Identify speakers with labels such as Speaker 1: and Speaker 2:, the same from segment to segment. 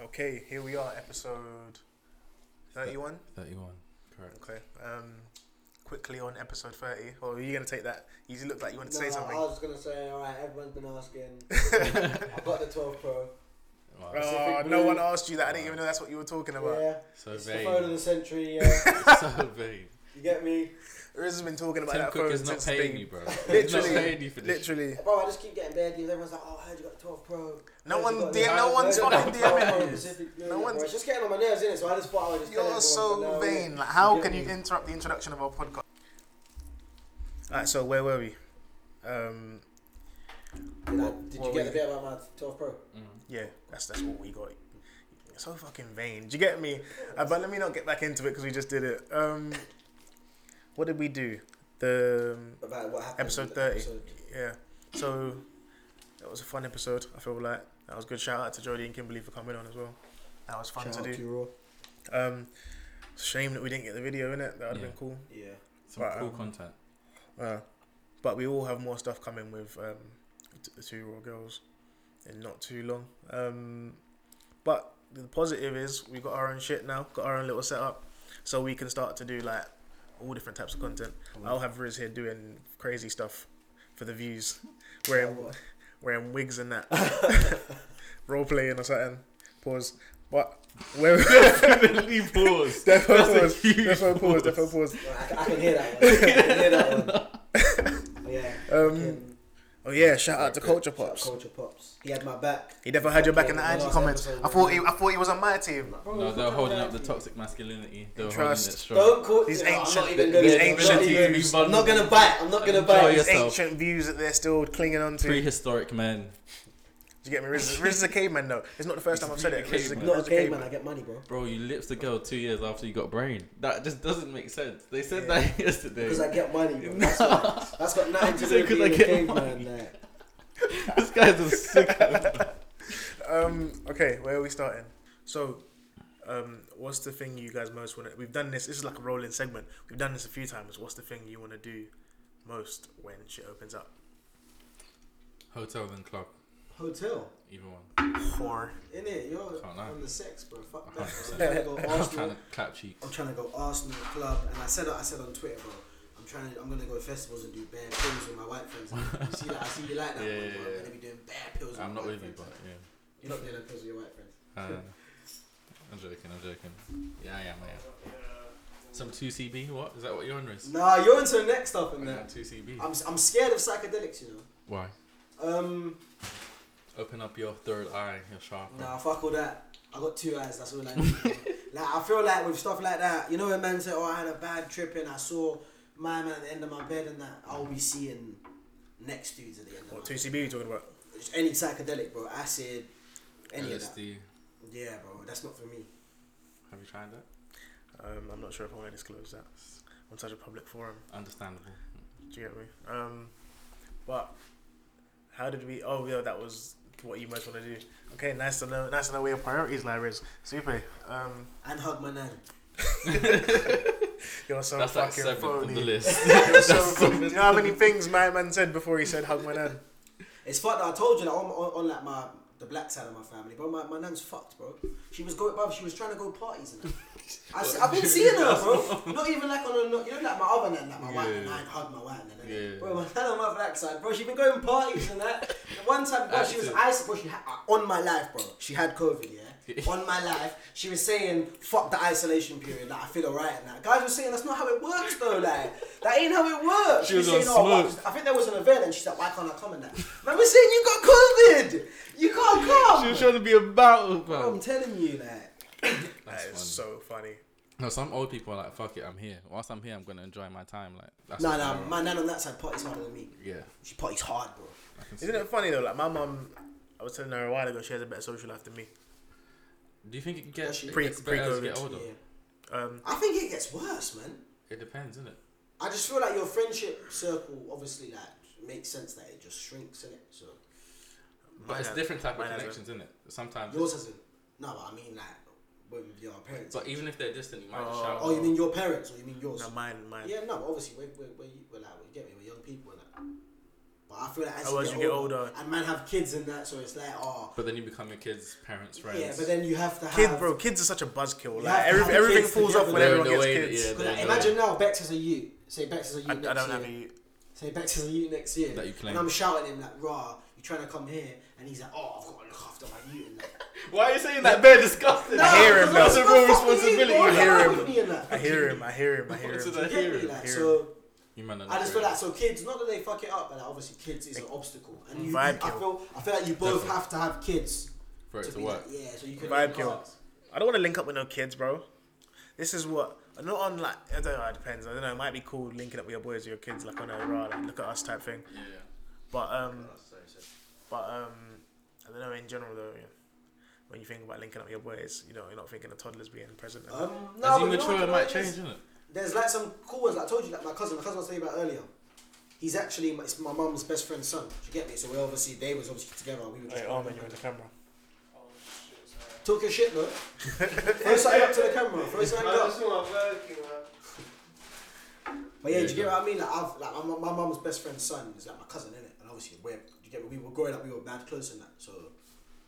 Speaker 1: Okay, here we are, episode 31.
Speaker 2: 31. Correct.
Speaker 1: Okay, um, quickly on episode 30. Or are you going to take that? You looked like you wanted to
Speaker 3: No,
Speaker 1: say something.
Speaker 3: I was just gonna say, all right, everyone's been asking. I got the 12 Pro.
Speaker 2: Wow.
Speaker 3: Uh,
Speaker 1: Oh,
Speaker 3: Pacific
Speaker 1: no
Speaker 3: Blue.
Speaker 1: one asked you that. I didn't even know that's what you were talking about.
Speaker 3: Yeah,
Speaker 2: so
Speaker 3: it's the
Speaker 2: vain.
Speaker 3: phone of the century. Yeah,
Speaker 2: so vain.
Speaker 3: you get me,
Speaker 1: Riz has been talking about
Speaker 2: Tim
Speaker 1: that
Speaker 2: Cook
Speaker 1: phone
Speaker 2: is not
Speaker 1: since
Speaker 2: paying
Speaker 1: the-
Speaker 2: you, bro. He's not
Speaker 1: Literally.
Speaker 2: paying you for this.
Speaker 1: Literally.
Speaker 3: bro. I just keep getting bad news. Everyone's like, oh, I heard you got the 12 Pro.
Speaker 1: No
Speaker 3: Heard you
Speaker 1: one
Speaker 3: got the-
Speaker 1: did- no
Speaker 3: I
Speaker 1: one's
Speaker 3: heard you got
Speaker 1: fucking
Speaker 3: the 12 Pro
Speaker 1: DMing.
Speaker 3: Pacific Blue,
Speaker 1: No
Speaker 3: yeah,
Speaker 1: one's-
Speaker 3: bro. It's just getting on my nerves, innit? So I just thought I would just. tell
Speaker 1: You're
Speaker 3: everyone, but
Speaker 1: so
Speaker 3: no, yeah.
Speaker 1: vain. Like, how
Speaker 3: You
Speaker 1: can
Speaker 3: get
Speaker 1: you
Speaker 3: me?
Speaker 1: interrupt the introduction of our podcast? Alright, so where were we? Um,
Speaker 3: Did, I, did
Speaker 1: What
Speaker 3: you
Speaker 1: were
Speaker 3: get the
Speaker 1: you-
Speaker 3: bit about my 12 Pro?
Speaker 1: yeah, that's that's all we got. So fucking vain. Do you get me? Uh, but let me not get back into it because we just did it. Um, what did we do? The um,
Speaker 3: About what happened? in
Speaker 1: episode
Speaker 3: the
Speaker 1: thirty.
Speaker 3: episode.
Speaker 1: Yeah. So that was a fun episode. I feel like that was good. Shout out to Jodie and Kimberly for coming on as well. That was fun
Speaker 3: Shout out
Speaker 1: to do.
Speaker 3: you, Raw.
Speaker 1: Um, shame that we didn't get the video in it. That would have
Speaker 2: Yeah.
Speaker 1: been cool.
Speaker 3: Yeah.
Speaker 2: Some
Speaker 1: Right,
Speaker 2: cool
Speaker 1: um,
Speaker 2: content.
Speaker 1: Uh, but we all have more stuff coming with um, t- the two raw girls in not too long. Um, but the positive is we got our own shit now, got our own little setup, so we can start to do like all different types of content. I'll have Riz here doing crazy stuff for the views, wearing wearing wigs and that, role playing or something. Pause. What? Where?
Speaker 2: Definitely
Speaker 1: Defo
Speaker 2: pause. That's a
Speaker 1: pause.
Speaker 2: huge
Speaker 1: Defo pause.
Speaker 2: pause.
Speaker 1: Defo pause.
Speaker 3: Well, I, I can hear that one. I can hear that one. Yeah.
Speaker 1: Um,
Speaker 3: fucking
Speaker 1: oh yeah! Shout out to Culture
Speaker 3: shout out
Speaker 1: Pops.
Speaker 3: Culture Pops. He had my back.
Speaker 1: He never had your back in the
Speaker 3: Yeah,
Speaker 1: IG
Speaker 3: last
Speaker 1: comments.
Speaker 3: episode,
Speaker 1: I thought he,
Speaker 3: yeah.
Speaker 1: I thought he was on my team.
Speaker 2: No, they're holding up the toxic masculinity. They're
Speaker 1: Trust.
Speaker 2: holding it strong.
Speaker 3: Don't call
Speaker 1: These
Speaker 3: No, I'm not
Speaker 1: ancient-
Speaker 3: even
Speaker 1: these
Speaker 3: gonna-
Speaker 1: ancient
Speaker 3: I'm not even-
Speaker 2: views.
Speaker 3: I'm not gonna bite. I'm not gonna
Speaker 2: Enjoy
Speaker 3: bite.
Speaker 2: yourself.
Speaker 1: These ancient views that they're still clinging on to. Do
Speaker 2: Prehistoric men.
Speaker 1: you get me? Riz, Riz is a caveman though. It's not the first time I've said it. Riz is a,
Speaker 2: He's
Speaker 3: I'm
Speaker 2: I'm
Speaker 3: not
Speaker 1: Riz is
Speaker 3: a gay man. I get money, bro.
Speaker 2: Bro, you lips the girl two years after you got brain. That just doesn't make sense. They said
Speaker 1: Yeah.
Speaker 2: that yesterday.
Speaker 3: Because I get money, bro. That's, why. That's got nothing to
Speaker 2: just
Speaker 3: do
Speaker 2: saying
Speaker 3: with being
Speaker 2: 'cause I
Speaker 3: a
Speaker 2: get
Speaker 3: gay
Speaker 2: money.
Speaker 3: man. like.
Speaker 2: this guy's a sick.
Speaker 1: Um. Okay, where are we starting? So, um, what's the thing you guys most want? to... We've done this. This is like a rolling segment. We've done this a few times. What's the thing you want to do most when shit opens up?
Speaker 2: Hotel and club.
Speaker 3: Hotel,
Speaker 2: Either one.
Speaker 1: Whore.
Speaker 3: innit? You're
Speaker 2: Can't lie.
Speaker 3: on the sex, bro. Fuck that. bro.
Speaker 2: 100%.
Speaker 3: I'm trying
Speaker 2: I'm trying
Speaker 3: to go Arsenal.
Speaker 2: to clap cheeks.
Speaker 3: I'm trying to go Arsenal club, and I said I said on Twitter, bro. I'm trying to. I'm gonna go to festivals and do bare pills with my white friends. You see that? I see you like that.
Speaker 2: Yeah,
Speaker 3: one,
Speaker 2: yeah,
Speaker 3: bro.
Speaker 2: yeah.
Speaker 3: I'm gonna be doing bare pills.
Speaker 2: I'm
Speaker 3: with
Speaker 2: not
Speaker 3: my
Speaker 2: with you,
Speaker 3: friends.
Speaker 2: but yeah.
Speaker 3: You're not doing pills with your white friends.
Speaker 2: Uh, I'm joking, I'm joking. Yeah, I am, I am. Some 2CB, what? Is that what you're on, Riz?
Speaker 3: Nah, you're into the next stuff in there.
Speaker 2: 2CB.
Speaker 3: I'm, I'm scared of psychedelics, you
Speaker 2: Why?
Speaker 3: know. Um,
Speaker 2: Open up your third eye, your chakra.
Speaker 3: nah, fuck all that. I got two eyes. That's all I need. like, I feel like with stuff like that, you know, when men say, "Oh, I had a bad trip and I saw my man at the end of my bed," and that I'll be seeing next dudes at the end.
Speaker 1: What
Speaker 3: Of
Speaker 1: two
Speaker 3: my
Speaker 1: CB you talking about?
Speaker 3: Just any psychedelic, bro. Acid, any of that.
Speaker 2: LSD.
Speaker 3: Yeah, bro. That's not for me.
Speaker 2: Have you tried that?
Speaker 1: Um, I'm not sure if I want to disclose that on such a public forum.
Speaker 2: Understandable.
Speaker 1: Do you get me? Um, but how did we? Oh, yeah, that was what you most want to do. Okay, nice to know. Nice to know where your priorities lie, Riz. Super. Um,
Speaker 3: And hug my nan.
Speaker 1: you're so
Speaker 2: That's like
Speaker 1: fucking
Speaker 2: seventh on the
Speaker 1: phony.
Speaker 2: list.
Speaker 1: You're so phony. You know how many things my man said before he said hug my nan?
Speaker 3: It's fucked. I told you that on, on, on like my the black side of my family, bro. My, my nan's fucked, bro. She was going, bro. She was trying to go parties and that. I, se- I've been seeing her, bro. Not even like on a, not, you know, like my other nan, like my white nan.
Speaker 2: Yeah.
Speaker 3: I ain't hugged my white nan.
Speaker 2: Yeah.
Speaker 3: innit? Bro, my nan on my black side, bro. She been going parties and that. The One time, bro, she was
Speaker 2: Active.
Speaker 3: ice, bro. She had, uh, on my life, bro. She had COVID, yeah. on my life, she was saying, "Fuck the isolation period. Like I feel alright and that." Guys were saying that's not how it works though. Like that ain't how it works.
Speaker 2: She was
Speaker 3: saying,
Speaker 2: on
Speaker 3: "Oh, fuck,
Speaker 2: smoke.
Speaker 3: I think there was an event and she's like, why can't I come in that? Man, we're saying you got COVID! You can't come!
Speaker 2: she was trying to be a battle,
Speaker 3: I'm
Speaker 2: bro.
Speaker 3: telling you that.
Speaker 1: That is so funny.
Speaker 2: No, some old people are like, fuck it, I'm here. Whilst I'm here, I'm going to enjoy my time. Like, that's
Speaker 3: No,
Speaker 2: what
Speaker 3: no,
Speaker 2: I'm-
Speaker 3: my nan on that side parties harder than me.
Speaker 2: Yeah.
Speaker 3: She parties hard, bro.
Speaker 1: Isn't it funny though? Like my mum, I was telling her a while ago, she has a better social life than me.
Speaker 2: Do you think it gets, it
Speaker 1: Pre-
Speaker 2: gets better as you get
Speaker 1: pre-COVID.
Speaker 2: older?
Speaker 3: Yeah.
Speaker 1: Um,
Speaker 3: I think it gets worse, man.
Speaker 2: It depends, isn't it?
Speaker 3: I just feel like your friendship circle obviously like makes sense that it just shrinks in it. So
Speaker 2: But
Speaker 1: Mine
Speaker 2: it's
Speaker 1: has-
Speaker 2: different type of
Speaker 1: mine hasn't.
Speaker 2: connections, isn't it? Sometimes.
Speaker 3: yours isn't. No, but I mean like with your parents.
Speaker 2: But uh, even if they're distant, you might just
Speaker 1: Oh.
Speaker 2: shout.
Speaker 3: oh, you mean your parents or you mean yours?
Speaker 1: no, mine, mine.
Speaker 3: Yeah, no, obviously we're, we're, we're, we're like we get me, we're young people and that. But I feel like as
Speaker 1: Otherwise
Speaker 3: you,
Speaker 1: you
Speaker 3: get,
Speaker 1: get
Speaker 3: older,
Speaker 1: older.
Speaker 3: and man have kids and that, so it's like oh
Speaker 2: But then you become your kids' parents' friends.
Speaker 3: yeah. But then you have to
Speaker 1: Kid,
Speaker 3: have
Speaker 1: bro, kids are such a buzzkill.
Speaker 3: You
Speaker 1: Like
Speaker 3: have to
Speaker 1: every,
Speaker 3: have the
Speaker 1: everything
Speaker 3: kids
Speaker 1: falls off
Speaker 3: together.
Speaker 1: when everyone
Speaker 2: They're in
Speaker 1: gets
Speaker 2: the way that-
Speaker 1: kids.
Speaker 2: yeah,
Speaker 3: 'Cause, like,
Speaker 2: Yeah,
Speaker 3: imagine
Speaker 2: yeah.
Speaker 3: now Bex is a you. Say Bex is a you
Speaker 1: I, I
Speaker 3: next
Speaker 1: don't
Speaker 3: year.
Speaker 1: have any.
Speaker 3: Say Bex is a you next year.
Speaker 2: That you claim.
Speaker 3: And I'm shouting at him like, rah, you're trying to come here, and he's like, oh, I've got to look after my you and that.
Speaker 2: Why are you saying that? They're disgusting.
Speaker 1: I hear him,
Speaker 2: That's
Speaker 1: bro.
Speaker 2: a real
Speaker 1: I
Speaker 2: responsibility.
Speaker 1: hear him. I
Speaker 3: him.
Speaker 1: hear him. I hear him. I hear
Speaker 2: What's
Speaker 1: him.
Speaker 2: it I hear him,
Speaker 1: I hear
Speaker 3: So
Speaker 2: You man, are
Speaker 3: I
Speaker 2: not
Speaker 3: just feel
Speaker 2: real.
Speaker 3: like so kids, not that they fuck it up, but like, obviously kids is an obstacle, and you, I
Speaker 1: Vibe kill.
Speaker 3: feel I feel like you both have to have kids
Speaker 2: for it to
Speaker 3: be
Speaker 2: work.
Speaker 3: like, yeah, so you can
Speaker 1: Vibe
Speaker 3: enhance.
Speaker 1: kill. I don't want to link up with no kids, bro. This is what I'm not on like I don't know. It depends. I don't know. It might be cool linking up with your boys or your kids, like on a rah, like, look at us type thing.
Speaker 2: Yeah.
Speaker 1: But um, but um, I don't know. In general, though, yeah, when you think about linking up with your boys, you know, you're not thinking of toddlers being present.
Speaker 3: Um, no,
Speaker 2: As
Speaker 3: but
Speaker 2: you
Speaker 3: know
Speaker 2: mature,
Speaker 3: what
Speaker 2: it might
Speaker 3: is?
Speaker 2: change, isn't it?
Speaker 3: There's like some cool ones. Like I told you, like my cousin, my cousin I was telling you about earlier. He's actually my, it's my mum's best friend's son. Do you get me? So we obviously they was obviously together. We were just
Speaker 1: Wait, oh man, you're in the camera.
Speaker 3: talking shit, look. Throw something up to the camera. Throw something up. But yeah, do you get what I mean? Like, I've, like my, my mum's best friend's son is like my cousin, innit? And obviously, we're, do you get me? we were growing up, we were bad close and that. So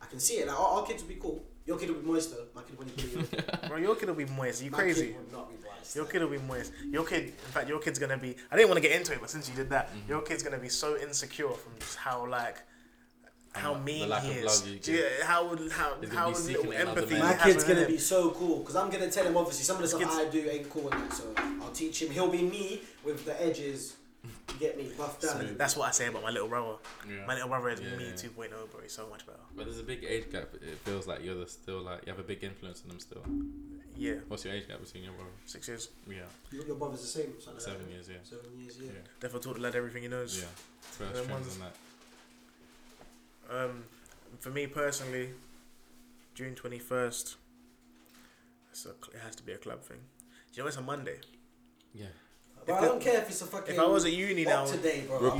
Speaker 3: I can see it. Like, our, our kids would be cool. Your kid would be moist, though. My kid wouldn't be. Your kid.
Speaker 1: Bro, your kid will be moist. you
Speaker 3: My
Speaker 1: crazy?
Speaker 3: kid would not be moist.
Speaker 1: Your kid will be moist. Your kid, in fact, your kid's gonna be. I didn't want to get into it, but since you did that,
Speaker 2: Mm-hmm.
Speaker 1: your kid's gonna be so insecure from just how like how
Speaker 2: the
Speaker 1: mean
Speaker 2: lack
Speaker 1: he
Speaker 2: of
Speaker 1: is.
Speaker 2: love you
Speaker 1: Do you- how how
Speaker 2: He's gonna
Speaker 1: how
Speaker 2: be seeking
Speaker 1: little
Speaker 2: it in other
Speaker 1: empathy. he
Speaker 2: men.
Speaker 3: My
Speaker 1: has
Speaker 3: kid's
Speaker 1: within
Speaker 3: gonna
Speaker 1: him.
Speaker 3: be so cool because I'm gonna tell him obviously some of the stuff
Speaker 1: Kids-
Speaker 3: I do ain't cool and that, so I'll teach him. He'll be me with the edges. You get me buffed out.
Speaker 2: Smooth.
Speaker 1: That's what I say about my little brother.
Speaker 2: Yeah.
Speaker 1: My little brother is
Speaker 2: Yeah,
Speaker 1: me
Speaker 2: yeah.
Speaker 1: 2.0, bro. He's so much better.
Speaker 2: But there's a big age gap. It feels like you're the still like you have a big influence on them still.
Speaker 1: Yeah,
Speaker 2: What's your age gap between your brother?
Speaker 1: six years.
Speaker 2: Yeah,
Speaker 3: Your your brother's the same. something like
Speaker 2: seven
Speaker 3: that.
Speaker 2: years. Yeah,
Speaker 3: Seven years, yeah.
Speaker 2: yeah,
Speaker 1: Therefore, taught the lad everything he knows.
Speaker 2: yeah. First
Speaker 1: Them
Speaker 2: friends
Speaker 1: ones-
Speaker 2: and that.
Speaker 1: Um, for me personally, June twenty first. So it has to be a club thing. Do you know it's a Monday?
Speaker 2: Yeah.
Speaker 3: But I
Speaker 1: the-
Speaker 3: don't care if it's a fucking.
Speaker 1: If I was at uni now,
Speaker 3: up today, bro.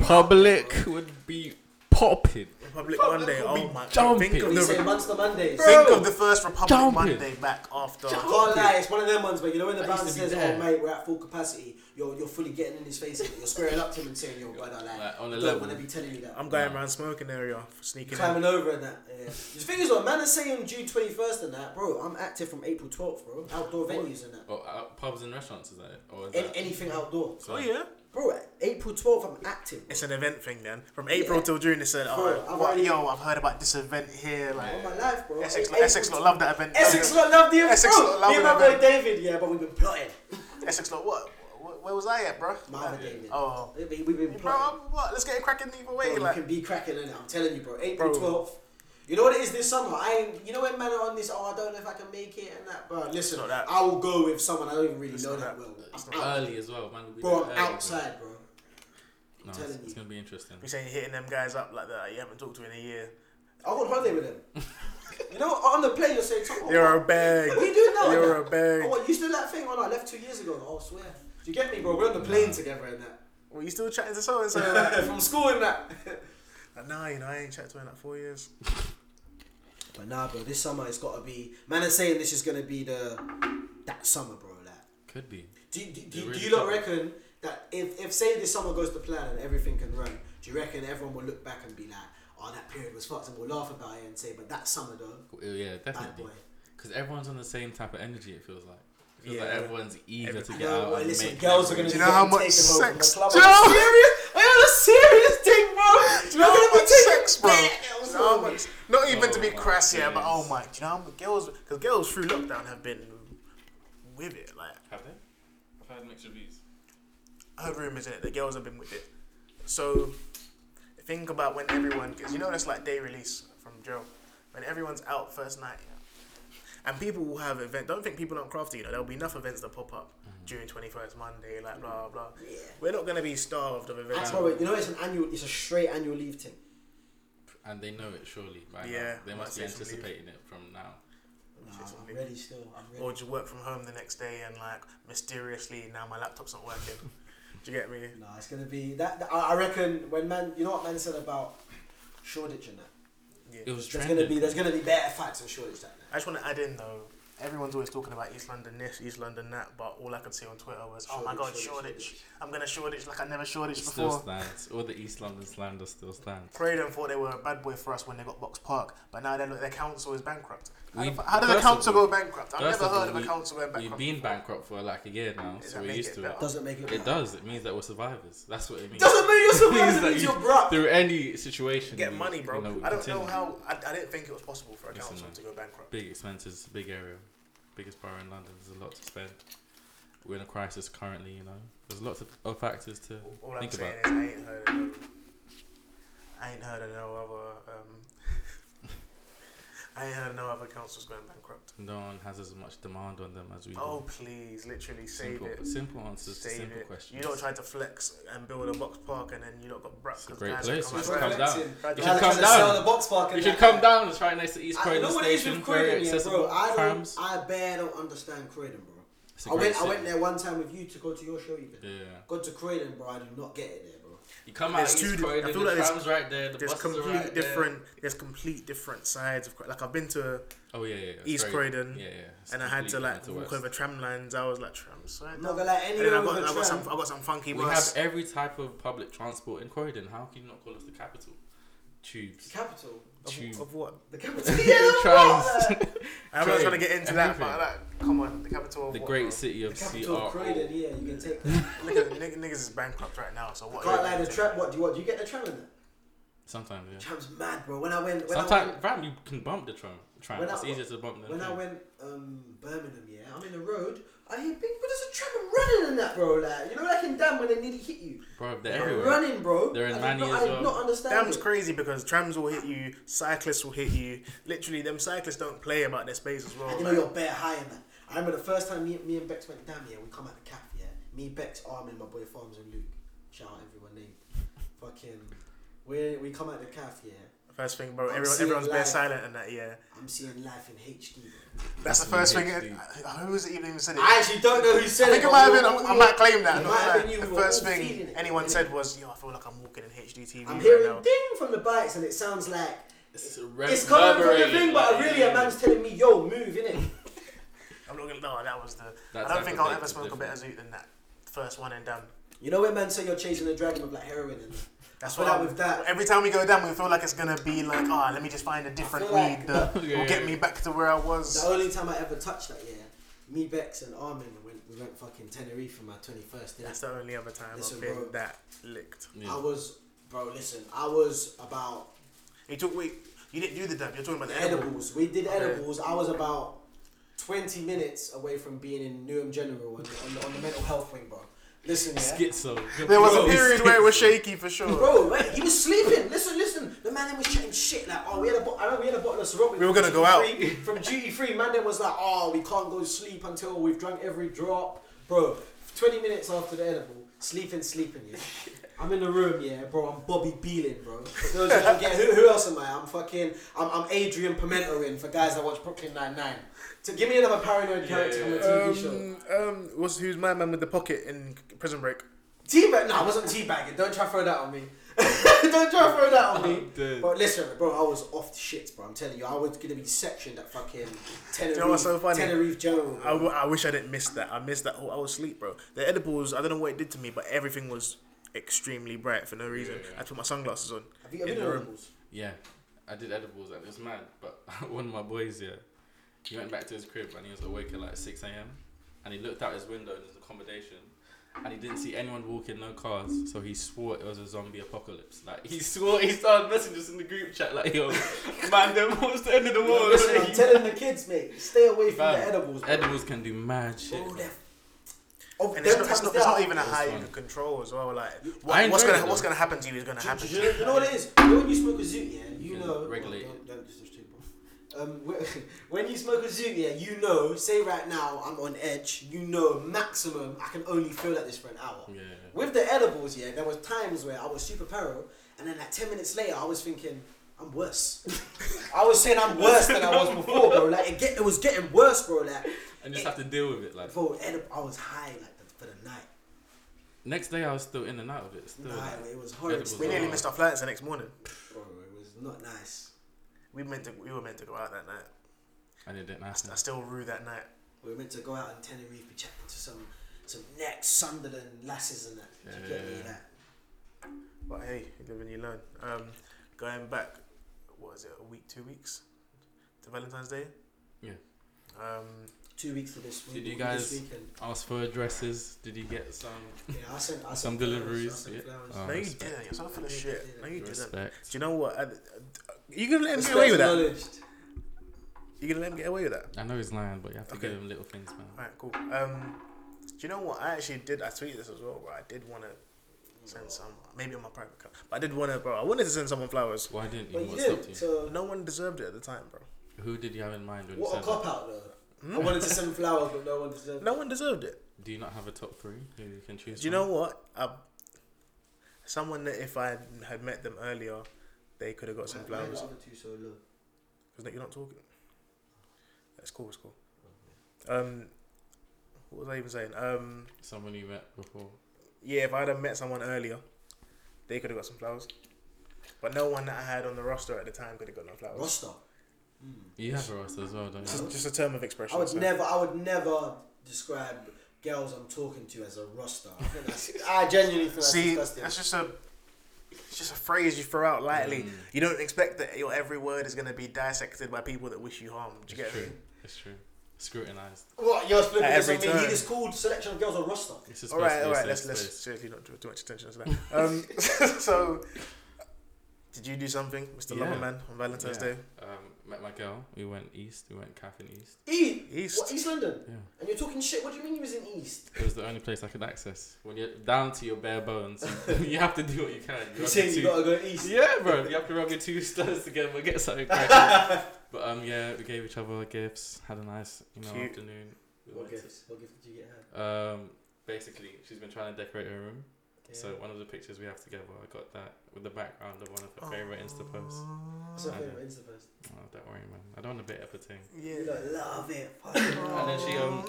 Speaker 2: would be popping.
Speaker 1: Republic
Speaker 2: Fuck,
Speaker 1: Monday.
Speaker 2: that would
Speaker 1: Oh
Speaker 2: be
Speaker 1: my god!
Speaker 2: jumping.
Speaker 1: Think of
Speaker 3: We say
Speaker 1: the
Speaker 3: Monster Mondays.
Speaker 2: Bro.
Speaker 1: think of the first Republic
Speaker 2: Jumping.
Speaker 1: Monday back after.
Speaker 3: I can't lie, it's one of them ones where you know when the
Speaker 2: I used
Speaker 3: bouncer
Speaker 2: to be
Speaker 3: says,
Speaker 2: there.
Speaker 3: "Oh mate, we're at full capacity." You're you're fully getting in his face. and You're squaring up to him and saying, "Yo, brother, like,
Speaker 2: Like, on a
Speaker 3: don't
Speaker 2: level.
Speaker 3: want to be telling you that."
Speaker 1: I'm going around smoking area, sneaking in.
Speaker 3: climbing over and that. Yeah. The thing is, though, man is saying June twenty first and that, bro. I'm active from April twelfth, bro. Outdoor venues and that.
Speaker 2: Or uh, pubs and restaurants is that it? Or is
Speaker 3: An-
Speaker 2: that
Speaker 3: anything outdoor,
Speaker 1: Oh yeah,
Speaker 3: bro. April twelfth, I'm active.
Speaker 1: it's an event thing then. From April till June, they said,
Speaker 3: Bro,
Speaker 1: "Oh,
Speaker 3: I've
Speaker 1: what,
Speaker 3: already-
Speaker 1: yo, I've heard about this event here." Like
Speaker 3: All my life, bro.
Speaker 1: Essex,
Speaker 3: April
Speaker 1: Essex lot love that event.
Speaker 3: Essex lot love the
Speaker 1: Essex
Speaker 3: Essex
Speaker 1: lot
Speaker 3: bro.
Speaker 1: love
Speaker 3: Me and my
Speaker 1: that
Speaker 3: boy David, yeah, but we've been plotting.
Speaker 1: Essex lot. What? Wh- Where was I at, bro?
Speaker 3: My other David.
Speaker 1: Oh,
Speaker 3: We- We've been
Speaker 1: bro,
Speaker 3: plotting.
Speaker 1: I'm, what? Let's get it cracking either way.
Speaker 3: Bro,
Speaker 1: like,
Speaker 3: you can be cracking in it. I'm telling you, bro. April
Speaker 1: Bro.
Speaker 3: twelfth. You know what it is this summer? I ain't. You know when men are on this. Oh, I don't know if I can make it and that, bro. Listen,
Speaker 1: not that.
Speaker 3: I will go with someone I don't even really know
Speaker 1: not
Speaker 3: that,
Speaker 1: that.
Speaker 3: well.
Speaker 2: it's
Speaker 3: I'm out.
Speaker 2: early as well, man. We'll be
Speaker 3: Bro,
Speaker 2: there
Speaker 3: I'm
Speaker 2: early.
Speaker 3: outside, bro.
Speaker 2: No,
Speaker 3: telling
Speaker 2: it's, it's
Speaker 3: you.
Speaker 2: gonna be interesting.
Speaker 1: we saying hitting them guys up like that you haven't talked to in a year.
Speaker 3: I want holiday with him. you know, on the plane you're saying, "Tom,
Speaker 1: You're
Speaker 3: what?
Speaker 1: a bag.
Speaker 3: we do know.
Speaker 1: You're
Speaker 3: that.
Speaker 1: a bag.
Speaker 3: Oh, what, you still that thing? Oh, no, I left two years ago. Oh, I swear. Do you get me, bro? We're on the plane together in that.
Speaker 1: Well, you still chatting to so and so?
Speaker 3: From school in that.
Speaker 1: Like, nah, you know, I ain't chatted to her in like four years.
Speaker 3: But nah, bro. This summer it's got to be. Man, is saying this is gonna be the that summer, bro. Like,
Speaker 2: Could be.
Speaker 3: do you- do,
Speaker 2: It
Speaker 3: do, you-
Speaker 2: really
Speaker 3: do you not
Speaker 2: could.
Speaker 3: reckon that if if say this summer goes to plan and everything can run, do you reckon everyone will look back and be like, oh, that period was fucked, and we'll laugh about it and say, but that summer though,
Speaker 2: Uh, Yeah,
Speaker 3: bad
Speaker 2: definitely.
Speaker 3: boy.
Speaker 2: Because everyone's on the same type of energy. It feels like. It feels
Speaker 1: Yeah.
Speaker 2: like everyone's eager to
Speaker 1: Every-
Speaker 2: get
Speaker 3: Yeah,
Speaker 2: out
Speaker 3: well,
Speaker 2: and
Speaker 3: listen,
Speaker 2: make.
Speaker 3: girls
Speaker 2: everything.
Speaker 3: are gonna
Speaker 1: Do
Speaker 3: be
Speaker 1: you know how
Speaker 3: getting
Speaker 1: much
Speaker 3: taken home from
Speaker 1: sex-
Speaker 3: the club.
Speaker 1: Do you know-
Speaker 3: I'm serious. I am a serious thing, bro.
Speaker 1: Do you know how much sex, bro?
Speaker 3: Yeah,
Speaker 1: Do you know how much- Not even to be
Speaker 2: Oh my
Speaker 1: crass here, but oh
Speaker 2: days.
Speaker 1: my, do you know how many girls? Because girls through lockdown have been with it. Like
Speaker 2: Have they? I've had mixed reviews.
Speaker 1: I heard rumors in it that girls have been with it. So think about when everyone, because you know that's like day release from jail. When everyone's out first night, and people will have event. Don't think people aren't crafty. You know, there'll be enough events that pop up during twenty first Monday, like blah blah.
Speaker 3: Mm-hmm. Yeah.
Speaker 1: We're not gonna be starved of events.
Speaker 3: That's why we- you know it's an annual, it's a straight annual leave thing.
Speaker 2: And they know it surely. By
Speaker 1: Yeah,
Speaker 2: Now. They
Speaker 1: I
Speaker 2: must be
Speaker 1: might say some
Speaker 2: anticipating it from now.
Speaker 3: Nah,
Speaker 1: It's a
Speaker 3: I'm
Speaker 1: leave.
Speaker 3: ready still. I'm ready.
Speaker 1: Or do you work from home the next day and like mysteriously now my laptop's not working? do you get me?
Speaker 2: Oh,
Speaker 3: Nah, it's gonna be that. that- I I reckon when man, you know what man said about Shoreditch and that.
Speaker 2: It was
Speaker 3: There's
Speaker 2: trending.
Speaker 3: gonna be there's gonna be better facts in Shoreditch that night.
Speaker 1: I just want to add in though, everyone's always talking about East London this, East London that, but all I could see on Twitter was, oh my
Speaker 3: Shoreditch,
Speaker 1: god,
Speaker 3: Shoreditch,
Speaker 1: Shoreditch.
Speaker 3: Shoreditch.
Speaker 1: I'm going to Shoreditch like I never Shoreditch
Speaker 2: Still
Speaker 1: before.
Speaker 2: stands. All the East London slander still stands.
Speaker 1: Croydon thought they were a bad boy for us when they got Box Park, but now they look, their council is bankrupt. How,
Speaker 2: We-
Speaker 1: the, fu- how did the
Speaker 2: first
Speaker 1: council
Speaker 2: of all-
Speaker 1: go bankrupt? I've
Speaker 2: first
Speaker 1: never
Speaker 2: of
Speaker 1: heard
Speaker 2: all,
Speaker 1: of a
Speaker 2: we-
Speaker 1: council going bankrupt.
Speaker 2: We've been bankrupt for like a year now,
Speaker 1: Does
Speaker 2: so
Speaker 1: that
Speaker 2: we're
Speaker 1: make
Speaker 2: used
Speaker 1: it
Speaker 2: to it.
Speaker 1: better?
Speaker 3: Doesn't make it.
Speaker 2: It does. It means that we're survivors. That's what it means.
Speaker 3: Doesn't mean you're
Speaker 2: Means
Speaker 3: surviving.
Speaker 2: that
Speaker 3: means
Speaker 2: you-
Speaker 3: you're broke.
Speaker 2: Through any situation,
Speaker 1: Get
Speaker 2: we-
Speaker 1: money, bro.
Speaker 2: you know, we
Speaker 1: I don't know
Speaker 2: continue.
Speaker 1: how. I, I didn't think it was possible for a
Speaker 2: Listen,
Speaker 1: council
Speaker 2: man.
Speaker 1: to go bankrupt.
Speaker 2: Big expenses, big area, biggest borough in London. There's a lot to spend. We're in a crisis currently. You know, there's lots of other factors to
Speaker 1: All I'm
Speaker 2: think
Speaker 1: saying
Speaker 2: about.
Speaker 1: is I ain't heard of no, I ain't heard of no other um, I ain't heard of no other councils going bankrupt.
Speaker 2: No one has as much demand on them as we
Speaker 1: Oh
Speaker 2: do.
Speaker 1: please, literally save
Speaker 2: Simple,
Speaker 1: it.
Speaker 2: simple answers to
Speaker 1: Save
Speaker 2: simple
Speaker 1: it.
Speaker 2: questions.
Speaker 1: You don't try to flex and build a box park and then you don't got
Speaker 2: It's
Speaker 1: brats
Speaker 2: a great place.
Speaker 3: It's
Speaker 2: You should come
Speaker 3: Relaxing.
Speaker 2: down.
Speaker 1: Right,
Speaker 2: You
Speaker 1: right.
Speaker 2: should come
Speaker 3: Alexander Sell
Speaker 2: down.
Speaker 3: the box park and
Speaker 2: You should
Speaker 3: that.
Speaker 2: come down. It's right next to East
Speaker 3: I
Speaker 2: Croydon
Speaker 3: know what it is
Speaker 2: Station.
Speaker 3: with
Speaker 2: Very
Speaker 3: Croydon, yeah, bro.
Speaker 2: accessible.
Speaker 3: I don't,
Speaker 2: Prams.
Speaker 3: I bare don't understand Croydon, bro.
Speaker 2: It's a
Speaker 3: I
Speaker 2: great
Speaker 3: went, I
Speaker 2: city.
Speaker 3: went there one time with you to go to your show. You
Speaker 2: Yeah.
Speaker 3: got to Croydon, bro. I did not get it there, bro.
Speaker 2: You come out
Speaker 1: There's two-
Speaker 2: East
Speaker 1: I
Speaker 2: Croydon.
Speaker 1: feel
Speaker 2: the
Speaker 1: like there's-
Speaker 2: prams right there. The
Speaker 1: There's
Speaker 2: buses are
Speaker 1: complete
Speaker 2: right
Speaker 1: different. There's complete different sides of Cro- like I've been to
Speaker 2: There. Oh yeah, yeah. yeah.
Speaker 1: East
Speaker 2: Very-
Speaker 1: Croydon,
Speaker 2: Yeah, yeah. It's
Speaker 1: and I had to
Speaker 2: completely
Speaker 1: like
Speaker 2: to
Speaker 1: walk
Speaker 2: West.
Speaker 1: over tram lines. I was like trams. Right
Speaker 3: I'm
Speaker 1: now.
Speaker 3: not gonna let
Speaker 1: and then I
Speaker 3: anyone
Speaker 1: got, I
Speaker 3: with a
Speaker 1: got some
Speaker 3: tram.
Speaker 1: I got some funky
Speaker 2: We have
Speaker 1: bus.
Speaker 2: every type of public transport in Croydon. How can you not call us the capital?
Speaker 3: The
Speaker 2: Tubes.
Speaker 3: capital.
Speaker 2: Tube.
Speaker 1: Of, of what?
Speaker 3: The capital. yeah,
Speaker 2: Trams.
Speaker 3: what?
Speaker 1: I'm not
Speaker 2: Trade.
Speaker 1: trying to get into that, but
Speaker 2: Everything.
Speaker 1: like, come on, the capital of
Speaker 2: The
Speaker 1: what,
Speaker 2: great
Speaker 1: bro?
Speaker 2: city
Speaker 3: The
Speaker 2: of
Speaker 3: capital of
Speaker 2: CR.
Speaker 3: Croydon. Yeah, you can take that.
Speaker 1: Niggas, nigg- niggas is bankrupt right now, so what?
Speaker 3: Can't lie,
Speaker 1: are you
Speaker 3: the
Speaker 1: gonna
Speaker 3: tram. What do you what? Do you get the tram in there?
Speaker 2: Sometimes, yeah.
Speaker 3: Tram's mad, bro. When I went, when I
Speaker 2: Sometimes,
Speaker 3: went,
Speaker 2: fam, you can bump the tram. Tram.
Speaker 3: When I-
Speaker 2: It's easier to bump than
Speaker 3: when
Speaker 2: the
Speaker 3: I
Speaker 2: tram.
Speaker 3: went um, Birmingham, yeah, I'm in the road. I hear big, but there's a tram running in that, bro. Like you know, like in Dam when they nearly hit you.
Speaker 2: Bro, they're
Speaker 1: Yeah.
Speaker 2: everywhere.
Speaker 3: Running, bro.
Speaker 2: They're in
Speaker 3: I did
Speaker 2: Manny
Speaker 3: not-
Speaker 2: as
Speaker 3: I did
Speaker 2: well.
Speaker 3: not understand.
Speaker 1: Damn's
Speaker 3: it.
Speaker 1: crazy because trams will hit you, cyclists will hit you. Literally, them cyclists don't play about their space as well.
Speaker 3: You know,
Speaker 1: like,
Speaker 3: you're bare high in that. I remember the first time me, me and Bex went down here, we come out the cafe, yeah. Me, Bex, Armin, my boy Farms, and Luke. Shout out everyone named. Fucking. We, we come out the cafe, yeah.
Speaker 1: first thing, bro,
Speaker 3: I'm
Speaker 1: everyone,
Speaker 3: seeing
Speaker 1: everyone's bare
Speaker 3: life.
Speaker 1: silent and that, yeah.
Speaker 3: I'm seeing life in HD. bro.
Speaker 1: That's the
Speaker 2: Definitely
Speaker 1: first thing.
Speaker 2: HD.
Speaker 1: uh, Who was it even who said it?
Speaker 3: I actually don't know who
Speaker 1: I
Speaker 3: said
Speaker 1: think
Speaker 3: it.
Speaker 1: it
Speaker 3: but
Speaker 1: might have
Speaker 3: we
Speaker 1: been,
Speaker 3: were
Speaker 1: I'm- I
Speaker 3: all-
Speaker 1: might claim that.
Speaker 3: it
Speaker 1: not
Speaker 3: might have
Speaker 1: gonna
Speaker 3: been
Speaker 1: lie.
Speaker 3: you,
Speaker 1: The
Speaker 3: we were
Speaker 1: first
Speaker 3: all
Speaker 1: thing
Speaker 3: feeling it.
Speaker 1: anyone said was, yo, I feel like I'm walking in HGTV
Speaker 3: I'm
Speaker 1: right
Speaker 3: hearing
Speaker 1: now.
Speaker 3: ding from the bikes and it sounds like.
Speaker 2: It's,
Speaker 3: It's coming from the
Speaker 2: reverberating,
Speaker 3: thing, but
Speaker 2: like,
Speaker 3: really a man's telling me, yo, move, innit?
Speaker 1: I'm not gonna, no, that was the.
Speaker 2: That
Speaker 1: I
Speaker 2: type
Speaker 1: don't think
Speaker 2: of
Speaker 1: I'll
Speaker 2: thing
Speaker 1: ever
Speaker 2: is
Speaker 1: smoke a better
Speaker 2: different.
Speaker 1: zoot than that. First one and done.
Speaker 3: You know when man say you're chasing a dragon with like heroin and
Speaker 1: That's
Speaker 3: I feel
Speaker 1: what
Speaker 3: like
Speaker 1: I-
Speaker 3: with that.
Speaker 1: Every time we go down, we feel like it's gonna be like, ah, let me just find a different
Speaker 3: feel
Speaker 1: weed
Speaker 3: like-
Speaker 1: that
Speaker 2: Yeah,
Speaker 1: will get
Speaker 2: yeah,
Speaker 1: me
Speaker 2: yeah.
Speaker 1: back to where I
Speaker 3: The
Speaker 1: was.
Speaker 3: only time I ever touched that, yeah, me, Bex, and Armin went, we went fucking Tenerife for my
Speaker 1: That's
Speaker 3: 21st. Innit?
Speaker 1: the only other time
Speaker 3: Listen,
Speaker 1: I've been
Speaker 3: bro.
Speaker 1: that licked.
Speaker 3: I
Speaker 2: Yeah.
Speaker 3: was, bro, listen, I was about
Speaker 1: You took wait, you didn't do the dab. You're talking about the edible.
Speaker 3: edibles. We did edibles. I was about 20 minutes away from being in Newham General on the, on the, on the mental health wing, bro. Listen, yeah.
Speaker 2: Schizo.
Speaker 1: There was a
Speaker 2: Always
Speaker 1: period where it was
Speaker 2: schizo.
Speaker 1: shaky for sure.
Speaker 3: Bro, wait, he was sleeping. Listen, listen. The man then was chatting shit like, oh, we had a, bo- I know we had a bottle of Ciroc. with
Speaker 1: We were gonna
Speaker 3: duty
Speaker 1: go out.
Speaker 3: free- from duty free. Man then was like, oh, we can't go to sleep until we've drunk every drop, bro. Twenty minutes after the edible, sleeping, sleeping. Yeah, I'm in the room. Yeah, bro, I'm Bobby Beeling, bro. For those who don't get, who, who else am I? I'm fucking, I'm, I'm Adrian Pimento in for guys that watch Brooklyn Nine Nine. To give me another paranoid character on a TV show.
Speaker 1: Um, um, was who's my man with the pocket in Prison Break?
Speaker 3: Teabag? No, I wasn't teabagging. Don't try to throw that on me. Don't try to throw that on me.
Speaker 2: I'm dead.
Speaker 3: But listen, bro, I was off the shit, bro. I'm telling you, I was gonna be sectioned at fucking Tenerife,
Speaker 1: what's so funny?
Speaker 3: Tenerife General.
Speaker 1: I, w- I wish I didn't miss that. I missed that. whole I was asleep, bro. The edibles, I don't know what it did to me, but everything was extremely bright for no reason.
Speaker 2: yeah.
Speaker 1: I put my sunglasses on.
Speaker 3: Have you ever
Speaker 1: in the
Speaker 3: been to
Speaker 1: room.
Speaker 3: Edibles?
Speaker 2: Yeah, I did edibles and it was mad. But one of my boys, yeah, he went back to his crib and he was awake at like 6 a.m. And he looked out his window in his accommodation and he didn't see anyone walking, no cars. So he swore it was a zombie apocalypse. Like, he swore, he started messaging us in the group chat, like, yo, man, them what's the end of the world?
Speaker 3: Listen, I'm telling the kids, mate, stay away from
Speaker 2: Fam,
Speaker 3: the edibles. Bro.
Speaker 2: edibles can do mad shit.
Speaker 3: Oh,
Speaker 2: bro.
Speaker 3: they're- oh,
Speaker 1: And
Speaker 3: them
Speaker 1: it's not, it's
Speaker 3: times
Speaker 1: not,
Speaker 3: they
Speaker 1: it's not
Speaker 3: are-
Speaker 1: even a high you
Speaker 2: fun.
Speaker 1: can control as well. Like
Speaker 2: I
Speaker 1: what, what's
Speaker 2: enjoyed
Speaker 1: gonna
Speaker 2: it,
Speaker 1: what's
Speaker 2: though.
Speaker 1: gonna happen to you is gonna
Speaker 3: Do-
Speaker 1: happen.
Speaker 3: do
Speaker 1: to
Speaker 3: you, know,
Speaker 1: you.
Speaker 3: do you know what it is? You know when you smoke a zoot, yeah, you,
Speaker 2: You can
Speaker 3: know.
Speaker 2: regulate
Speaker 3: oh,
Speaker 2: it.
Speaker 3: don't, don't, this is too, bro. Um, wh- when you smoke a zoot, yeah, you know. Say right now, I'm on edge. You know, maximum, I can only feel like this for an hour.
Speaker 2: Yeah.
Speaker 3: With the edibles, yeah, there was times where I was super paro, and then like ten minutes later, I was thinking. I'm worse. I was saying I'm worse than I was before, bro. Like it, get, it was getting worse, bro. Like
Speaker 2: And just have to deal with it. Like,
Speaker 3: before, I was high like the, for the night.
Speaker 2: next day I was still in and out of it. Still.
Speaker 3: Nah,
Speaker 2: like-
Speaker 3: it was horrid.
Speaker 2: edibles
Speaker 1: We nearly
Speaker 2: are-
Speaker 1: missed our flights the next morning.
Speaker 3: Bro, it was not nice.
Speaker 1: We meant to we were meant to go out that night.
Speaker 2: And it didn't
Speaker 1: I,
Speaker 2: happen.
Speaker 1: st- I still rue that night.
Speaker 3: We were meant to go out in Tenerife, be chatting to some some next Sunderland lasses and that. Do you get me
Speaker 2: Yeah.
Speaker 3: that?
Speaker 1: But hey, you live and you learn. Um, going back, what is it? A week, two weeks to Valentine's Day.
Speaker 2: Yeah.
Speaker 1: Um,
Speaker 3: Two weeks to this week.
Speaker 2: Did you guys-
Speaker 3: This weekend.
Speaker 2: Asked for addresses. Did you get some
Speaker 3: Yeah, I sent. I sent
Speaker 2: Some
Speaker 3: flowers,
Speaker 2: deliveries,
Speaker 3: I sent
Speaker 2: yeah.
Speaker 3: flowers.
Speaker 2: Oh,
Speaker 1: no, you
Speaker 2: respect.
Speaker 1: didn't. You're so full of
Speaker 3: Yeah,
Speaker 1: shit.
Speaker 3: yeah,
Speaker 1: No, you didn't. Do
Speaker 2: respect?
Speaker 1: you know what? I, I, you gonna let him get
Speaker 3: Respect
Speaker 1: away with that?
Speaker 3: acknowledged.
Speaker 1: You gonna let him get away with that?
Speaker 2: I know he's lying, but you have to
Speaker 1: Okay.
Speaker 2: give him little things, man.
Speaker 1: All right, cool. Um, do you know what? I actually did. I tweeted this as well, bro. I did want to send some, maybe on my private account, but I did want to, bro. I wanted to send someone flowers.
Speaker 2: Why didn't you?
Speaker 3: But you
Speaker 2: What stopped
Speaker 3: did.
Speaker 2: you?
Speaker 3: So
Speaker 1: No one deserved it at the time, bro.
Speaker 2: Who did you have in mind when you
Speaker 3: what a
Speaker 2: said that?
Speaker 3: cop out though. I wanted to send flowers, but no one deserved.
Speaker 1: Hmm? No one deserved it.
Speaker 2: Do you not have a top three who you can choose?
Speaker 1: Do you
Speaker 2: from?
Speaker 1: know what? I, someone that if I had met them earlier, they could have got some
Speaker 3: Why- why
Speaker 1: flowers.
Speaker 3: the other two so low?
Speaker 1: Because you're not talking. That's cool. It's cool. Um, what was I even saying? Um,
Speaker 2: Someone you met before.
Speaker 1: yeah, if I had met someone earlier, they could have got some flowers. But no one that I had on the roster at the time could have got no
Speaker 2: Oh.
Speaker 1: flowers.
Speaker 3: Roster.
Speaker 2: You have a roster as well, don't
Speaker 1: Just,
Speaker 2: you?
Speaker 1: just a term of expression.
Speaker 3: I would
Speaker 1: so-
Speaker 3: never, I would never describe girls I'm talking to as a roster. I, think that's, I genuinely feel that's
Speaker 1: See,
Speaker 3: disgusting.
Speaker 1: that's just a, it's just a phrase you throw out lightly. You don't expect that your every word is going to be dissected by people that wish you harm. Do
Speaker 2: It's
Speaker 1: you get me?
Speaker 2: true. It's true. Scrutinized.
Speaker 3: what you're splitting
Speaker 1: At
Speaker 3: this
Speaker 1: every
Speaker 3: on me?
Speaker 1: turn.
Speaker 3: You just called selection of girls a roster.
Speaker 2: It's just
Speaker 1: All right, all
Speaker 2: supposed
Speaker 1: right.
Speaker 2: to be a
Speaker 1: Let's
Speaker 2: safe
Speaker 1: let's
Speaker 2: space.
Speaker 1: seriously not draw too much attention to that. Um, so, did you do something, Mr.
Speaker 2: Yeah.
Speaker 1: Loverman, on Valentine's
Speaker 2: Yeah.
Speaker 1: Day?
Speaker 2: Um, met my girl. We went east. We went camping east.
Speaker 3: E.
Speaker 1: East.
Speaker 3: What East London?
Speaker 2: Yeah.
Speaker 3: And you're talking shit. What do you mean you was in East?
Speaker 2: It was the only place I could access. When you're down to your bare bones, you have to do what you can. You
Speaker 3: You
Speaker 2: have
Speaker 3: saying
Speaker 2: to-
Speaker 3: you gotta go East?
Speaker 2: Yeah, bro. You have to rub your two stones together and get something cracking. but um, yeah, we gave each other gifts. Had a nice, you know,
Speaker 1: Cute.
Speaker 2: afternoon. We
Speaker 3: What
Speaker 2: went to-
Speaker 3: gifts? What gift did you get her?
Speaker 2: Um, basically, she's been trying to decorate her room.
Speaker 3: Yeah.
Speaker 2: So one of the pictures we have together, I got that with the background of one of her favorite Insta posts.
Speaker 3: What's her
Speaker 2: I
Speaker 3: favorite Insta post?
Speaker 2: Oh, don't worry, man. I don't want to bit up a thing.
Speaker 1: Uh, Yeah.
Speaker 3: You like, love it. fuck it.
Speaker 2: And then she um,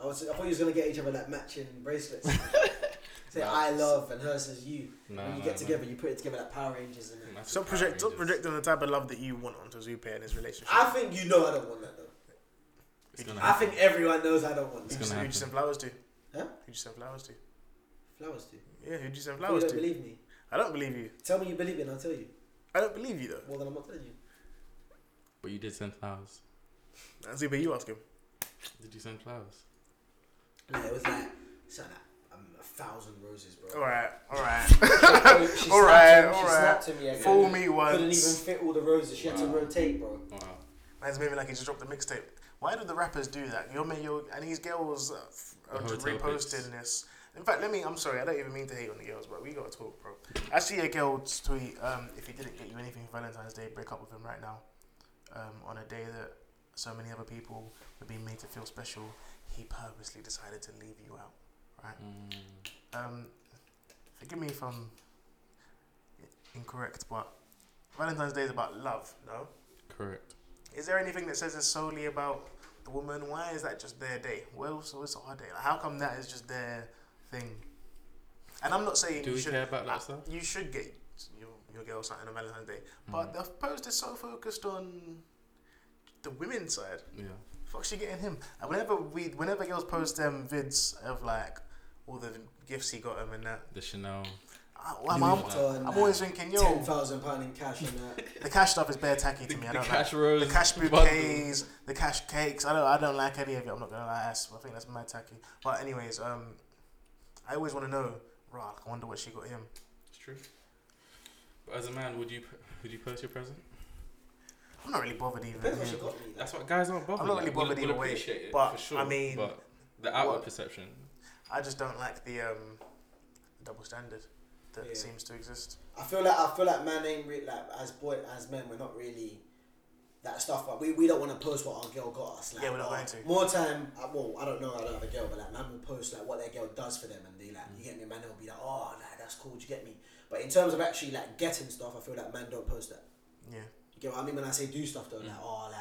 Speaker 3: I, was, I thought you was gonna get each other like matching bracelets. Say
Speaker 2: Nah.
Speaker 3: I love and hers says you.
Speaker 2: no,
Speaker 3: when you
Speaker 2: no,
Speaker 3: get
Speaker 2: no.
Speaker 3: together, you put it together like Power Rangers and.
Speaker 2: That's
Speaker 1: Stop
Speaker 2: Power
Speaker 1: project, stop
Speaker 2: Rangers.
Speaker 1: projecting the type of love that you want onto Zupe and his relationship.
Speaker 3: I think you know I don't want that though.
Speaker 2: It's gonna
Speaker 3: I
Speaker 2: happen.
Speaker 3: think everyone knows I don't want
Speaker 1: Who'd
Speaker 3: that.
Speaker 1: you,
Speaker 2: gonna
Speaker 1: send- who'd you
Speaker 2: happen.
Speaker 1: send flowers to?
Speaker 3: Huh?
Speaker 1: Who'd you send flowers to?
Speaker 3: Flowers do.
Speaker 1: Yeah, who'd you send
Speaker 3: You
Speaker 1: flowers
Speaker 3: don't
Speaker 1: to?
Speaker 3: believe me.
Speaker 1: I don't believe you.
Speaker 3: Tell me you believe me and I'll tell you.
Speaker 1: I don't believe you though.
Speaker 3: Well then I'm not telling you.
Speaker 2: But you did send flowers.
Speaker 1: And Zupe, you ask him.
Speaker 2: Did you send flowers?
Speaker 3: No, it was like something like um, a thousand roses, bro.
Speaker 1: All right, all right.
Speaker 3: She
Speaker 1: All
Speaker 3: snapped
Speaker 1: right, all
Speaker 3: him- she
Speaker 1: right.
Speaker 3: snapped him, yeah,
Speaker 1: Fool
Speaker 3: couldn't-
Speaker 1: me
Speaker 3: Couldn't even
Speaker 1: once.
Speaker 3: fit all the roses. She had to
Speaker 2: Wow.
Speaker 3: rotate, bro.
Speaker 2: Wow.
Speaker 1: Man's maybe like he just dropped the mixtape. Why do the rappers do that? You're, ma- you're and these girls uh, f-
Speaker 2: The
Speaker 1: are just
Speaker 2: hotel
Speaker 1: reposting
Speaker 2: pics.
Speaker 1: this. In fact, let me. I'm sorry, I don't even mean to hate on the girls, but we gotta talk, bro. I see a girl's tweet. Um, if he didn't get you anything for Valentine's Day, break up with him right now. Um, on a day that so many other people were being made to feel special, he purposely decided to leave you out.
Speaker 2: Mm.
Speaker 1: Um, forgive me if I'm incorrect, but Valentine's Day is about love, no?
Speaker 2: Correct.
Speaker 1: Is there anything that says it's solely about the woman? Why is that just their day? Well, so it's our day. Like, how come that is just their thing? And I'm not saying
Speaker 2: Do
Speaker 1: you
Speaker 2: we
Speaker 1: should.
Speaker 2: care about that stuff? Hmm.
Speaker 1: You should get your, your girl something on Valentine's Day, but the post is so focused on the women's side.
Speaker 2: Yeah.
Speaker 1: Fuck, she getting him. And whenever we, whenever girls post them vids of like all the gifts he got him and that,
Speaker 2: The Chanel.
Speaker 1: I, I'm, I'm,
Speaker 2: Louis
Speaker 1: I'm always thinking,
Speaker 3: ten
Speaker 1: yo,
Speaker 3: thousand pound in cash and that.
Speaker 1: the cash stuff is bare tacky
Speaker 2: The,
Speaker 1: to me. I
Speaker 2: the
Speaker 1: don't like
Speaker 2: cash rose.
Speaker 1: the cash
Speaker 2: bundle.
Speaker 1: bouquets, the cash cakes. I don't, I don't like any of it. I'm not gonna lie, that's- I think that's mad tacky. But anyways, um, I always want to know. Right, I wonder what she got him.
Speaker 2: It's true. But as a man, would you p- would you post your present?
Speaker 1: I'm not really bothered even.
Speaker 3: Depends what she got me.
Speaker 2: That's what guys aren't bothered.
Speaker 1: I'm not really
Speaker 2: like, we'll-
Speaker 1: bothered
Speaker 2: we'll
Speaker 1: either way,
Speaker 2: appreciate it,
Speaker 1: but,
Speaker 2: for sure,
Speaker 1: I mean,
Speaker 2: but the outward
Speaker 1: what-
Speaker 2: perception.
Speaker 1: I just don't like the um, double standard that
Speaker 3: Yeah.
Speaker 1: seems to exist.
Speaker 3: I feel like I feel like man ain't really like as boy as men we're not really that stuff. But we, we don't want to post what our girl got us. Like,
Speaker 1: Yeah, we're not
Speaker 3: uh,
Speaker 1: going to.
Speaker 3: More time. uh, Well, I don't know. I don't have a girl, but like man will post like what their girl does for them, and they like you get me. Man will be like, oh, like, that's cool. Do you get me? But in terms of actually like getting stuff, I feel like man don't post that.
Speaker 1: Yeah,
Speaker 3: You get what I mean when I say do stuff though? Like oh, like.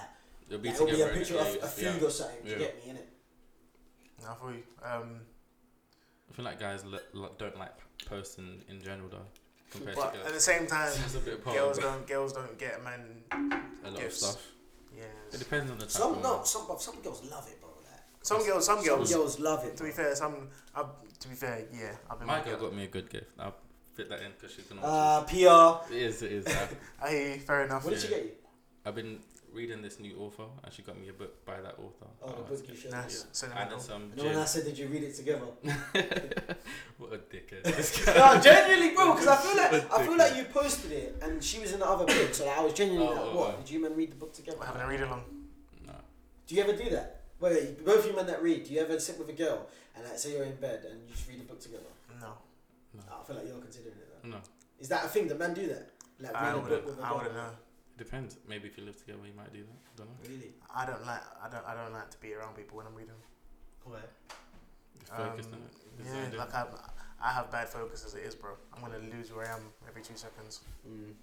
Speaker 2: You'll Mm. be
Speaker 3: Like, it'll
Speaker 2: together.
Speaker 3: be a
Speaker 2: innit?
Speaker 3: picture
Speaker 2: Yeah,
Speaker 3: of
Speaker 2: you'll
Speaker 3: a
Speaker 2: just be out.
Speaker 3: feud or something. Do you
Speaker 2: Yeah.
Speaker 3: get me in it?
Speaker 1: no, for you. Um,
Speaker 2: I feel like guys li- li- don't like p- posting in general though, compared
Speaker 1: but
Speaker 2: to
Speaker 1: at
Speaker 2: girls.
Speaker 1: the same time,
Speaker 2: It's a bit part
Speaker 1: girls
Speaker 2: of it.
Speaker 1: don't girls don't get man
Speaker 2: a lot
Speaker 1: gifts.
Speaker 2: of stuff. It
Speaker 1: Yes.
Speaker 2: depends on the type.
Speaker 3: Some
Speaker 2: of
Speaker 3: no,
Speaker 2: woman.
Speaker 3: some but some girls love it, bro. Like,
Speaker 1: Some girls, some girls.
Speaker 3: some girls love it.
Speaker 1: To be
Speaker 3: Bro.
Speaker 1: fair, some. I, to be fair, yeah, I've been.
Speaker 2: My
Speaker 1: with
Speaker 2: girl
Speaker 1: girls.
Speaker 2: got me a good gift. I'll fit that in because she's gonna watch
Speaker 3: Uh, PR.
Speaker 2: this. It is. It is. I've,
Speaker 1: I hear you, fair enough.
Speaker 3: What did she
Speaker 2: Yeah.
Speaker 3: get you?
Speaker 2: I've been reading this new author, and she got me a book by that author.
Speaker 1: Uh,
Speaker 3: Oh, the
Speaker 2: I'll
Speaker 3: book
Speaker 2: have to
Speaker 3: you
Speaker 2: get-
Speaker 3: showed
Speaker 1: Nice.
Speaker 3: me.
Speaker 2: And
Speaker 1: Cinnamon
Speaker 2: then
Speaker 1: roll.
Speaker 2: some.
Speaker 3: And when I
Speaker 2: gin.
Speaker 3: said, did you read it together?
Speaker 2: what a dickhead.
Speaker 3: no, genuinely, bro, because I feel like I feel like you posted it and she was in the other book, so like, I was genuinely
Speaker 2: Oh,
Speaker 3: like,
Speaker 2: oh,
Speaker 3: what?
Speaker 2: oh.
Speaker 3: Did you men read the book together?
Speaker 1: We're having a read along.
Speaker 2: no.
Speaker 3: Do you ever do that? Wait, wait, both you men that read, do you ever sit with a girl and like say you're in bed and you just read the book together?
Speaker 1: No,
Speaker 3: I feel like you're considering it. Though.
Speaker 2: No. It
Speaker 3: Is that a thing that men do that? Like
Speaker 1: I
Speaker 3: read a book
Speaker 1: wouldn't.
Speaker 3: with a
Speaker 1: I
Speaker 3: girl?
Speaker 1: wouldn't know.
Speaker 2: depends. Maybe if you live together, you might do that. I don't know.
Speaker 3: Really?
Speaker 1: I don't like. I don't. I don't like to be around people when I'm reading.
Speaker 3: Why?
Speaker 2: It's focused
Speaker 1: Um,
Speaker 2: on it. It's not
Speaker 1: Yeah,
Speaker 2: doing
Speaker 1: like I, I have bad focus as it is, bro. I'm gonna lose where I am every two seconds.
Speaker 3: Mm.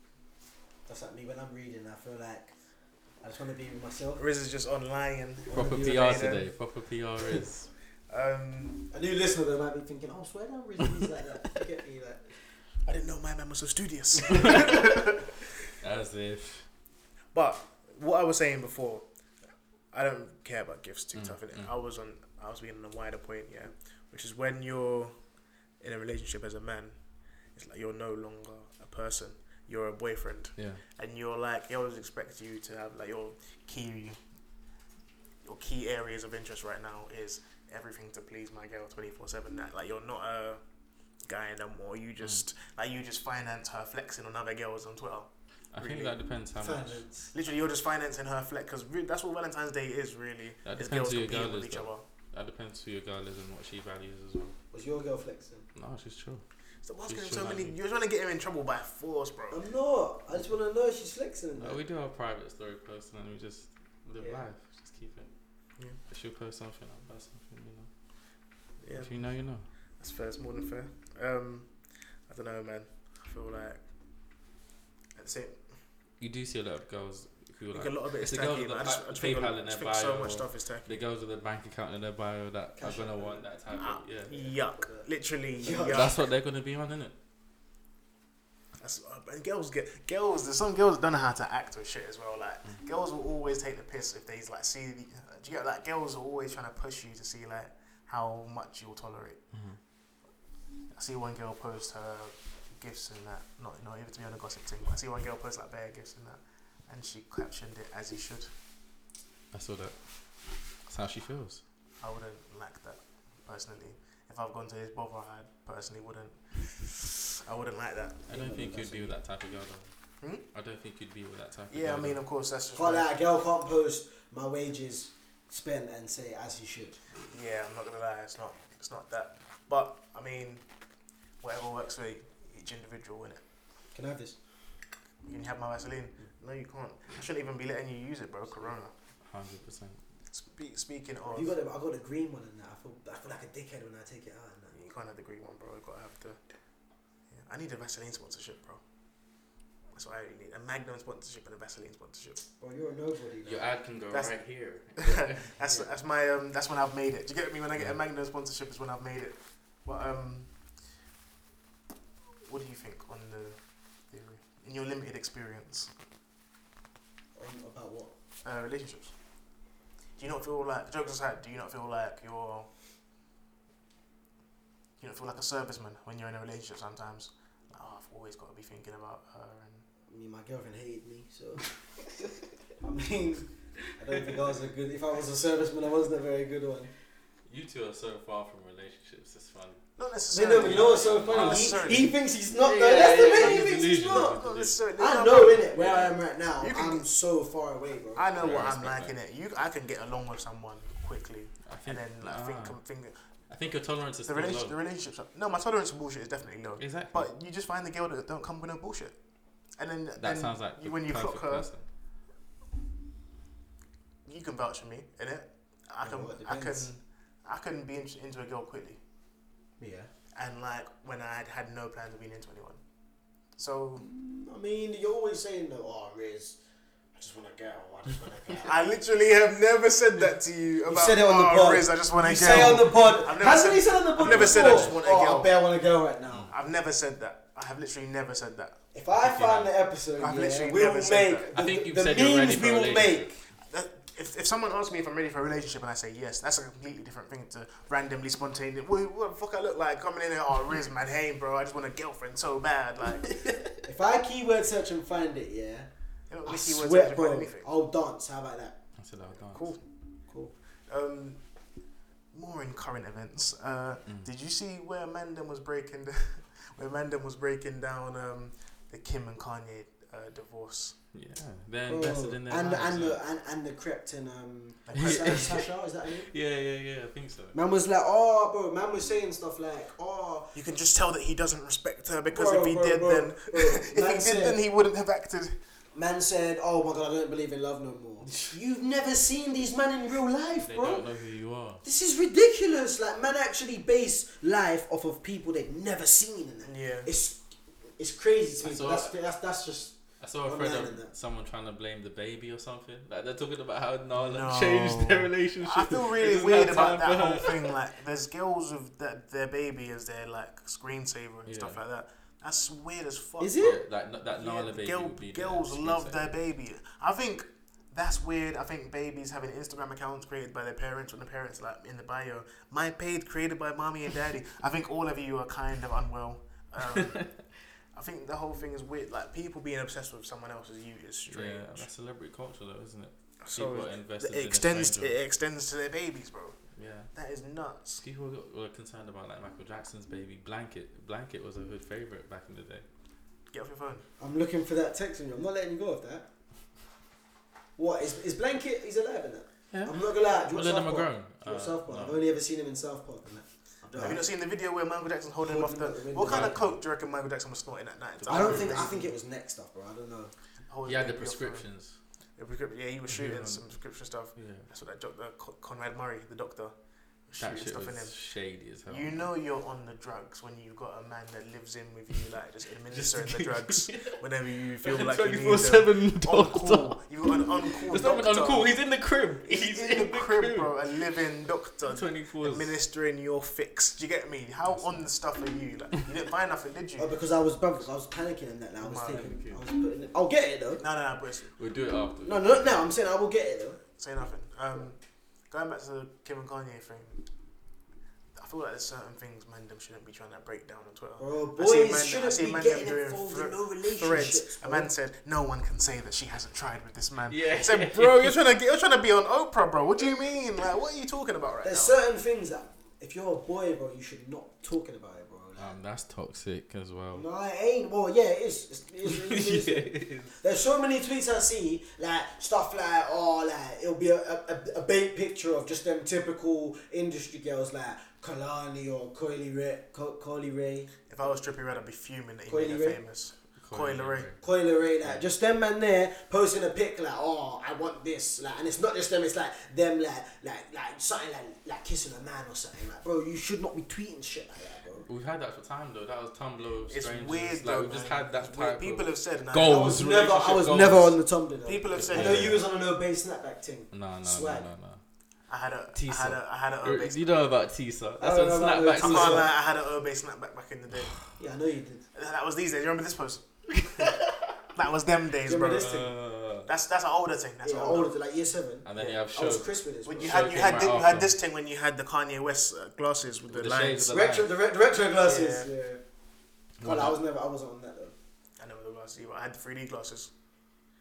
Speaker 3: That's like me when I'm reading. I feel like I just want to be with myself.
Speaker 1: Riz is just online. And,
Speaker 3: I wanna
Speaker 2: Proper
Speaker 3: be with-
Speaker 2: PR
Speaker 1: Later.
Speaker 2: today. Proper PR is.
Speaker 1: um,
Speaker 3: A new listener though might be thinking, "Oh, swear down, reading these like that." Get me like.
Speaker 1: I didn't know my man was so studious.
Speaker 2: As if.
Speaker 1: but what I was saying before, I don't care about gifts too
Speaker 2: Mm,
Speaker 1: tough. innit?
Speaker 2: mm.
Speaker 1: I was on. I was being on a wider point, yeah, which is when you're in a relationship as a man, it's like you're no longer a person. You're a boyfriend,
Speaker 2: Yeah.
Speaker 1: and you're like he always expects you to have like your key, your key areas of interest right now is everything to please my girl twenty four seven. That like you're not a guy no more. You just like you just finance her flexing on other girls on Twitter.
Speaker 2: I
Speaker 1: Really?
Speaker 2: think that depends how much.
Speaker 3: Silence.
Speaker 1: Literally, you're just financing her flex because re- that's what Valentine's Day is really.
Speaker 2: That
Speaker 1: is
Speaker 2: depends
Speaker 1: girls
Speaker 2: who your
Speaker 1: competing
Speaker 2: girl
Speaker 1: with
Speaker 2: is.
Speaker 1: each
Speaker 2: Though.
Speaker 1: other.
Speaker 2: That depends who your girl is and what she values as well.
Speaker 3: Was your girl flexing?
Speaker 2: No, she's chill.
Speaker 1: Stop asking
Speaker 2: She's
Speaker 1: him
Speaker 2: sure
Speaker 1: so
Speaker 2: that
Speaker 1: many.
Speaker 2: you-
Speaker 1: You're trying to get him in trouble by force, bro.
Speaker 3: I'm not. I just want to know if she's flexing.
Speaker 2: No, we do our private story post and then we just live
Speaker 3: Yeah.
Speaker 2: life. Just keep it.
Speaker 1: Yeah.
Speaker 2: If she'll post something, I'll post something. You know.
Speaker 1: Yeah,
Speaker 2: If you know, you know.
Speaker 1: that's fair. It's more than fair. Um, I don't know, man. I feel like that's it.
Speaker 2: You do see a lot of girls who
Speaker 1: I
Speaker 2: like
Speaker 1: think a lot of it is
Speaker 2: it's the girls
Speaker 1: tacky.
Speaker 2: with the
Speaker 1: man. I just, I
Speaker 2: pa-
Speaker 1: just think, a
Speaker 2: PayPal
Speaker 1: lot-
Speaker 2: in
Speaker 1: I just
Speaker 2: their
Speaker 1: think so
Speaker 2: bio
Speaker 1: much
Speaker 2: or-
Speaker 1: stuff is tacky.
Speaker 2: the girls with the bank account in their bio that
Speaker 3: Cash
Speaker 2: are
Speaker 3: app.
Speaker 2: gonna want that type
Speaker 1: Ah,
Speaker 2: of yeah.
Speaker 1: Yuck. Literally,
Speaker 3: Yeah.
Speaker 1: yuck.
Speaker 2: That's what they're gonna be on, isn't it?
Speaker 1: That's, uh, and girls get girls. There's some girls don't know how to act or shit as well. Like
Speaker 2: Mm.
Speaker 1: girls will always take the piss if they like see. The, uh, do you get like girls are always trying to push you to see like how much you'll tolerate.
Speaker 2: Mm-hmm.
Speaker 1: I see one girl post her gifts and that. Not not even to be on a gossip thing, but I see one girl post like bare gifts and that, and she captioned it as you should.
Speaker 2: I saw that. That's how she feels.
Speaker 1: I wouldn't like that personally. If I've gone to his bother, I personally wouldn't. I wouldn't like that.
Speaker 2: I
Speaker 3: Yeah,
Speaker 2: don't think you'd
Speaker 3: that's
Speaker 2: be with that type of girl. Though.
Speaker 1: Hmm?
Speaker 2: I don't think you'd be with that type.
Speaker 1: Yeah, I
Speaker 2: of girl,
Speaker 1: mean,
Speaker 2: though.
Speaker 1: of course, that's just.
Speaker 3: Can't lie, a girl can't post my wages spent and say as you should.
Speaker 1: Yeah, I'm not gonna lie, it's not it's not that. But I mean, whatever works for each individual, innit?
Speaker 3: Can I have this?
Speaker 1: You can have my Vaseline. No, you can't. I shouldn't even be letting you use it, bro. Corona.
Speaker 2: hundred percent.
Speaker 1: Spe- speaking
Speaker 3: Have
Speaker 1: of,
Speaker 3: You
Speaker 1: you,
Speaker 3: got the, I got the green one and that. I feel, I feel like a dickhead when I take it out. And that.
Speaker 1: can't have the green one, bro. You gotta have the. Yeah. I need a Vaseline sponsorship, bro. That's what I really need. A Magnum sponsorship and a Vaseline sponsorship.
Speaker 3: Bro, you're a nobody.
Speaker 2: Your ad can go
Speaker 1: That's-
Speaker 2: right here.
Speaker 1: That's that's my um. That's when I've made it. Do you get me? When I get a Magnum sponsorship is when I've made it. But um. What do you think on the theory in your limited experience?
Speaker 3: On, about what?
Speaker 1: uh, relationships. Do you not feel like jokes aside? Do you not feel like you're? Do you not feel like a serviceman when you're in a relationship? Sometimes, like, oh, I've always got to be thinking about her. And
Speaker 3: I mean, my girlfriend hated me, so. I mean, I don't think I was a good. If I was a serviceman, I wasn't a very good one.
Speaker 2: you two are so far from relationships. It's funny.
Speaker 1: not
Speaker 3: No, no,
Speaker 1: necessarily.
Speaker 3: you know what's so
Speaker 1: Not
Speaker 3: funny?
Speaker 1: necessarily.
Speaker 3: He, he thinks he's not.
Speaker 2: Yeah,
Speaker 3: though. That's the
Speaker 2: yeah,
Speaker 3: thing.
Speaker 2: yeah,
Speaker 3: He thinks he's
Speaker 2: delusional.
Speaker 3: not.
Speaker 1: Not necessarily.
Speaker 3: I
Speaker 1: No,
Speaker 3: know,
Speaker 1: but
Speaker 3: innit? Where I am right now,
Speaker 1: You can-
Speaker 3: I'm so far away, bro.
Speaker 1: I know
Speaker 2: Yeah,
Speaker 1: what
Speaker 2: I
Speaker 1: I'm
Speaker 2: respect
Speaker 1: like in it. You, I can get along with someone quickly,
Speaker 2: I think.
Speaker 1: and then like
Speaker 2: ah,
Speaker 1: think, think
Speaker 2: I think your tolerance is
Speaker 1: the
Speaker 2: still
Speaker 1: relationship. The
Speaker 2: low.
Speaker 1: relationships. are- No, my tolerance for bullshit is definitely low.
Speaker 2: Exactly.
Speaker 1: But you just find the girl that don't come with no bullshit, and then
Speaker 2: that
Speaker 1: then
Speaker 2: sounds like
Speaker 1: you-
Speaker 2: the
Speaker 1: when you
Speaker 2: perfect
Speaker 1: fuck her,
Speaker 2: person.
Speaker 1: you can vouch for me, innit? I
Speaker 3: Yeah,
Speaker 1: can,
Speaker 3: well, it
Speaker 1: I can,
Speaker 3: depends.
Speaker 1: I can be into, into a girl quickly,
Speaker 3: Yeah.
Speaker 1: and like when I had had no plans of being into anyone. So
Speaker 3: I mean, you're always saying though, oh, Riz, I just want a girl. I just want a girl.
Speaker 1: I literally have never said that to you about.
Speaker 3: said it on the
Speaker 1: "Oh,
Speaker 3: pod.
Speaker 1: Riz, I just want a
Speaker 3: You
Speaker 1: girl.
Speaker 3: say on the pod.
Speaker 1: I've never
Speaker 3: Hasn't
Speaker 1: said-
Speaker 3: he said on the pod?
Speaker 1: I've never said I
Speaker 3: before?
Speaker 1: just want a
Speaker 3: Oh,
Speaker 1: girl.
Speaker 3: I bare want a girl right now.
Speaker 1: I've never said that. I have literally never said that.
Speaker 3: If I
Speaker 2: I've
Speaker 3: find
Speaker 2: never-
Speaker 3: the episode,
Speaker 1: I've
Speaker 3: yeah,
Speaker 1: literally
Speaker 3: we will
Speaker 1: never said
Speaker 3: make.
Speaker 2: that. I
Speaker 3: the-
Speaker 2: think you've
Speaker 3: the
Speaker 2: said you're ready
Speaker 3: memes
Speaker 2: for
Speaker 3: we
Speaker 2: a
Speaker 3: will
Speaker 2: relationship.
Speaker 3: make.
Speaker 1: if, if someone asks me if I'm ready for a relationship and I say yes, that's a completely different thing to randomly, spontaneously. What, what the fuck I look like coming in here? Oh, Riz, man, hey, bro, I just want a girlfriend so bad. Like,
Speaker 3: If I keyword search and find it, yeah,
Speaker 1: you know,
Speaker 3: I
Speaker 1: Mickey words
Speaker 3: swear,
Speaker 1: actually find
Speaker 3: bro,
Speaker 1: anything.
Speaker 3: I'll dance. How about that?
Speaker 2: I said "Oh, I'll dance.
Speaker 1: Cool.
Speaker 3: Cool.
Speaker 1: Um, more in current events. Uh,
Speaker 3: Mm.
Speaker 1: Did you see where Mandem was breaking the, where Mandem was breaking down um, the Kim and Kanye uh, divorce?
Speaker 2: Yeah, they're
Speaker 3: Bro,
Speaker 2: invested in their
Speaker 3: and the,
Speaker 2: lives,
Speaker 3: and,
Speaker 2: yeah.
Speaker 3: the, and and the Krypton um
Speaker 1: Yeah.
Speaker 3: Sa- Sasha is that it?
Speaker 2: yeah, yeah, yeah. I think so.
Speaker 3: Man was like, oh, bro. Man was saying stuff like, oh,
Speaker 1: You can just tell that he doesn't respect her because
Speaker 3: Bro,
Speaker 1: if he
Speaker 3: bro,
Speaker 1: did,
Speaker 3: bro,
Speaker 1: then
Speaker 3: bro.
Speaker 1: if he
Speaker 3: Man
Speaker 1: did,
Speaker 3: said-
Speaker 1: then he wouldn't have acted.
Speaker 3: Man said, "Oh my god, I don't believe in love no more." You've never seen these men in real life,
Speaker 2: They
Speaker 3: bro.
Speaker 2: don't know who you are.
Speaker 3: This is ridiculous. Like, men actually base life off of people they've never seen. And that.
Speaker 1: Yeah.
Speaker 3: It's it's crazy to me.
Speaker 2: That's
Speaker 3: but That's, that's that's just
Speaker 2: I saw a
Speaker 3: I'm
Speaker 2: thread
Speaker 3: mad at
Speaker 2: of
Speaker 3: that.
Speaker 2: someone trying to blame the baby or something. Like they're talking about how Nala
Speaker 1: No.
Speaker 2: changed their relationship.
Speaker 1: I feel
Speaker 2: It
Speaker 1: really
Speaker 2: doesn't
Speaker 1: weird
Speaker 2: have
Speaker 1: about
Speaker 2: time
Speaker 1: that whole
Speaker 2: for her.
Speaker 1: thing. Like, there's girls with that their baby as their like screensaver and stuff
Speaker 2: Yeah.
Speaker 1: like that. That's weird as fuck.
Speaker 3: Is it?
Speaker 2: Yeah, like that
Speaker 1: Yeah,
Speaker 2: Nala
Speaker 1: the
Speaker 2: baby
Speaker 1: girl-
Speaker 2: would be the
Speaker 1: girls love their
Speaker 2: screensaver.
Speaker 1: baby. I think that's weird. I think babies having Instagram accounts created by their parents when the parents like in the bio, my page created by mommy and daddy. I think all of you are kind of unwell. Um, I think the whole thing is weird. Like people being obsessed with someone else's you is strange.
Speaker 2: Yeah, that's celebrity culture though, isn't it?
Speaker 1: so
Speaker 2: People are
Speaker 1: it-
Speaker 2: invested in
Speaker 1: it
Speaker 2: a
Speaker 1: extends. It
Speaker 2: stranger.
Speaker 1: extends to their babies, bro.
Speaker 2: Yeah.
Speaker 1: That is nuts.
Speaker 2: People got- were concerned about like Michael Jackson's baby Blanket. Blanket was a hood favorite back in the day.
Speaker 1: Get off your phone.
Speaker 3: I'm looking for that text from you. I'm not letting you go of that. What is is blanket? He's alive in that.
Speaker 2: Yeah.
Speaker 3: I'm not gonna lie. Do you
Speaker 2: Well, then
Speaker 3: watch South
Speaker 2: I'm a
Speaker 3: Park?
Speaker 2: grown.
Speaker 3: Do you watch
Speaker 2: Uh,
Speaker 3: South Park?
Speaker 2: no.
Speaker 3: I've only ever seen him in South Park. and that. I've done-
Speaker 1: Have you not seen the video where Michael Jackson's holding him off
Speaker 3: Holding
Speaker 1: the?
Speaker 3: him off the
Speaker 1: What kind of
Speaker 2: window.
Speaker 1: coke do you reckon Michael Jackson was snorting at night?
Speaker 3: I don't think. I think it was next stuff, bro. I don't know.
Speaker 1: Holding
Speaker 2: He had the
Speaker 1: baby off
Speaker 2: prescriptions.
Speaker 1: The prescrip- Yeah, he was shooting
Speaker 2: Yeah.
Speaker 1: some prescription stuff.
Speaker 2: Yeah.
Speaker 1: That's what that doc- uh, Co- Conrad Murray, the doctor, was shooting
Speaker 2: That shit
Speaker 1: stuff in him.
Speaker 2: was shady as hell.
Speaker 1: You know you're on the drugs when you've got a man that lives in with you, like just administering the drugs whenever you feel like you need them. On call, you've got an uncool
Speaker 2: It's not
Speaker 1: doctor.
Speaker 2: even on call. He's in the crib.
Speaker 1: He's in, the crib, bro. A living doctor
Speaker 2: 24
Speaker 1: administering your fix. Do you get me? How
Speaker 2: That's
Speaker 1: on the stuff are you? Like you didn't find nothing, did you?
Speaker 3: Oh, because I was bro, because I was panicking and that. Like, I was
Speaker 1: Wow.
Speaker 3: thinking. I was putting it. I'll get it though.
Speaker 1: No, no, no, but it's-
Speaker 2: We'll do it after.
Speaker 3: No, no, no. I'm saying I will get it though.
Speaker 1: Say nothing. Um, going back to the Kim and Kanye thing, I feel like there's certain things Mandem shouldn't be trying to break down on Twitter.
Speaker 3: Bro,
Speaker 1: I see
Speaker 3: Oh, boys
Speaker 1: man- I
Speaker 3: shouldn't
Speaker 1: see
Speaker 3: be
Speaker 1: man
Speaker 3: getting
Speaker 1: doing
Speaker 3: involved in
Speaker 1: thre-
Speaker 3: no
Speaker 1: Threads.
Speaker 3: relationships.
Speaker 1: A
Speaker 3: bro.
Speaker 1: man said, "No one can say that she hasn't tried with this man."
Speaker 2: Yeah.
Speaker 1: I said, "Bro, you're trying to get, you're trying to be on Oprah, bro. What do you mean? Like, what are you talking about right
Speaker 3: There's
Speaker 1: now?"
Speaker 3: certain things that if you're a boy, bro, you should not talking about it, bro. Like,
Speaker 2: Um, that's toxic as well.
Speaker 3: no, it ain't. Well, yeah, it is. It's, it's, it's, it's,
Speaker 2: yeah.
Speaker 3: There's so many tweets I see, like stuff like, oh, like it'll be a, a, a bait picture of just them typical industry girls like Kalani or Coily Ray, Co- Coily Ray,
Speaker 1: if I was Trippy Red, I'd be fuming that he made
Speaker 3: Coily
Speaker 1: her
Speaker 3: Ray.
Speaker 1: famous. Coil array.
Speaker 3: Coily Ray, like just them man there posting a pic like, oh, I want this, like, and it's not just them, it's like them like like like something like like kissing a man or something, like, bro, you should not be tweeting shit like that, bro.
Speaker 2: We've had that for time though. That was Tumblr. Of
Speaker 1: It's
Speaker 2: strangers.
Speaker 1: weird
Speaker 2: Like
Speaker 1: though.
Speaker 2: we've just
Speaker 1: man.
Speaker 2: had that
Speaker 1: It's weird.
Speaker 2: type.
Speaker 1: People
Speaker 2: of,
Speaker 1: have said nah,
Speaker 3: I
Speaker 2: Goals.
Speaker 3: was never, I
Speaker 2: Oh, relationship
Speaker 3: was
Speaker 2: goals.
Speaker 3: never on the Tumblr. Though.
Speaker 1: People have
Speaker 3: I
Speaker 1: said
Speaker 3: know
Speaker 2: Yeah.
Speaker 3: you was on a no base snapback thing.
Speaker 2: No, no, no,
Speaker 3: Swag.
Speaker 2: no, no.
Speaker 1: I had a, I
Speaker 2: Tisa.
Speaker 1: had a, I had a Obey.
Speaker 2: You know about
Speaker 1: Oh,
Speaker 2: Tisa.
Speaker 3: I
Speaker 2: That's
Speaker 3: don't
Speaker 2: on
Speaker 3: know
Speaker 2: Snapback.
Speaker 3: about Tisa.
Speaker 1: I
Speaker 3: I'm
Speaker 2: Tisa.
Speaker 1: can't lie, I had an Obey snapback back in the day.
Speaker 3: Yeah, I know you did.
Speaker 1: That was these days. You remember this post? that was them days,
Speaker 3: Remember
Speaker 1: bro.
Speaker 3: this thing?
Speaker 2: Uh,
Speaker 1: That's that's an older thing. That's
Speaker 3: yeah,
Speaker 1: an
Speaker 3: all
Speaker 1: older.
Speaker 3: of the like year seven.
Speaker 2: And then
Speaker 3: yeah.
Speaker 2: you have
Speaker 3: I was
Speaker 2: show.
Speaker 3: Chris with this.
Speaker 1: When
Speaker 3: bro.
Speaker 1: you
Speaker 2: Sure,
Speaker 1: had
Speaker 2: it
Speaker 1: you
Speaker 2: came
Speaker 1: had
Speaker 2: out
Speaker 1: thi- you
Speaker 2: after.
Speaker 1: had this thing when you had the Kanye West uh, glasses with the,
Speaker 2: The
Speaker 1: lines.
Speaker 2: shades of the-
Speaker 3: retro, the, re- the retro glasses. Yeah.
Speaker 2: No,
Speaker 3: Well, I
Speaker 2: no.
Speaker 3: was never. I wasn't on that though.
Speaker 1: I know the glasses. But I had the 3D glasses.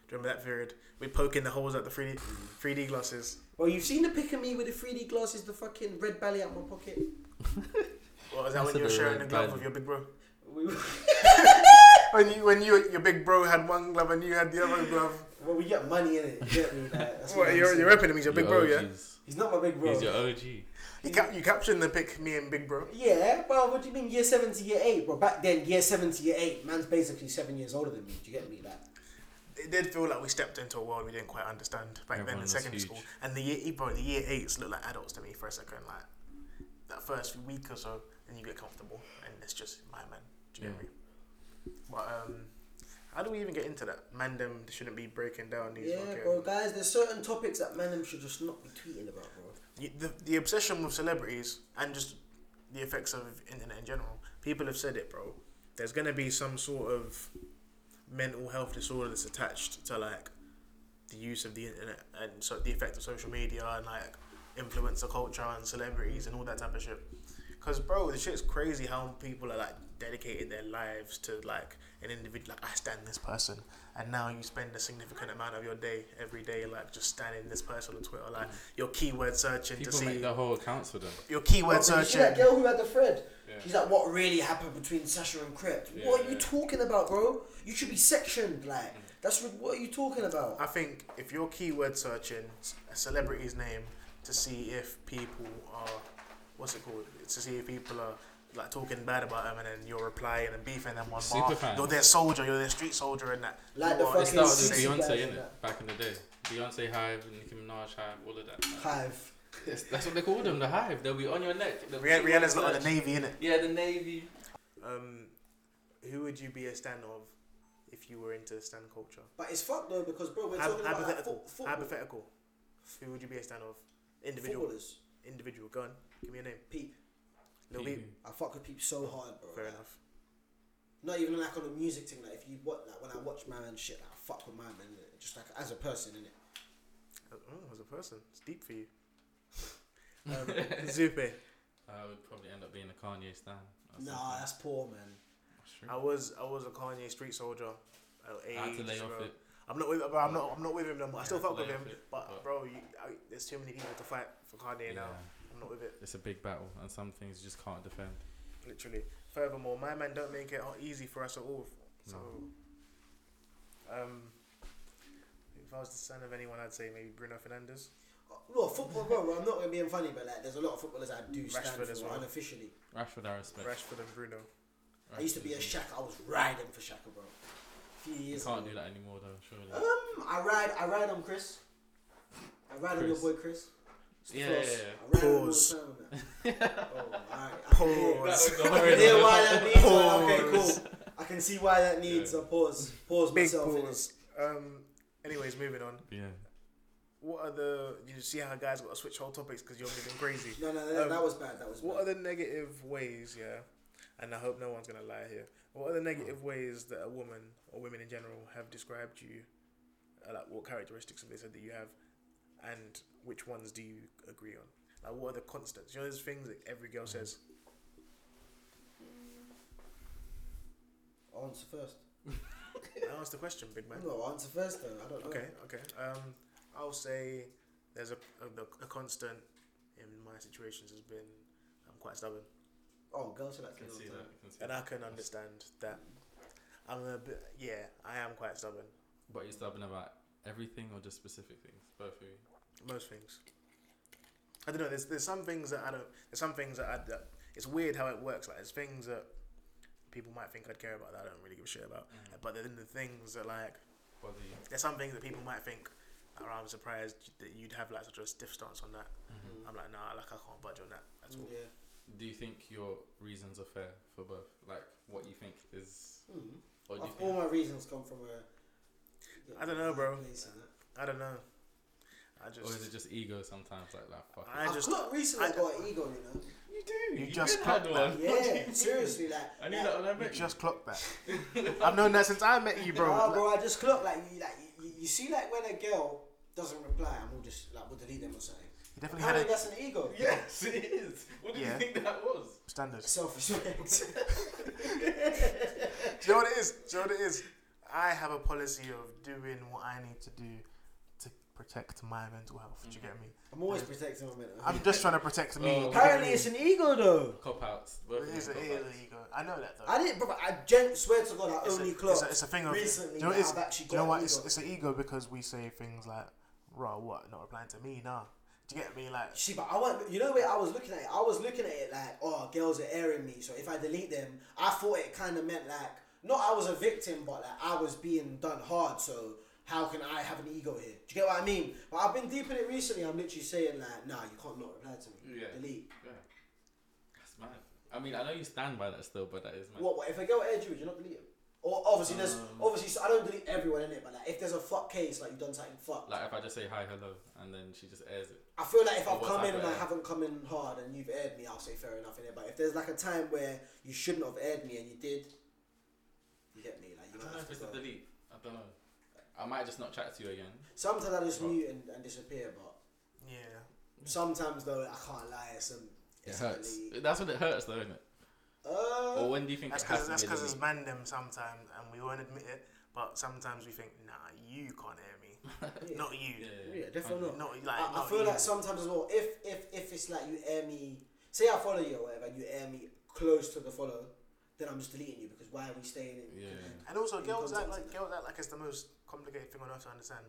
Speaker 1: Do you remember that period? We poking the holes at the 3D 3D glasses.
Speaker 3: Well, you've seen the pic of me with the 3D glasses, the fucking red belly out my pocket.
Speaker 1: What was that when you were
Speaker 2: Must have been
Speaker 1: sharing
Speaker 2: red
Speaker 1: the glove
Speaker 2: band.
Speaker 1: with your big bro?
Speaker 3: We, were-
Speaker 1: When you when you your big bro had one glove and you had the other glove.
Speaker 3: well, we get money in it. You get me? Like, that's what
Speaker 1: What
Speaker 3: I'm
Speaker 1: you're
Speaker 3: saying.
Speaker 1: you're repping him? He's your big bro, yeah.
Speaker 2: OGs.
Speaker 3: He's not my big bro.
Speaker 2: He's your OG.
Speaker 1: You cap you captioned the pic me and big bro.
Speaker 3: yeah, well, what do you mean year seven to year eight, bro? Back then, year seven to year eight, man's basically seven years older than me. Do you get me? Like,
Speaker 1: It did feel like we stepped into a world we didn't quite understand back then
Speaker 2: Everyone
Speaker 1: in
Speaker 2: was
Speaker 1: secondary
Speaker 2: huge.
Speaker 1: school. And the year, e, bro, the year eights look like adults to me for a second, like that first week or so, and you get comfortable, and it's just my man. Do you get me? But um, how do we even get into that? Mandem shouldn't be breaking down these.
Speaker 3: yeah,
Speaker 1: fucking-
Speaker 3: bro, guys, there's certain topics that man them should just not be tweeting about, bro.
Speaker 1: You- the, the obsession with celebrities and just the effects of internet in general. People have said it, bro. There's gonna be some sort of mental health disorder that's attached to like the use of the internet and so the effect of social media and like influencer culture and celebrities and all that type of shit. Cause bro, the shit's crazy how people are like dedicated their lives to like an individual. Like I stand this person, and now you spend a significant amount of your day every day like just standing this person on Twitter. Like your keyword searching
Speaker 2: Mm. People
Speaker 1: to
Speaker 2: make
Speaker 1: see
Speaker 2: their whole accounts for them.
Speaker 1: your keyword
Speaker 3: Well, you see
Speaker 1: searching.
Speaker 3: that girl who had the thread?
Speaker 2: Yeah.
Speaker 3: She's like, what really happened between Sasha and Crypt? what are you
Speaker 2: Yeah.
Speaker 3: talking about, bro? You should be sectioned, like. That's re- what are you talking about?
Speaker 1: I think if you're keyword searching a celebrity's name to see if people are, what's it called? To see if people are like talking bad about them, and then you're replying and beefing them on
Speaker 2: Super
Speaker 1: bar.
Speaker 2: fans.
Speaker 1: You're their soldier. You're their street soldier, and that.
Speaker 3: Like the
Speaker 1: You are-
Speaker 2: It
Speaker 3: fucking
Speaker 2: started with
Speaker 3: sexy
Speaker 2: Beyonce,
Speaker 3: guys
Speaker 2: innit?
Speaker 3: and that.
Speaker 2: Back in the day. Beyonce Hive, Nicki Minaj Hive, all of that.
Speaker 3: Hive.
Speaker 2: Yes, That's what they call them, the Hive. They'll be on your neck. They'll
Speaker 1: Rih-
Speaker 2: be
Speaker 1: Rihanna's not in
Speaker 2: search.
Speaker 1: the navy, innit?
Speaker 2: Yeah, the Navy.
Speaker 1: Um, who would you be a stan of if you were into stan culture?
Speaker 3: But it's fucked though because bro, we're
Speaker 1: Hyp-
Speaker 3: talking about like,
Speaker 1: hypothetical.
Speaker 3: fo- football,
Speaker 1: hypothetical. Who would you be a stan of? Individual.
Speaker 3: footballers.
Speaker 1: Individual. Go on. Give me a name.
Speaker 3: Peep.
Speaker 1: Lil
Speaker 2: Pee
Speaker 1: Peep.
Speaker 2: Wee.
Speaker 3: I fuck with Peep so hard, bro.
Speaker 1: Fair
Speaker 3: Like,
Speaker 1: enough.
Speaker 3: Not even like on the music thing. Like if you what like when I watch my man shit, like, I fuck with my man. innit? Just like as a person, innit?
Speaker 1: Uh, Oh, as a person, it's deep for you. Um, Zupe.
Speaker 2: I would probably end up being a Kanye stan. or
Speaker 3: Nah,
Speaker 2: something.
Speaker 3: that's poor, man.
Speaker 2: That's true.
Speaker 1: I was I was a Kanye street soldier. uh,
Speaker 2: I had to
Speaker 1: ages
Speaker 2: lay off
Speaker 1: ago.
Speaker 2: it.
Speaker 1: I'm not with but I'm not I'm not with him no more. I
Speaker 2: Yeah,
Speaker 1: still
Speaker 2: I had
Speaker 1: fuck
Speaker 2: to
Speaker 1: with
Speaker 2: lay
Speaker 1: him,
Speaker 2: off it,
Speaker 1: but
Speaker 2: but-
Speaker 1: bro, you, I, there's too many people to fight for Kanye now. I'm not with it.
Speaker 2: It's a big battle, and some things you just can't defend.
Speaker 1: Literally. Furthermore, my man don't make it o- easy for us at all.
Speaker 2: Mm.
Speaker 1: So, um, if I was the son of anyone, I'd say maybe Bruno Fernandez.
Speaker 3: Uh, Well, football, bro. I'm not gonna be funny, but like, there's a lot of footballers I do stand
Speaker 1: Rashford
Speaker 3: for
Speaker 1: as well.
Speaker 3: unofficially.
Speaker 2: Rashford, I respect.
Speaker 1: Rashford and Bruno.
Speaker 2: Rashford
Speaker 3: I used to be a
Speaker 2: is-
Speaker 3: Shaka. I was riding for Shaka, bro. A few
Speaker 2: You
Speaker 3: years.
Speaker 2: can't
Speaker 3: ago.
Speaker 2: do that anymore, though. Surely.
Speaker 3: Um, I ride. I ride on Chris. I ride on your
Speaker 2: Chris.
Speaker 3: boy Chris. It's the
Speaker 2: Yeah,
Speaker 3: floss.
Speaker 2: yeah, yeah.
Speaker 3: I ride
Speaker 1: Pause.
Speaker 3: on him all the time, man. oh, alright.
Speaker 1: Pause.
Speaker 3: I
Speaker 1: was
Speaker 3: can hear- I can hear why that needs. uh, Okay,
Speaker 1: Pause.
Speaker 3: cool. I can see why that needs
Speaker 2: Yeah.
Speaker 3: a pause. Pause
Speaker 1: Big
Speaker 3: myself. in
Speaker 1: pause. Um, anyways, moving on.
Speaker 2: Yeah.
Speaker 1: What are the. You see how guys got to switch whole topics because you're moving crazy.
Speaker 3: it. No, no, that,
Speaker 1: Um,
Speaker 3: that was bad. That was
Speaker 1: What are
Speaker 3: bad.
Speaker 1: the negative ways, yeah? And I hope no one's gonna lie here. What are the negative ways that a woman or women in general have described you? Uh, like what characteristics have they said that you have, and which ones do you agree on? Like what are the constants? You know, there's things that every girl says.
Speaker 3: I'll answer first.
Speaker 1: I asked the question, big man.
Speaker 3: No, I'll answer first though. I don't know.
Speaker 1: Okay, okay. Um, I'll say there's a a, the- a constant in my situations has been I'm quite stubborn,
Speaker 3: Oh, girls are like
Speaker 2: I can
Speaker 3: that.
Speaker 2: see that. I can see
Speaker 1: and
Speaker 2: that.
Speaker 1: I can understand that. I'm a bit, yeah, I am quite stubborn.
Speaker 2: But you're stubborn about everything or just specific things? Both of you.
Speaker 1: Most things. I don't know. There's there's some things that I don't. There's some things that I. That, it's weird how it works. Like there's things that people might think I'd care about that I don't really give a shit about.
Speaker 2: Mhm.
Speaker 1: But then the things that like
Speaker 2: Bother you.
Speaker 1: there's some things that people might think. Oh, I'm surprised that you'd have like such a stiff stance on that. I'm like, nah, like I can't budge on that at all.
Speaker 3: Mm, Yeah.
Speaker 2: Do you think your reasons are fair for both? Like what you think is,
Speaker 3: Mm.
Speaker 2: or do you
Speaker 3: I've-
Speaker 2: think
Speaker 3: all my reasons come from a.
Speaker 1: I don't know, bro.
Speaker 3: Place and that.
Speaker 1: I don't know. I
Speaker 2: Or is
Speaker 1: just,
Speaker 2: it just ego sometimes? Like, like fuck.
Speaker 1: I
Speaker 3: I've
Speaker 1: just,
Speaker 3: not recently
Speaker 1: I-
Speaker 3: got an ego, you know.
Speaker 2: you do.
Speaker 1: You you just been had clocked one.
Speaker 3: Yeah, seriously, like.
Speaker 2: I knew
Speaker 3: like,
Speaker 2: that when I
Speaker 1: you
Speaker 2: met you.
Speaker 1: just clocked that. I've known that since I met you, bro.
Speaker 3: Nah, bro, I just clock like you, like you, you see, like when a girl doesn't reply, and we'll just like we'll delete them or something.
Speaker 1: You definitely had
Speaker 3: Apparently,
Speaker 1: a
Speaker 3: that's an ego.
Speaker 2: Yes, it is. What did
Speaker 1: Yeah.
Speaker 2: you think that was?
Speaker 1: standard.
Speaker 3: Self-respect.
Speaker 1: Do you know what it is? Do you know what it is? I have a policy of doing what I need to do to protect my mental health. Do you get me?
Speaker 3: I'm always protecting my mental.
Speaker 1: I'm just trying to protect me.
Speaker 2: Oh.
Speaker 1: you get
Speaker 3: Apparently,
Speaker 1: me?
Speaker 3: it's an ego though.
Speaker 2: Cop outs.
Speaker 1: It is, it is an ego. I know that though.
Speaker 3: I didn't, bro. I gen- swear to God, I
Speaker 1: it's,
Speaker 3: only
Speaker 1: a, it's,
Speaker 3: clocked
Speaker 1: a, it's a thing of.
Speaker 3: recently
Speaker 1: do you know,
Speaker 3: that
Speaker 1: it's,
Speaker 3: I've actually
Speaker 1: do you know
Speaker 3: got
Speaker 1: what?
Speaker 3: an
Speaker 1: It's,
Speaker 3: ego.
Speaker 1: it's an ego because we say things like, "Raw, what? Not replying to me? Nah." Do you get me? Like,
Speaker 3: See, but I want you know where I was looking at it. I was looking at it like, oh, girls are airing me, so if I delete them, I thought it kind of meant like, not I was a victim, but like I was being done hard. So how can I have an ego here? Do you get what I mean? But I've been deep in it recently. I'm literally saying like, nah, you can't not reply to me.
Speaker 2: Yeah.
Speaker 3: Delete.
Speaker 2: Yeah. That's mad. I mean, I know you stand by that still, but that is mad.
Speaker 3: What, what if a girl aired you? Would you not delete them? Or obviously there's
Speaker 2: Um.
Speaker 3: obviously so I don't delete everyone in it, but like if there's a fuck case, like you've done something fucked.
Speaker 2: Like if I just say hi, hello, and then she just airs it.
Speaker 3: I feel like if
Speaker 2: Or
Speaker 3: I've
Speaker 2: what's
Speaker 3: come in and I
Speaker 2: happened.
Speaker 3: haven't come in hard and you've aired me, I'll say fair enough in it. But if there's like a time where you shouldn't have aired me and you did, you get me. Like
Speaker 2: I
Speaker 3: you
Speaker 2: don't
Speaker 3: might
Speaker 2: know
Speaker 3: have
Speaker 2: if
Speaker 3: to
Speaker 2: it's a
Speaker 3: go.
Speaker 2: delete. I don't know. I might just not chat to you again.
Speaker 3: Sometimes I just
Speaker 2: Right.
Speaker 3: mute and, and disappear, but
Speaker 1: Yeah.
Speaker 3: sometimes though I can't lie. It's um,
Speaker 2: It
Speaker 3: it's
Speaker 2: hurts.
Speaker 3: really-
Speaker 2: That's when it Oh. hurts, though, isn't it?
Speaker 3: Uh,
Speaker 2: Or when do you think
Speaker 1: That's
Speaker 2: it
Speaker 1: because
Speaker 2: has
Speaker 1: that's
Speaker 2: to be?
Speaker 1: because
Speaker 2: the
Speaker 1: it's man them sometimes, and we won't admit it. But sometimes we think, nah, you can't hear me,
Speaker 3: yeah.
Speaker 1: not
Speaker 2: lead?
Speaker 1: you,
Speaker 2: Yeah,
Speaker 3: Yeah, definitely not.
Speaker 1: not like.
Speaker 3: I, I
Speaker 1: not
Speaker 3: feel
Speaker 1: you.
Speaker 3: like sometimes as well, if if if it's like you air me, say I follow you or whatever, and you air me close to the follow, then I'm just deleting you because why are we staying in?
Speaker 2: Yeah.
Speaker 1: And also,
Speaker 3: In
Speaker 1: girls act
Speaker 3: context,
Speaker 1: like girls act like it's the most complicated thing on earth to understand.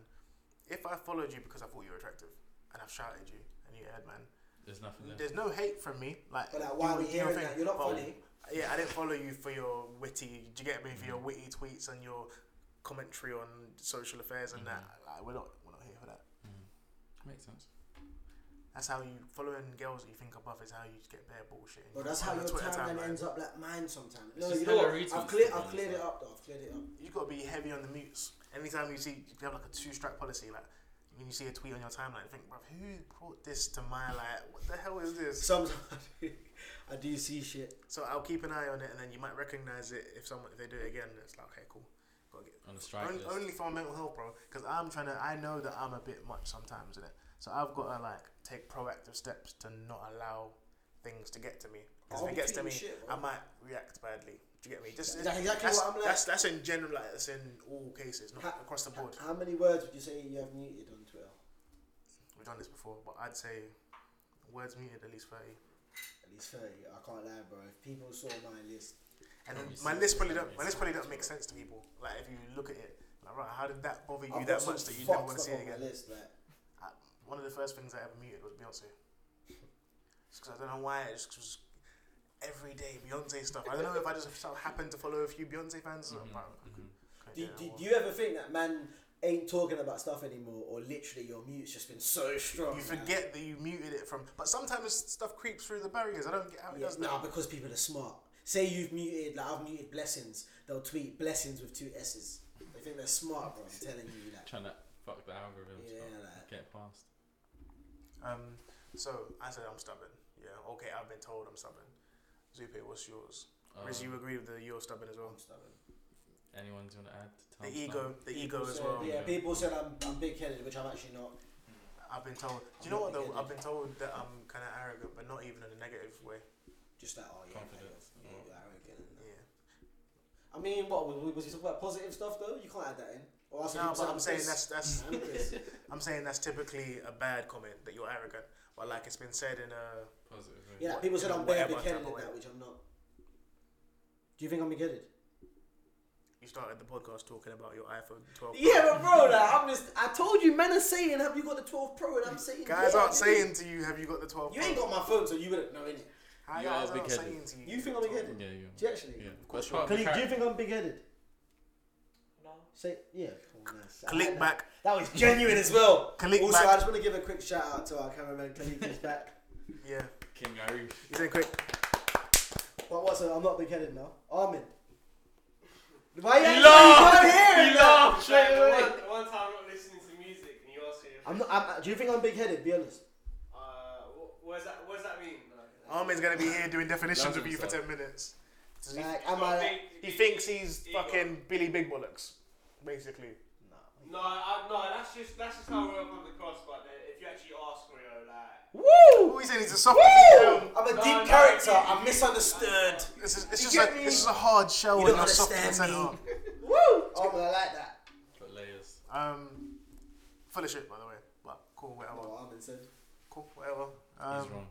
Speaker 1: If I followed you because I thought you were attractive, and I've shouted you, and you aired man,
Speaker 2: There's nothing there.
Speaker 1: there's no hate from me. Like,
Speaker 3: But like, why
Speaker 1: you-
Speaker 3: are we
Speaker 1: you
Speaker 3: hearing
Speaker 1: think,
Speaker 3: that? You're not
Speaker 1: well,
Speaker 3: funny.
Speaker 1: Yeah, I didn't follow you for your witty. Do you get me? For your
Speaker 3: Mm.
Speaker 1: witty tweets and your commentary on social affairs and
Speaker 3: Mm.
Speaker 1: that. Like, we're not we're not here for that.
Speaker 2: Hmm. Makes sense.
Speaker 1: That's how you following girls that you think above is how you get their bullshit.
Speaker 3: But that's how
Speaker 1: On
Speaker 3: your
Speaker 1: the Twitter
Speaker 3: timeline
Speaker 1: timeline.
Speaker 3: ends up like mine sometimes.
Speaker 2: It's
Speaker 3: No,
Speaker 2: just
Speaker 3: you know what?
Speaker 2: hella retweets,
Speaker 3: I've
Speaker 2: to
Speaker 3: cleared,
Speaker 2: be
Speaker 3: I've
Speaker 2: honest,
Speaker 3: cleared it
Speaker 2: like-
Speaker 3: up though. I've cleared it up.
Speaker 1: you got to be heavy on the mutes. Anytime you see, you have like a two strike policy. Like when you see a tweet on your timeline, you think, bruv, who brought this to my like? What the hell is this?
Speaker 3: Sometimes I do see shit.
Speaker 1: So I'll keep an eye on it, and then you might recognize it if someone if they do it again. It's like okay, cool. Got to get
Speaker 2: On the strike
Speaker 1: only,
Speaker 2: list.
Speaker 1: only for my mental health, bro. Because I'm trying to. I know that I'm a bit much sometimes, in it. So I've got to like take proactive steps to not allow things to get to me. Because
Speaker 3: I'll
Speaker 1: if it gets to
Speaker 3: tweet
Speaker 1: me,
Speaker 3: shit, bro.
Speaker 1: I might react badly. Do you get me? Just
Speaker 3: That's exactly
Speaker 1: that's,
Speaker 3: what I'm like.
Speaker 1: That's that's in general. Like that's in all cases, not
Speaker 3: Ha-
Speaker 1: across the board.
Speaker 3: How many words would you say you have muted on Twitter?
Speaker 1: We've done this before, but I'd say words muted at least 30.
Speaker 3: At least thirty. I can't lie, bro. If people saw my list,
Speaker 1: And
Speaker 2: Probably
Speaker 1: my
Speaker 2: so,
Speaker 1: list probably
Speaker 2: yeah,
Speaker 1: don't, my
Speaker 2: it's
Speaker 1: list probably don't
Speaker 2: fine.
Speaker 1: make sense to people. Like if you look at it, like right, how did that bother you
Speaker 3: I've
Speaker 1: that
Speaker 3: got some
Speaker 1: much that you never
Speaker 3: fucked
Speaker 1: want to see
Speaker 3: up
Speaker 1: it
Speaker 3: on my
Speaker 1: again?
Speaker 3: list, like,
Speaker 1: I, one of the first things I ever muted was Beyonce. Just 'cause I don't know why, it just was every day Beyonce stuff. I don't know if I just so happened to follow a few Beyonce fans. or
Speaker 2: Mhm,
Speaker 1: but-
Speaker 2: mhm.
Speaker 1: okay,
Speaker 3: Do,
Speaker 1: yeah,
Speaker 3: do,
Speaker 1: well.
Speaker 3: do you ever think that man ain't talking about stuff anymore, or literally your mute's just been so strong?
Speaker 1: You
Speaker 3: man?
Speaker 1: forget that you muted it from, but sometimes stuff creeps through the barriers. I don't get how it
Speaker 3: Yeah,
Speaker 1: does
Speaker 3: nah,
Speaker 1: that.
Speaker 3: because people are smart. Say you've muted, like I've muted blessings. They'll tweet blessings with two S's. They think they're smart, bro. I'm telling you that.
Speaker 2: Trying to fuck the algorithm.
Speaker 3: Yeah,
Speaker 2: so
Speaker 3: like-
Speaker 2: Get past.
Speaker 1: Um, so I said I'm stubborn. Yeah, okay, I've been told I'm stubborn. Zupe, what's yours?
Speaker 2: Um,
Speaker 1: Riz, you agree with the you're stubborn as well.
Speaker 3: I'm stubborn.
Speaker 2: anyone do you want to add? To
Speaker 1: The
Speaker 2: Tom's
Speaker 1: ego, the ego as
Speaker 3: So,
Speaker 1: well.
Speaker 3: Yeah,
Speaker 2: Yeah.
Speaker 3: people said I'm, I'm big headed, which I'm actually not.
Speaker 1: I've been told. Do
Speaker 3: I'm
Speaker 1: you know
Speaker 3: not
Speaker 1: what though?
Speaker 3: big-headed.
Speaker 1: I've been told that I'm kind of arrogant, but not even in a negative way.
Speaker 3: Just that, oh yeah,
Speaker 2: Confidence.
Speaker 3: Yeah, you're arrogant.
Speaker 1: Yeah.
Speaker 3: I mean, what was, was he talking about positive stuff though? You can't add that in. Or else
Speaker 1: No,
Speaker 3: people say
Speaker 1: but I'm saying
Speaker 3: pissed.
Speaker 1: that's that's
Speaker 3: I'm pissed.
Speaker 1: I'm saying that's typically a bad comment that you're arrogant. But like it's been said in uh, a
Speaker 2: Positive. eh? right?
Speaker 3: Yeah,
Speaker 1: What-
Speaker 3: people said I'm bare
Speaker 1: whatever
Speaker 3: big headed
Speaker 1: type
Speaker 3: at
Speaker 1: of
Speaker 3: that,
Speaker 1: way.
Speaker 3: which I'm not. Do you think I'm big headed?
Speaker 1: you started the podcast talking about your iPhone 12.
Speaker 3: Yeah, but bro, like, I'm just. I told you, man, are saying, have you got the 12 Pro? And I'm saying,
Speaker 1: Guys
Speaker 3: yeah,
Speaker 1: aren't
Speaker 3: nigga.
Speaker 1: saying to you, have you got the 12?
Speaker 3: You ain't got my phone, so you wouldn't know it.
Speaker 1: How
Speaker 2: You
Speaker 1: guys
Speaker 2: are
Speaker 1: aren't saying
Speaker 2: big-headed.
Speaker 1: to you?
Speaker 3: You think I'm big-headed?
Speaker 2: Yeah, you.
Speaker 3: Do you actually?
Speaker 2: Yeah.
Speaker 3: Can
Speaker 2: Of course. Part of the
Speaker 3: you- do you
Speaker 2: character.
Speaker 3: think I'm big headed?
Speaker 4: No.
Speaker 3: Say yeah. Oh, nice. I
Speaker 1: Click
Speaker 3: like
Speaker 1: back.
Speaker 3: That. that was genuine as well.
Speaker 1: Click
Speaker 3: also,
Speaker 1: back.
Speaker 3: I just want to give a quick shout out to our cameraman Khalid who's back.
Speaker 1: Yeah.
Speaker 2: King Irish.
Speaker 1: He's saying quick.
Speaker 3: But what's it? I'm not big headed now. Armin. Why
Speaker 2: He
Speaker 3: you
Speaker 2: laughed!
Speaker 3: here?
Speaker 2: He laughed!
Speaker 4: Like,
Speaker 2: straight
Speaker 4: the
Speaker 2: away.
Speaker 4: one, the one time I'm listening to music and you ask me,
Speaker 3: I'm not. I'm, do you think I'm big headed? Be honest.
Speaker 4: uh, wh- what does that, what does that mean? Like,
Speaker 1: Armin's gonna be here doing definitions
Speaker 2: Loves
Speaker 1: with you for
Speaker 2: himself.
Speaker 1: ten minutes. Does he-
Speaker 3: Like,
Speaker 4: you
Speaker 3: am I?
Speaker 4: got big-
Speaker 1: He
Speaker 4: big
Speaker 1: thinks he's
Speaker 4: ego.
Speaker 1: fucking Billy Big Bollocks, basically.
Speaker 3: Nah.
Speaker 4: No, I, no, that's just that's just how we're on the cross. But then if you actually ask for it, like,
Speaker 1: Oh,
Speaker 3: Woo!
Speaker 1: he's saying he's a soft.
Speaker 3: Woo! Um, I'm a
Speaker 4: No,
Speaker 3: deep
Speaker 4: no,
Speaker 3: character.
Speaker 4: you-
Speaker 3: I'm misunderstood.
Speaker 1: This is it's
Speaker 3: You
Speaker 1: just
Speaker 3: get
Speaker 1: a,
Speaker 3: me?
Speaker 1: this is a hard show.
Speaker 3: You
Speaker 1: and
Speaker 3: don't
Speaker 1: a soft
Speaker 3: understand
Speaker 1: centre.
Speaker 3: Woo! Oh, man, I like that.
Speaker 2: But layers.
Speaker 1: Um, full of shit, by the way. But cool, whatever.
Speaker 3: What Armin said.
Speaker 1: Cool, whatever.
Speaker 2: He's
Speaker 1: Um,
Speaker 2: wrong.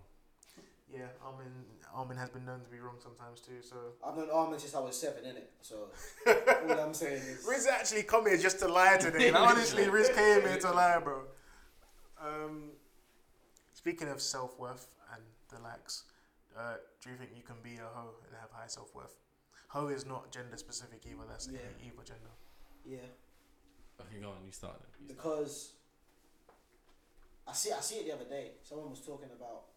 Speaker 1: yeah, Armin. Armin has been known to be wrong sometimes too. So
Speaker 3: I've known Armin since I was seven, innit? So all I'm saying is
Speaker 1: Riz actually come here just to lie today. Like, honestly, Riz came here to lie, bro. Um, speaking of self worth and the likes, uh, do you think you can be a hoe and have high self worth? Hoe is not gender specific either. That's
Speaker 3: Yeah.
Speaker 1: any either gender.
Speaker 3: yeah,
Speaker 2: Okay, go on. You started. You started.
Speaker 3: because I see I see it the other day. Someone was talking about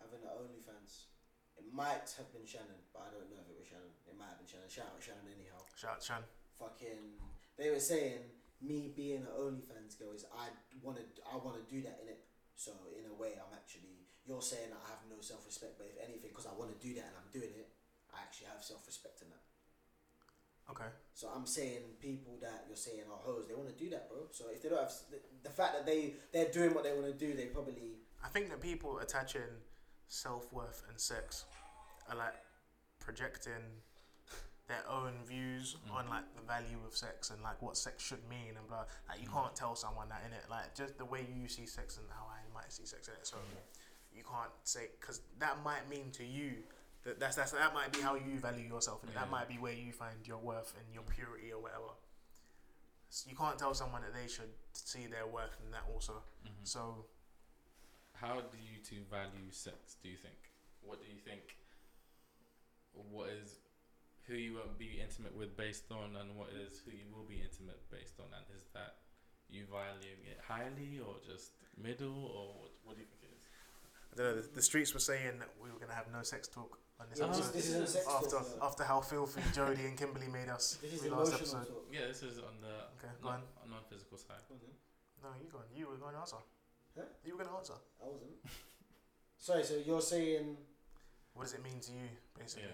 Speaker 3: having an OnlyFans. It might have been Shannon, but I don't know if it was Shannon. It might have been Shannon. Shout out Shannon anyhow.
Speaker 1: Shout out Shan.
Speaker 3: Fucking, they were saying me being an OnlyFans girl is I wanna I wanna do that in it. So in a way, I'm actually you're saying that I have no self respect, but if anything, because I want to do that and I'm doing it, I actually have self respect in that.
Speaker 1: Okay.
Speaker 3: So I'm saying people that you're saying are hoes, they want to do that, bro. So if they don't have the, the fact that they they're doing what they want to do, they probably
Speaker 1: I think that people attaching self worth and sex are like projecting their own views on like the value of sex and like what sex should mean and blah. Like you can't tell someone that in it. Like just the way you see sex and how I might see sex in it. So you can't say because that might mean to you. That, that's, that's that might be how you value yourself and that
Speaker 2: Yeah.
Speaker 1: might be where you find your worth and your purity or whatever S- you can't tell someone that they should see their worth in that also so
Speaker 2: How do you two value sex? Do you think? What do you think? What is who you won't be intimate with based on, and what is who you will be intimate based on, and is that you valuing it highly or just middle, or what, what do you think it is?
Speaker 1: I don't know, the, the streets were saying that we were going to have no sex talk on this
Speaker 3: Yeah,
Speaker 2: this-
Speaker 1: episode.
Speaker 2: this
Speaker 3: isn't a sex talk,
Speaker 1: after,
Speaker 3: yeah.
Speaker 1: after how filthy Jody and Kimberly made us
Speaker 3: this
Speaker 1: the
Speaker 3: is
Speaker 1: last
Speaker 3: emotional
Speaker 1: episode.
Speaker 3: talk.
Speaker 2: Yeah, this is on the
Speaker 1: Okay, go
Speaker 2: non, non-physical side.
Speaker 3: Come on then.
Speaker 1: No, you go on. You were going to answer.
Speaker 3: Huh?
Speaker 1: You were going to answer.
Speaker 3: I wasn't. Sorry, so you're saying
Speaker 1: What does it mean to you, basically?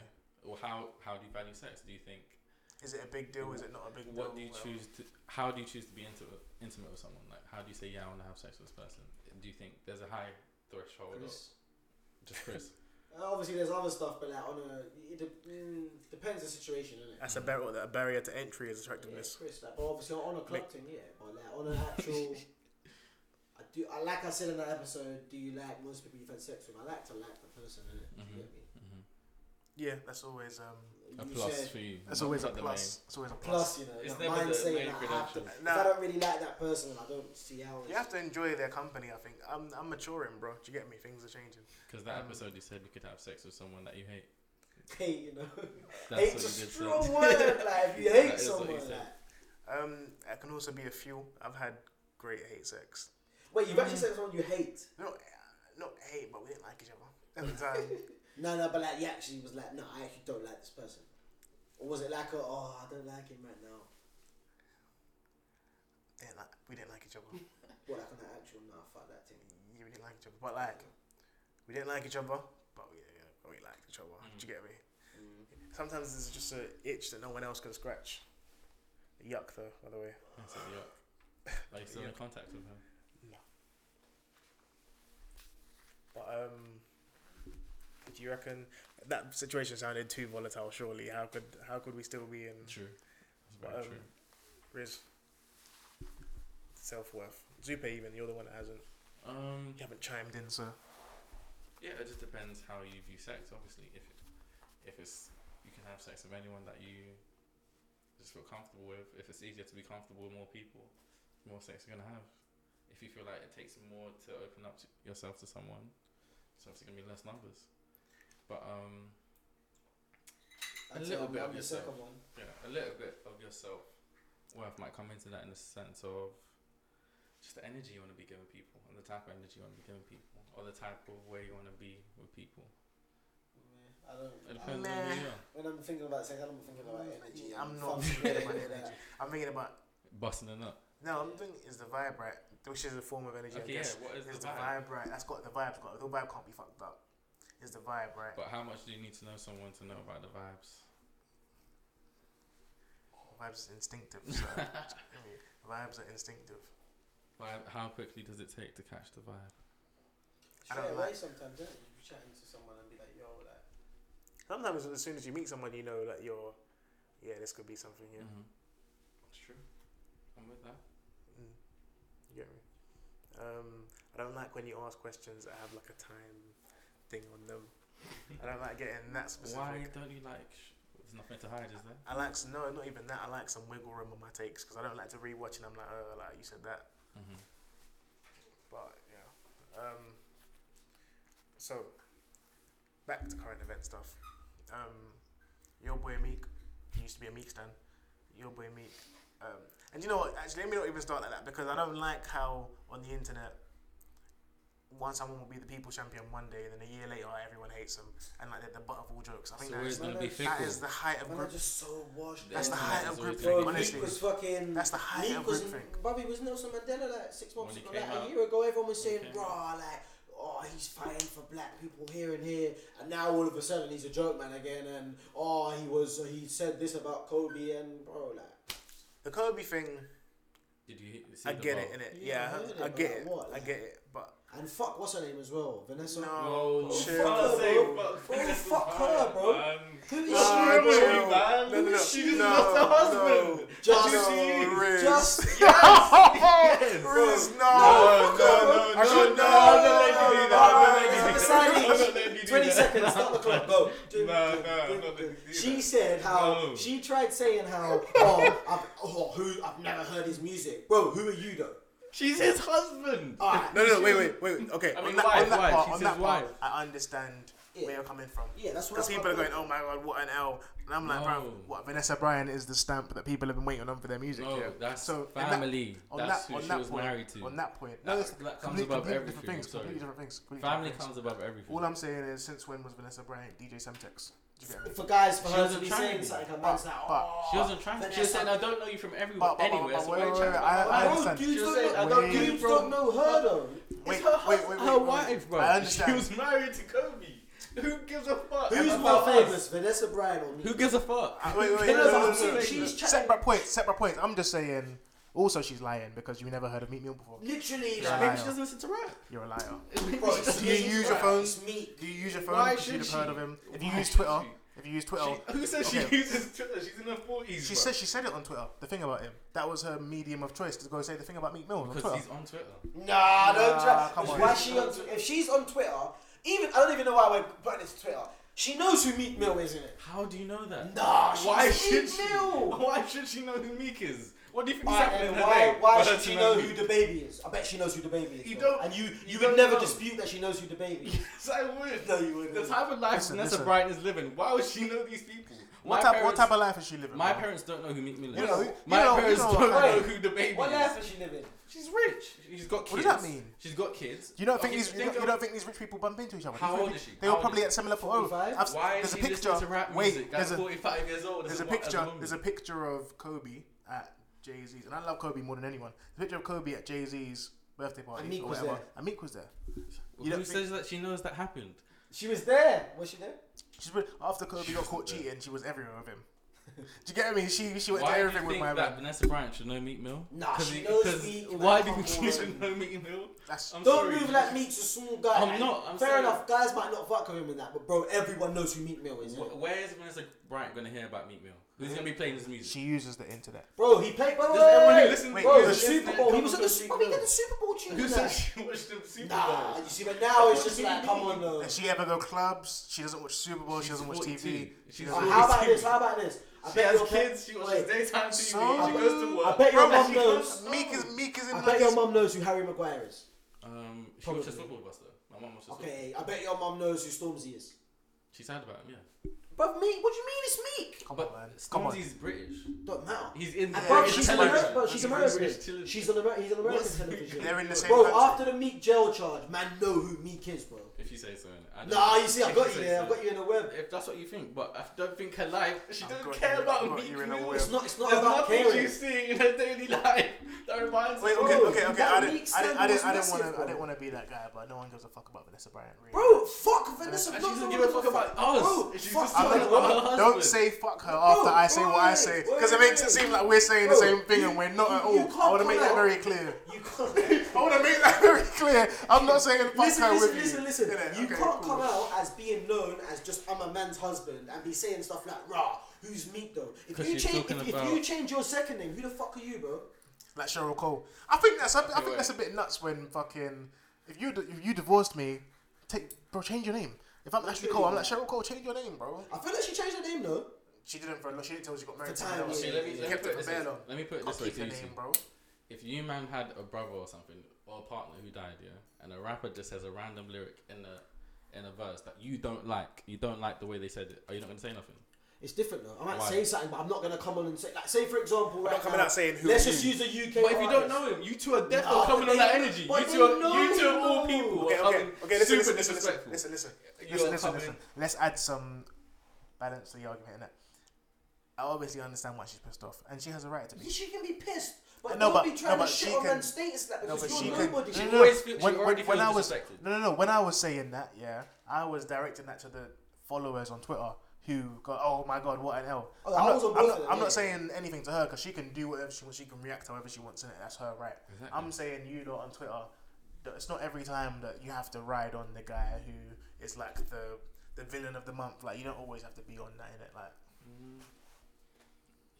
Speaker 2: Or how how do you value sex? Do you think
Speaker 1: Is it a big deal? Is it not a big deal?
Speaker 2: what do you
Speaker 1: Well,
Speaker 2: choose to? How do you choose to be intimate intimate with someone? Like how do you say yeah I want to have sex with this person? Do you think there's a high threshold? Or
Speaker 3: Chris.
Speaker 2: just Chris.
Speaker 3: Uh, Obviously, there's other stuff, but like on a it de- mm, depends the situation, isn't it?
Speaker 1: That's a barrier. A barrier to entry is attractiveness.
Speaker 3: Chris, like, but obviously on a club thing, yeah. But like on an actual, I do. I like I said in that episode. Do you like most people you've had sex with? I like to like the person, innit? Do
Speaker 2: Mhm.
Speaker 3: You
Speaker 1: Mm-hmm.
Speaker 3: get me?
Speaker 2: hmm
Speaker 1: Yeah, that's always um.
Speaker 2: a
Speaker 3: You
Speaker 2: plus
Speaker 3: said
Speaker 2: for you.
Speaker 1: That's
Speaker 2: not
Speaker 1: always a
Speaker 2: not the
Speaker 1: plus. It's always a
Speaker 3: plus,
Speaker 1: plus.
Speaker 3: you know,
Speaker 2: It's
Speaker 3: like
Speaker 2: never
Speaker 3: mine
Speaker 2: the
Speaker 3: saying
Speaker 2: main
Speaker 3: that I have to.
Speaker 2: credential.
Speaker 3: If
Speaker 1: Nah.
Speaker 3: I don't really like that person, I don't see how.
Speaker 1: You have to enjoy their company. I think I'm. I'm maturing, bro. Do you get me? Things are changing.
Speaker 2: Because that
Speaker 1: Um,
Speaker 2: episode you said you could have sex with someone that you hate.
Speaker 3: hate, you know.
Speaker 2: That's
Speaker 3: Hate's
Speaker 2: what
Speaker 3: a
Speaker 2: you did
Speaker 3: strong
Speaker 2: say.
Speaker 3: word. Like if you
Speaker 2: That is
Speaker 3: hate
Speaker 2: what you
Speaker 3: someone,
Speaker 2: said.
Speaker 3: like.
Speaker 1: Um, it can also be a fuel. I've had great hate sex.
Speaker 3: Wait, you've actually said someone you hate.
Speaker 1: No, not hate, but we didn't like each other um, every time.
Speaker 3: No, no, but like he actually was like, no, I actually don't like this person. Or was it like, a, oh, I don't like him right now?
Speaker 1: didn't like, we didn't like each other.
Speaker 3: Well, like on the actual, no, fuck that thing.
Speaker 1: Yeah, we didn't like each other, but like we didn't like each other, but we, yeah, but we liked each other. Do you get me? Sometimes there's just a itch that no one else can scratch. Yuck, though. By the way,
Speaker 2: I said, yeah. Are you still in contact with her?
Speaker 1: but um, do you reckon that situation sounded too volatile? Surely, how could how could we still be in
Speaker 2: True. That's very
Speaker 1: Um,
Speaker 2: true.
Speaker 1: Riz? Self worth. Zupe, even you're the one that hasn't.
Speaker 2: Um,
Speaker 1: You haven't chimed in, sir.
Speaker 2: yeah, it just depends how you view sex. Obviously, if it, if it's you can have sex with anyone that you just feel comfortable with. If it's easier to be comfortable with more people, the more sex you're gonna have. If you feel like it takes more to open up to yourself to someone, it's obviously gonna be less numbers. But um, A
Speaker 3: I'd say
Speaker 2: little
Speaker 3: I'm-
Speaker 2: bit
Speaker 3: I'm
Speaker 2: of
Speaker 3: the
Speaker 2: yourself.
Speaker 3: second one.
Speaker 2: Yeah, a little bit of yourself worth might come into that in the sense of just the energy you want to be giving people and the type of energy you want to be giving people or the type of way you want to be with people.
Speaker 3: Meh, I
Speaker 2: It
Speaker 3: don't.
Speaker 2: depends
Speaker 3: I-
Speaker 2: on who you are.
Speaker 3: when I'm thinking about sex, I'm thinking about energy.
Speaker 1: I'm
Speaker 3: and
Speaker 1: not
Speaker 3: fun.
Speaker 1: thinking about energy. I'm thinking about
Speaker 2: Busting it up.
Speaker 1: no. I'm thinking is the vibe right, which is a form of energy. I
Speaker 2: Okay, yeah,
Speaker 1: guess.
Speaker 2: what is
Speaker 1: It's
Speaker 2: the
Speaker 1: the
Speaker 2: vibe?
Speaker 1: vibe right. That's got the vibes got. The vibe can't be fucked up. It's the vibe right.
Speaker 2: But how much do you need to know someone to know about the vibes?
Speaker 1: The vibes is instinctive. So, I mean, the vibes are instinctive.
Speaker 2: Vibe, how quickly does it take to catch the vibe?
Speaker 1: I
Speaker 3: Straight
Speaker 1: don't
Speaker 3: away
Speaker 1: like-
Speaker 3: sometimes, don't you? You be chatting to someone and be like, yo, like.
Speaker 1: Sometimes as soon as you meet someone, you know that you're, yeah, this could be something. Yeah,
Speaker 2: Mm-hmm. That's true. I'm with that.
Speaker 1: mm. you get me. Um, I don't like when you ask questions that have like a time thing on them. I don't like getting that specific.
Speaker 2: Why don't you like? Sh- there's nothing to hide, is there?
Speaker 1: I like s- no, not even that. I like some wiggle room on my takes because I don't like to rewatch and I'm like, oh, like you said that.
Speaker 2: Mm-hmm.
Speaker 1: But yeah. Um, so back to current event stuff. Um, your boy Meek he used to be a Meek stan. Your boy Meek. Um, and you know what? Actually, let me not even start like that because I don't like how on the internet. One someone will be the people champion one day, and then a year later, everyone hates them, and like they're the butt of all jokes. I think
Speaker 2: So
Speaker 1: that,
Speaker 2: always
Speaker 1: is,
Speaker 3: no,
Speaker 2: gonna be
Speaker 3: no,
Speaker 2: fickle.
Speaker 1: that is the height of
Speaker 3: Man, I'm
Speaker 1: group.
Speaker 3: just so washed.
Speaker 1: That's the
Speaker 3: man.
Speaker 1: height of
Speaker 2: That's always
Speaker 1: group
Speaker 2: gonna
Speaker 1: thing,
Speaker 2: be
Speaker 3: Bro, Meek
Speaker 1: honestly.
Speaker 3: was fucking.
Speaker 1: That's the height
Speaker 3: Meek
Speaker 1: of
Speaker 3: was,
Speaker 1: group thing.
Speaker 3: Bobby was Nelson Mandela like six months
Speaker 2: When he
Speaker 3: ago,
Speaker 2: came
Speaker 3: like
Speaker 2: out.
Speaker 3: a year ago. Everyone was
Speaker 2: When he
Speaker 3: saying,
Speaker 2: came
Speaker 3: "Raw, like oh, he's fighting for black people here and here, and now all of a sudden he's a joke man again, and oh, he was he said this about Kobe and bro, like.
Speaker 1: The Kobe thing,
Speaker 2: Did you he- see
Speaker 1: I
Speaker 2: the
Speaker 1: get
Speaker 2: bar?
Speaker 1: it in it.
Speaker 3: Yeah, I
Speaker 1: Yeah,
Speaker 3: heard it,
Speaker 1: I
Speaker 3: but
Speaker 1: get it.
Speaker 3: what?
Speaker 1: I get it. But
Speaker 3: And fuck, what's her name as well? Vanessa.
Speaker 1: No.
Speaker 2: Oh,
Speaker 1: Oh,
Speaker 2: chill.
Speaker 1: fuck
Speaker 3: her,
Speaker 2: Say
Speaker 3: bro.
Speaker 2: fuck.
Speaker 3: Bro,
Speaker 2: This is
Speaker 3: fuck her,
Speaker 2: bad,
Speaker 3: bro.
Speaker 2: man.
Speaker 3: Who is
Speaker 1: Nah,
Speaker 3: she, bro?
Speaker 1: chill.
Speaker 2: man.
Speaker 1: No, no, no.
Speaker 2: She just
Speaker 1: No,
Speaker 2: lost her husband.
Speaker 1: no.
Speaker 3: Just-
Speaker 2: Just you.
Speaker 1: no, Riz.
Speaker 3: Just
Speaker 1: Riz, no,
Speaker 2: No,
Speaker 1: no,
Speaker 2: no,
Speaker 1: I
Speaker 2: no, no,
Speaker 1: should-
Speaker 2: no,
Speaker 1: no,
Speaker 2: I'm not letting you do that. I'm not letting you do that. I'm
Speaker 3: Society.
Speaker 2: not letting you do
Speaker 3: 20
Speaker 2: that.
Speaker 3: seconds, stop the clock, go.
Speaker 2: No, no, I'm not gonna do
Speaker 3: she
Speaker 2: that.
Speaker 3: said how,
Speaker 2: No.
Speaker 3: she tried saying how, oh, I've, oh, who, I've never heard his music. Bro, who are you though?
Speaker 2: She's his husband.
Speaker 3: Alright.
Speaker 1: No, no, wait, wait, wait. wait. Okay,
Speaker 2: I
Speaker 1: on
Speaker 2: mean,
Speaker 1: that,
Speaker 2: wife,
Speaker 1: on that
Speaker 2: wife.
Speaker 1: part,
Speaker 2: She
Speaker 1: on
Speaker 2: says
Speaker 1: that part,
Speaker 2: wife.
Speaker 1: I understand
Speaker 3: Yeah.
Speaker 1: where you're coming from.
Speaker 3: Yeah, that's what
Speaker 1: Because
Speaker 3: that's
Speaker 1: people are
Speaker 3: what-
Speaker 1: going, oh my god, what an L. And I'm like,
Speaker 2: No.
Speaker 1: bro, what Vanessa Bryan is the stamp that people have been waiting on for their music.
Speaker 2: No,
Speaker 1: yeah.
Speaker 2: that's
Speaker 1: so in
Speaker 2: family.
Speaker 1: That, on
Speaker 2: That's
Speaker 1: that,
Speaker 2: who
Speaker 1: on
Speaker 2: she
Speaker 1: that
Speaker 2: was
Speaker 1: point,
Speaker 2: married to.
Speaker 1: On that point,
Speaker 2: That-
Speaker 1: no, it's
Speaker 2: that comes
Speaker 1: complete-
Speaker 2: above
Speaker 1: completely
Speaker 2: everything,
Speaker 1: Different things,
Speaker 2: I'm sorry.
Speaker 1: completely different things. Completely
Speaker 2: Family
Speaker 1: different
Speaker 2: comes
Speaker 1: things.
Speaker 2: above everything.
Speaker 1: All I'm saying is, since when was Vanessa Bryan DJ Semtex? Do you get me?
Speaker 3: For guys, for
Speaker 2: She
Speaker 3: her
Speaker 2: was
Speaker 3: to
Speaker 2: a
Speaker 3: be
Speaker 2: tranny.
Speaker 3: saying something, her man's like, oh.
Speaker 2: she wasn't trying. She was saying, "I don't know you from everywhere,
Speaker 1: But- but- but-
Speaker 2: anywhere."
Speaker 1: but
Speaker 2: So
Speaker 1: wait,
Speaker 2: why are you
Speaker 1: wait,
Speaker 2: chatting
Speaker 1: wait,
Speaker 2: about
Speaker 1: I- I
Speaker 2: her? Why
Speaker 3: Bro,
Speaker 1: understand.
Speaker 3: dudes
Speaker 2: She
Speaker 3: don't
Speaker 2: was saying,
Speaker 3: know-
Speaker 2: "I don't
Speaker 1: wait.
Speaker 3: dudes
Speaker 2: bro."
Speaker 3: don't know her though.
Speaker 1: Wait,
Speaker 3: her
Speaker 1: wait, wait, wait,
Speaker 2: Her
Speaker 1: wait.
Speaker 2: wife, bro.
Speaker 1: I
Speaker 2: She
Speaker 1: understand.
Speaker 2: was married to Kobe. Who gives a fuck?
Speaker 3: Who's
Speaker 2: about
Speaker 3: more
Speaker 2: us?
Speaker 3: famous, Vanessa Bryan or me?
Speaker 2: Who gives a fuck?
Speaker 1: Uh, Wait, wait, wait.
Speaker 3: Can I
Speaker 1: no,
Speaker 3: just
Speaker 1: no,
Speaker 3: ask
Speaker 1: no,
Speaker 3: you,
Speaker 1: no,
Speaker 3: she's
Speaker 1: no.
Speaker 3: chatting-
Speaker 1: Separate points, separate points. I'm just saying. Also, she's lying because you never heard of Meat Meal before.
Speaker 3: Literally,
Speaker 1: Yeah.
Speaker 3: like,
Speaker 2: Maybe she doesn't listen to rap.
Speaker 1: You're a liar.
Speaker 2: Maybe
Speaker 3: bro,
Speaker 2: she
Speaker 3: it's-
Speaker 2: doesn't.
Speaker 1: Do you
Speaker 3: it's
Speaker 1: use your
Speaker 3: rap,
Speaker 1: phone?
Speaker 3: it's me.
Speaker 1: Do you use your phone?
Speaker 2: Why
Speaker 1: you should
Speaker 2: should
Speaker 1: have heard
Speaker 2: she?
Speaker 1: of him. If you
Speaker 2: Why
Speaker 1: use Twitter,
Speaker 2: should
Speaker 1: if you use Twitter,
Speaker 2: She- Who says she
Speaker 1: Oh, Okay.
Speaker 2: uses Twitter? She's in her forties.
Speaker 1: she said she said it on Twitter. The thing about him, that was her medium of choice to go say the thing about Meat Mill on
Speaker 2: because
Speaker 1: Twitter.
Speaker 2: he's on Twitter.
Speaker 3: Nah, don't try.
Speaker 1: Nah, come on.
Speaker 3: Why is she on? Tw- If she's on Twitter, even I don't even know why we're putting this to Twitter. She knows who Meat Mill is, innit?
Speaker 2: How do you know that?
Speaker 3: Nah, she's
Speaker 2: Why should
Speaker 3: Meat
Speaker 2: she?
Speaker 3: Mill.
Speaker 2: Why should she know who Meek is? What do you think is
Speaker 3: Alright,
Speaker 2: happening in
Speaker 3: then
Speaker 2: her
Speaker 3: Why,
Speaker 2: day
Speaker 3: why
Speaker 2: for her
Speaker 3: should
Speaker 2: to
Speaker 3: she
Speaker 2: know
Speaker 3: know
Speaker 2: Meek?
Speaker 3: who the baby is? I bet she knows who the baby is.
Speaker 2: You
Speaker 3: bro.
Speaker 2: don't-
Speaker 3: and you, you,
Speaker 2: you
Speaker 3: would
Speaker 2: don't
Speaker 3: never
Speaker 2: know.
Speaker 3: dispute that she knows who the baby is.
Speaker 2: Yes, I would.
Speaker 3: No, you wouldn't.
Speaker 2: The type of life
Speaker 1: Listen,
Speaker 2: Vanessa
Speaker 1: listen.
Speaker 2: Bryant is living. Why would she know these people?
Speaker 1: what
Speaker 2: My
Speaker 1: type?
Speaker 2: parents,
Speaker 1: what type of life is she living?
Speaker 2: My
Speaker 1: bro?
Speaker 2: parents don't know who Meek Mill is.
Speaker 1: You know, you
Speaker 2: my
Speaker 1: know- you
Speaker 2: parents
Speaker 1: know
Speaker 2: don't
Speaker 1: what
Speaker 2: know
Speaker 3: kind
Speaker 2: who the baby
Speaker 3: what
Speaker 2: is.
Speaker 3: life is she living?
Speaker 2: She's rich. She's got kids.
Speaker 1: What does that mean?
Speaker 2: She's got kids.
Speaker 1: You don't think
Speaker 2: Okay,
Speaker 1: these? You don't,
Speaker 2: of-
Speaker 1: you don't think these rich people bump into each other?
Speaker 2: How
Speaker 1: These
Speaker 2: old
Speaker 1: rich-
Speaker 2: is she?
Speaker 1: They were
Speaker 2: How old
Speaker 1: probably
Speaker 2: is
Speaker 1: at similar. Oh,
Speaker 3: 45?
Speaker 1: I've-
Speaker 2: Why
Speaker 1: there's
Speaker 2: is
Speaker 1: a
Speaker 2: she listening
Speaker 1: picture.
Speaker 2: to rap music
Speaker 1: Wait,
Speaker 2: at
Speaker 1: there's a
Speaker 2: 45 years old?
Speaker 1: There's a
Speaker 2: as mo- as
Speaker 1: picture.
Speaker 2: woman?
Speaker 1: There's a picture of Kobe at Jay Z's, and I love Kobe more than anyone. There's a picture of Kobe at Jay Z's birthday party.
Speaker 3: And Meek
Speaker 1: or
Speaker 3: was
Speaker 1: whatever.
Speaker 3: there.
Speaker 1: And Meek was there.
Speaker 2: Well,
Speaker 1: you don't
Speaker 2: who
Speaker 1: think-
Speaker 2: says that she knows that happened?
Speaker 3: She was there. Was she there?
Speaker 1: She's been, after Kobe got caught
Speaker 2: there.
Speaker 1: cheating, she was everywhere with him. Do you get me? She she went
Speaker 2: Why
Speaker 1: to
Speaker 2: do you
Speaker 1: everything
Speaker 2: think
Speaker 1: with my
Speaker 2: that
Speaker 1: man.
Speaker 2: Vanessa Bryant should know Meek Mill?
Speaker 3: Nah,
Speaker 2: 'Cause
Speaker 3: she
Speaker 2: it-
Speaker 3: knows
Speaker 2: 'cause
Speaker 3: Meek, man,
Speaker 2: Why do
Speaker 3: come
Speaker 2: you think she
Speaker 3: on.
Speaker 2: should know Meek Mill?
Speaker 1: That's
Speaker 2: I'm
Speaker 3: Don't
Speaker 2: sorry.
Speaker 3: move like Meek's a small guy.
Speaker 2: I'm not, I'm
Speaker 3: Fair
Speaker 2: saying-
Speaker 3: enough. Guys might not fuck with him in that, but bro, everyone knows who Meat Mill is. innit?
Speaker 2: Wh- Where is Vanessa Bryant going to hear about Meek Mill? Who's going to be playing his music?
Speaker 1: she uses the internet.
Speaker 3: Bro, he played. Bro,
Speaker 2: Does everyone who
Speaker 3: wait,
Speaker 2: listens
Speaker 1: to
Speaker 3: bro,
Speaker 1: Meek
Speaker 3: the
Speaker 1: Mill
Speaker 3: Super
Speaker 2: listen-
Speaker 3: Bowl. He
Speaker 2: come
Speaker 3: was at
Speaker 2: and
Speaker 3: the
Speaker 2: go see
Speaker 3: Super. He
Speaker 2: Meek
Speaker 3: got the Super Bowl tune.
Speaker 2: Who
Speaker 3: and
Speaker 2: says
Speaker 3: that.
Speaker 2: she watched the Super
Speaker 3: Nah,
Speaker 2: Bowl?
Speaker 3: you see, but now it's just like, come on, though.
Speaker 1: Does she ever go clubs? She doesn't watch Super Bowl. She doesn't watch
Speaker 2: 42.
Speaker 1: TV.
Speaker 2: She's
Speaker 3: Uh,
Speaker 1: doesn't-
Speaker 3: how about this? How about this? I
Speaker 2: She has
Speaker 3: your pa-
Speaker 2: kids. She watches
Speaker 3: wait,
Speaker 2: daytime TV.
Speaker 1: So-
Speaker 2: she goes to work.
Speaker 3: I bet your
Speaker 2: Bro,
Speaker 3: mum
Speaker 2: she
Speaker 3: knows.
Speaker 2: goes-
Speaker 1: Meek is Meek is in
Speaker 3: I
Speaker 1: like
Speaker 3: bet your
Speaker 1: his-
Speaker 3: mum knows who Harry Maguire is.
Speaker 2: Um, she
Speaker 3: Probably.
Speaker 2: watches football with us though. My mum watches. Football.
Speaker 3: Okay, I bet your mum knows who Stormzy is.
Speaker 2: She's sad about him. Yeah.
Speaker 3: But Meek, what do you mean it's Meek?
Speaker 1: Come
Speaker 2: but
Speaker 1: on, man. Come on.
Speaker 2: Stormzy's British.
Speaker 3: Don't matter.
Speaker 2: He's in.
Speaker 3: And
Speaker 2: the
Speaker 3: bro,
Speaker 2: British
Speaker 3: she's
Speaker 2: television.
Speaker 3: American. Bro, she's
Speaker 2: He's in British
Speaker 3: American.
Speaker 2: television.
Speaker 3: She's on American. He's on American
Speaker 2: What's-
Speaker 1: They're
Speaker 3: television.
Speaker 1: in the same
Speaker 3: Bro,
Speaker 1: country.
Speaker 3: after the Meek jail charge, man, know who Meek is, bro.
Speaker 2: If you say so. innit? I don't-
Speaker 3: Nah, you see, I
Speaker 2: if
Speaker 3: got you
Speaker 2: say
Speaker 3: there. I
Speaker 2: so.
Speaker 3: got you in the web.
Speaker 2: If that's what you think, but I don't think her life. She
Speaker 1: I've
Speaker 2: doesn't
Speaker 1: got
Speaker 2: care
Speaker 1: you. I've
Speaker 2: about
Speaker 1: got
Speaker 2: Meek
Speaker 1: you in a
Speaker 2: Mill.
Speaker 1: whip.
Speaker 3: It's not. It's not
Speaker 2: There's
Speaker 3: about
Speaker 2: nothing
Speaker 3: caring.
Speaker 2: you see in her daily life that reminds
Speaker 1: Wait,
Speaker 2: her
Speaker 1: okay,
Speaker 2: of
Speaker 3: Bro,
Speaker 1: okay, okay.
Speaker 3: that
Speaker 1: I didn't, I
Speaker 3: Meek
Speaker 1: didn't, I
Speaker 3: standard was
Speaker 1: didn't, I didn't
Speaker 3: massive,
Speaker 1: want to,
Speaker 3: bro.
Speaker 1: I didn't want to be that guy, but no one gives a fuck about Vanessa Bryant, really.
Speaker 3: Bro, fuck Vanessa.
Speaker 2: And she
Speaker 3: Bro,
Speaker 2: doesn't
Speaker 3: no,
Speaker 2: give a
Speaker 3: no,
Speaker 2: fuck
Speaker 3: no,
Speaker 2: about
Speaker 3: Bro,
Speaker 2: us. She's
Speaker 3: fuck
Speaker 2: just
Speaker 1: I'm
Speaker 2: talking
Speaker 1: like,
Speaker 2: about her husband.
Speaker 1: Don't say fuck her after I say what I say, because it makes it seem like we're saying the same thing and we're not at all. I want to make that very clear.
Speaker 3: You can't.
Speaker 1: I want to make that very clear. I'm not saying fuck
Speaker 3: Listen,
Speaker 1: her
Speaker 3: listen,
Speaker 1: with
Speaker 3: listen,
Speaker 1: you.
Speaker 3: listen.
Speaker 1: Innit?
Speaker 3: You
Speaker 1: Okay,
Speaker 3: can't
Speaker 1: cool.
Speaker 3: come out as being known as just I'm a man's husband and be saying stuff like rah. Who's meat though? If
Speaker 2: 'Cause
Speaker 3: you
Speaker 2: she's
Speaker 3: change,
Speaker 2: talking
Speaker 3: if, if
Speaker 2: about-
Speaker 3: you change your second name, who the fuck are you, bro?
Speaker 1: Like Cheryl Cole. I think that's, I, I
Speaker 2: wait.
Speaker 1: think that's a bit nuts when fucking, if you, d- if you divorced me, take, bro, change your name. If I'm Ashley Cole, I'm like Cheryl Cole. Change your name, bro.
Speaker 3: I feel like she changed her name though.
Speaker 1: She didn't for a lot. She didn't tell she got married.
Speaker 3: For
Speaker 1: to
Speaker 3: time,
Speaker 1: someone else.
Speaker 2: See, let me,
Speaker 1: She
Speaker 2: let me
Speaker 1: kept
Speaker 2: put
Speaker 1: it
Speaker 2: it
Speaker 1: for
Speaker 2: this
Speaker 1: very
Speaker 2: way.
Speaker 1: long.
Speaker 2: Let me put it
Speaker 1: Can't
Speaker 2: this way
Speaker 1: keep
Speaker 2: to
Speaker 1: her
Speaker 2: you.
Speaker 1: name,
Speaker 2: two.
Speaker 1: bro.
Speaker 2: If you man had a brother or something or a partner who died, yeah, and a rapper just has a random lyric in a in a verse that you don't like, you don't like the way they said it, are you not gonna say nothing?
Speaker 3: It's different though. I might
Speaker 2: Why?
Speaker 3: say something, but I'm not gonna come on and say like say for example right
Speaker 1: not coming
Speaker 3: now,
Speaker 1: out saying who
Speaker 3: Let's
Speaker 1: are
Speaker 3: just
Speaker 1: you.
Speaker 3: use a UK.
Speaker 2: But if you don't
Speaker 3: artist.
Speaker 2: know him, you two are definitely
Speaker 3: No,
Speaker 2: coming
Speaker 3: but
Speaker 2: on that
Speaker 3: they-
Speaker 2: energy.
Speaker 3: but
Speaker 2: You
Speaker 3: they
Speaker 2: two, are,
Speaker 3: know
Speaker 2: you two of all
Speaker 3: him.
Speaker 2: people
Speaker 1: Okay,
Speaker 2: are
Speaker 1: okay,
Speaker 2: coming
Speaker 1: okay. Listen, listen, listen,
Speaker 2: super
Speaker 1: listen,
Speaker 2: disrespectful.
Speaker 1: listen, listen,
Speaker 2: You
Speaker 1: listen,
Speaker 2: are
Speaker 1: listen,
Speaker 2: coming-
Speaker 1: listen. Let's add some balance to the argument in that. I obviously understand why she's pissed off, and she has a right to be.
Speaker 3: She can be pissed, but
Speaker 1: No,
Speaker 3: don't
Speaker 1: but-
Speaker 3: be
Speaker 1: no,
Speaker 3: trying
Speaker 1: but
Speaker 3: to shit
Speaker 1: she
Speaker 3: on
Speaker 1: can-
Speaker 3: man's status that
Speaker 1: No,
Speaker 3: because
Speaker 1: but
Speaker 3: you're
Speaker 1: she could.
Speaker 3: nobody.
Speaker 1: no, no,
Speaker 2: She
Speaker 1: no.
Speaker 2: always feel- she
Speaker 1: when,
Speaker 2: already
Speaker 1: when, when
Speaker 2: feels
Speaker 1: I was
Speaker 2: disrespected.
Speaker 1: no, no, no. When I was saying that, yeah, I was directing that to the followers on Twitter who go, "Oh my god, what an hell."
Speaker 3: Oh,
Speaker 1: I'm,
Speaker 3: I was on
Speaker 1: not,
Speaker 3: both
Speaker 1: I'm, not,
Speaker 3: of them,
Speaker 1: I'm
Speaker 3: yeah.
Speaker 1: not saying anything to her because she can do whatever she wants. She can react however she wants, and that's her right. I'm saying you lot on Twitter. that It's not every time that you have to ride on the guy who is like the the villain of the month. Like you don't always have to be on that in it. Like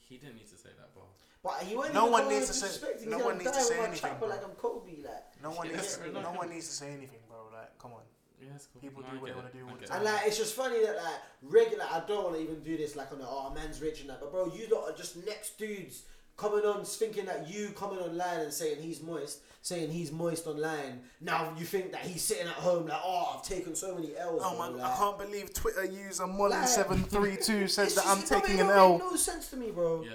Speaker 2: He didn't need to say that, bro.
Speaker 3: But you ain't
Speaker 1: No
Speaker 3: even
Speaker 1: one
Speaker 3: going
Speaker 1: needs
Speaker 3: to
Speaker 1: to say-
Speaker 3: disrespect him.
Speaker 1: no
Speaker 3: He's
Speaker 1: one
Speaker 3: gonna
Speaker 1: needs to
Speaker 3: die
Speaker 1: say
Speaker 3: with my
Speaker 1: anything,
Speaker 3: chopper
Speaker 1: bro.
Speaker 3: Like I'm Kobe, like.
Speaker 1: no one
Speaker 2: Yeah,
Speaker 1: needs
Speaker 2: fair
Speaker 1: no
Speaker 2: enough.
Speaker 1: one needs to say anything, bro. Like come on.
Speaker 2: Yeah, that's cool.
Speaker 1: People
Speaker 2: No,
Speaker 1: do
Speaker 2: I
Speaker 1: what
Speaker 2: get
Speaker 1: they wanna
Speaker 2: it.
Speaker 1: do
Speaker 2: I
Speaker 1: all the
Speaker 2: get
Speaker 1: time.
Speaker 2: it.
Speaker 3: And like, it's just funny that like regular. I don't want to even do this like on the oh man's rich and that. But bro, you lot are just next dudes coming on thinking that you coming online and saying he's moist, saying he's moist online. Now you think that he's sitting at home like oh I've taken so many L's.
Speaker 1: Oh
Speaker 3: bro,
Speaker 1: my!
Speaker 3: like,
Speaker 1: I can't believe Twitter user
Speaker 3: Like-
Speaker 1: Molly732 says
Speaker 3: It's
Speaker 1: that
Speaker 3: just-
Speaker 1: I'm
Speaker 3: it don't-
Speaker 1: taking
Speaker 3: it
Speaker 1: an
Speaker 3: don't make
Speaker 1: L.
Speaker 3: No sense to me, bro.
Speaker 2: Yeah,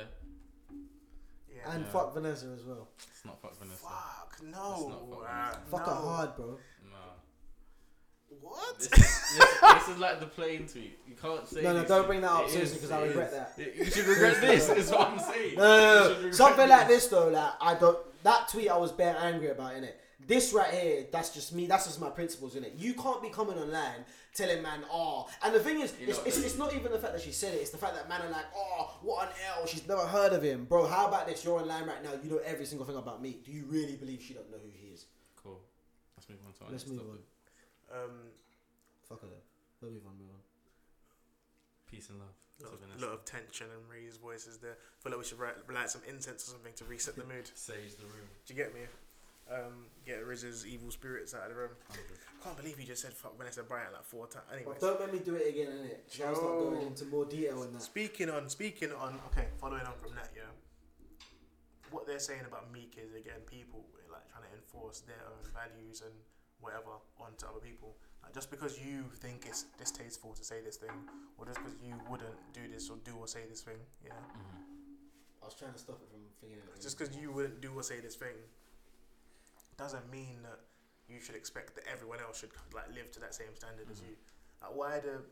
Speaker 1: Yeah.
Speaker 3: And
Speaker 2: Yeah.
Speaker 3: fuck Vanessa as well.
Speaker 2: it's not fuck Vanessa.
Speaker 1: Fuck
Speaker 2: That's
Speaker 1: no!
Speaker 2: not what
Speaker 1: uh,
Speaker 3: Fuck
Speaker 1: no.
Speaker 3: her hard, bro.
Speaker 2: No.
Speaker 1: What?
Speaker 2: This is, this, this is like the plane tweet. You can't say.
Speaker 3: No, no,
Speaker 2: these
Speaker 3: don't
Speaker 2: things.
Speaker 3: bring that up,
Speaker 2: It
Speaker 3: seriously,
Speaker 2: is,
Speaker 3: 'cause I
Speaker 2: it
Speaker 3: regret
Speaker 2: is.
Speaker 3: that.
Speaker 2: It- you should regret this. Is what I'm saying.
Speaker 3: No, no,
Speaker 2: You
Speaker 3: no,
Speaker 2: should
Speaker 3: no.
Speaker 2: regret
Speaker 3: Something like this though, like I don't. That tweet I was bare angry about, innit? This right here, that's just me. That's just my principles, innit? You can't be coming online telling man, oh. And the thing is,
Speaker 2: You're
Speaker 3: it's,
Speaker 2: not
Speaker 3: it's,
Speaker 2: doing
Speaker 3: it's not even the fact that she said it. It's the fact that man are like, oh, what an L. She's never heard of him, bro. How about this? You're online right now. You know every single thing about me. Do you really believe she don't know who he is?
Speaker 2: Cool. Let's move on to our
Speaker 3: Let's
Speaker 2: next
Speaker 3: move
Speaker 2: topic.
Speaker 3: on.
Speaker 1: Um,
Speaker 3: Fuck her. then. Let's move on. Move on.
Speaker 2: Peace and love. to
Speaker 1: lot of,
Speaker 2: Vanessa.
Speaker 1: lot of tension and Marie's voice is there. feel like we should write, light some incense or something to reset the mood.
Speaker 2: Sage the room.
Speaker 1: Do you get me? Um, get Riz's evil spirits out of the room. Can't believe you just said fuck Vanessa Bryant like four times. Anyway,
Speaker 3: But don't make me do it again, innit? Joe's not
Speaker 1: Joe.
Speaker 3: going into more detail in that.
Speaker 1: speaking on speaking on okay, following on from that, yeah. What they're saying about Meek is again people like trying to enforce their own values and whatever onto other people. Like just because you think it's distasteful to say this thing, or just because you wouldn't do this or do or say this thing, yeah.
Speaker 3: I was trying to stop it from thinking it.
Speaker 1: Just because you wouldn't do or say this thing, doesn't mean that you should expect that everyone else should like live to that same standard as
Speaker 2: Mm-hmm.
Speaker 1: you. Like, why do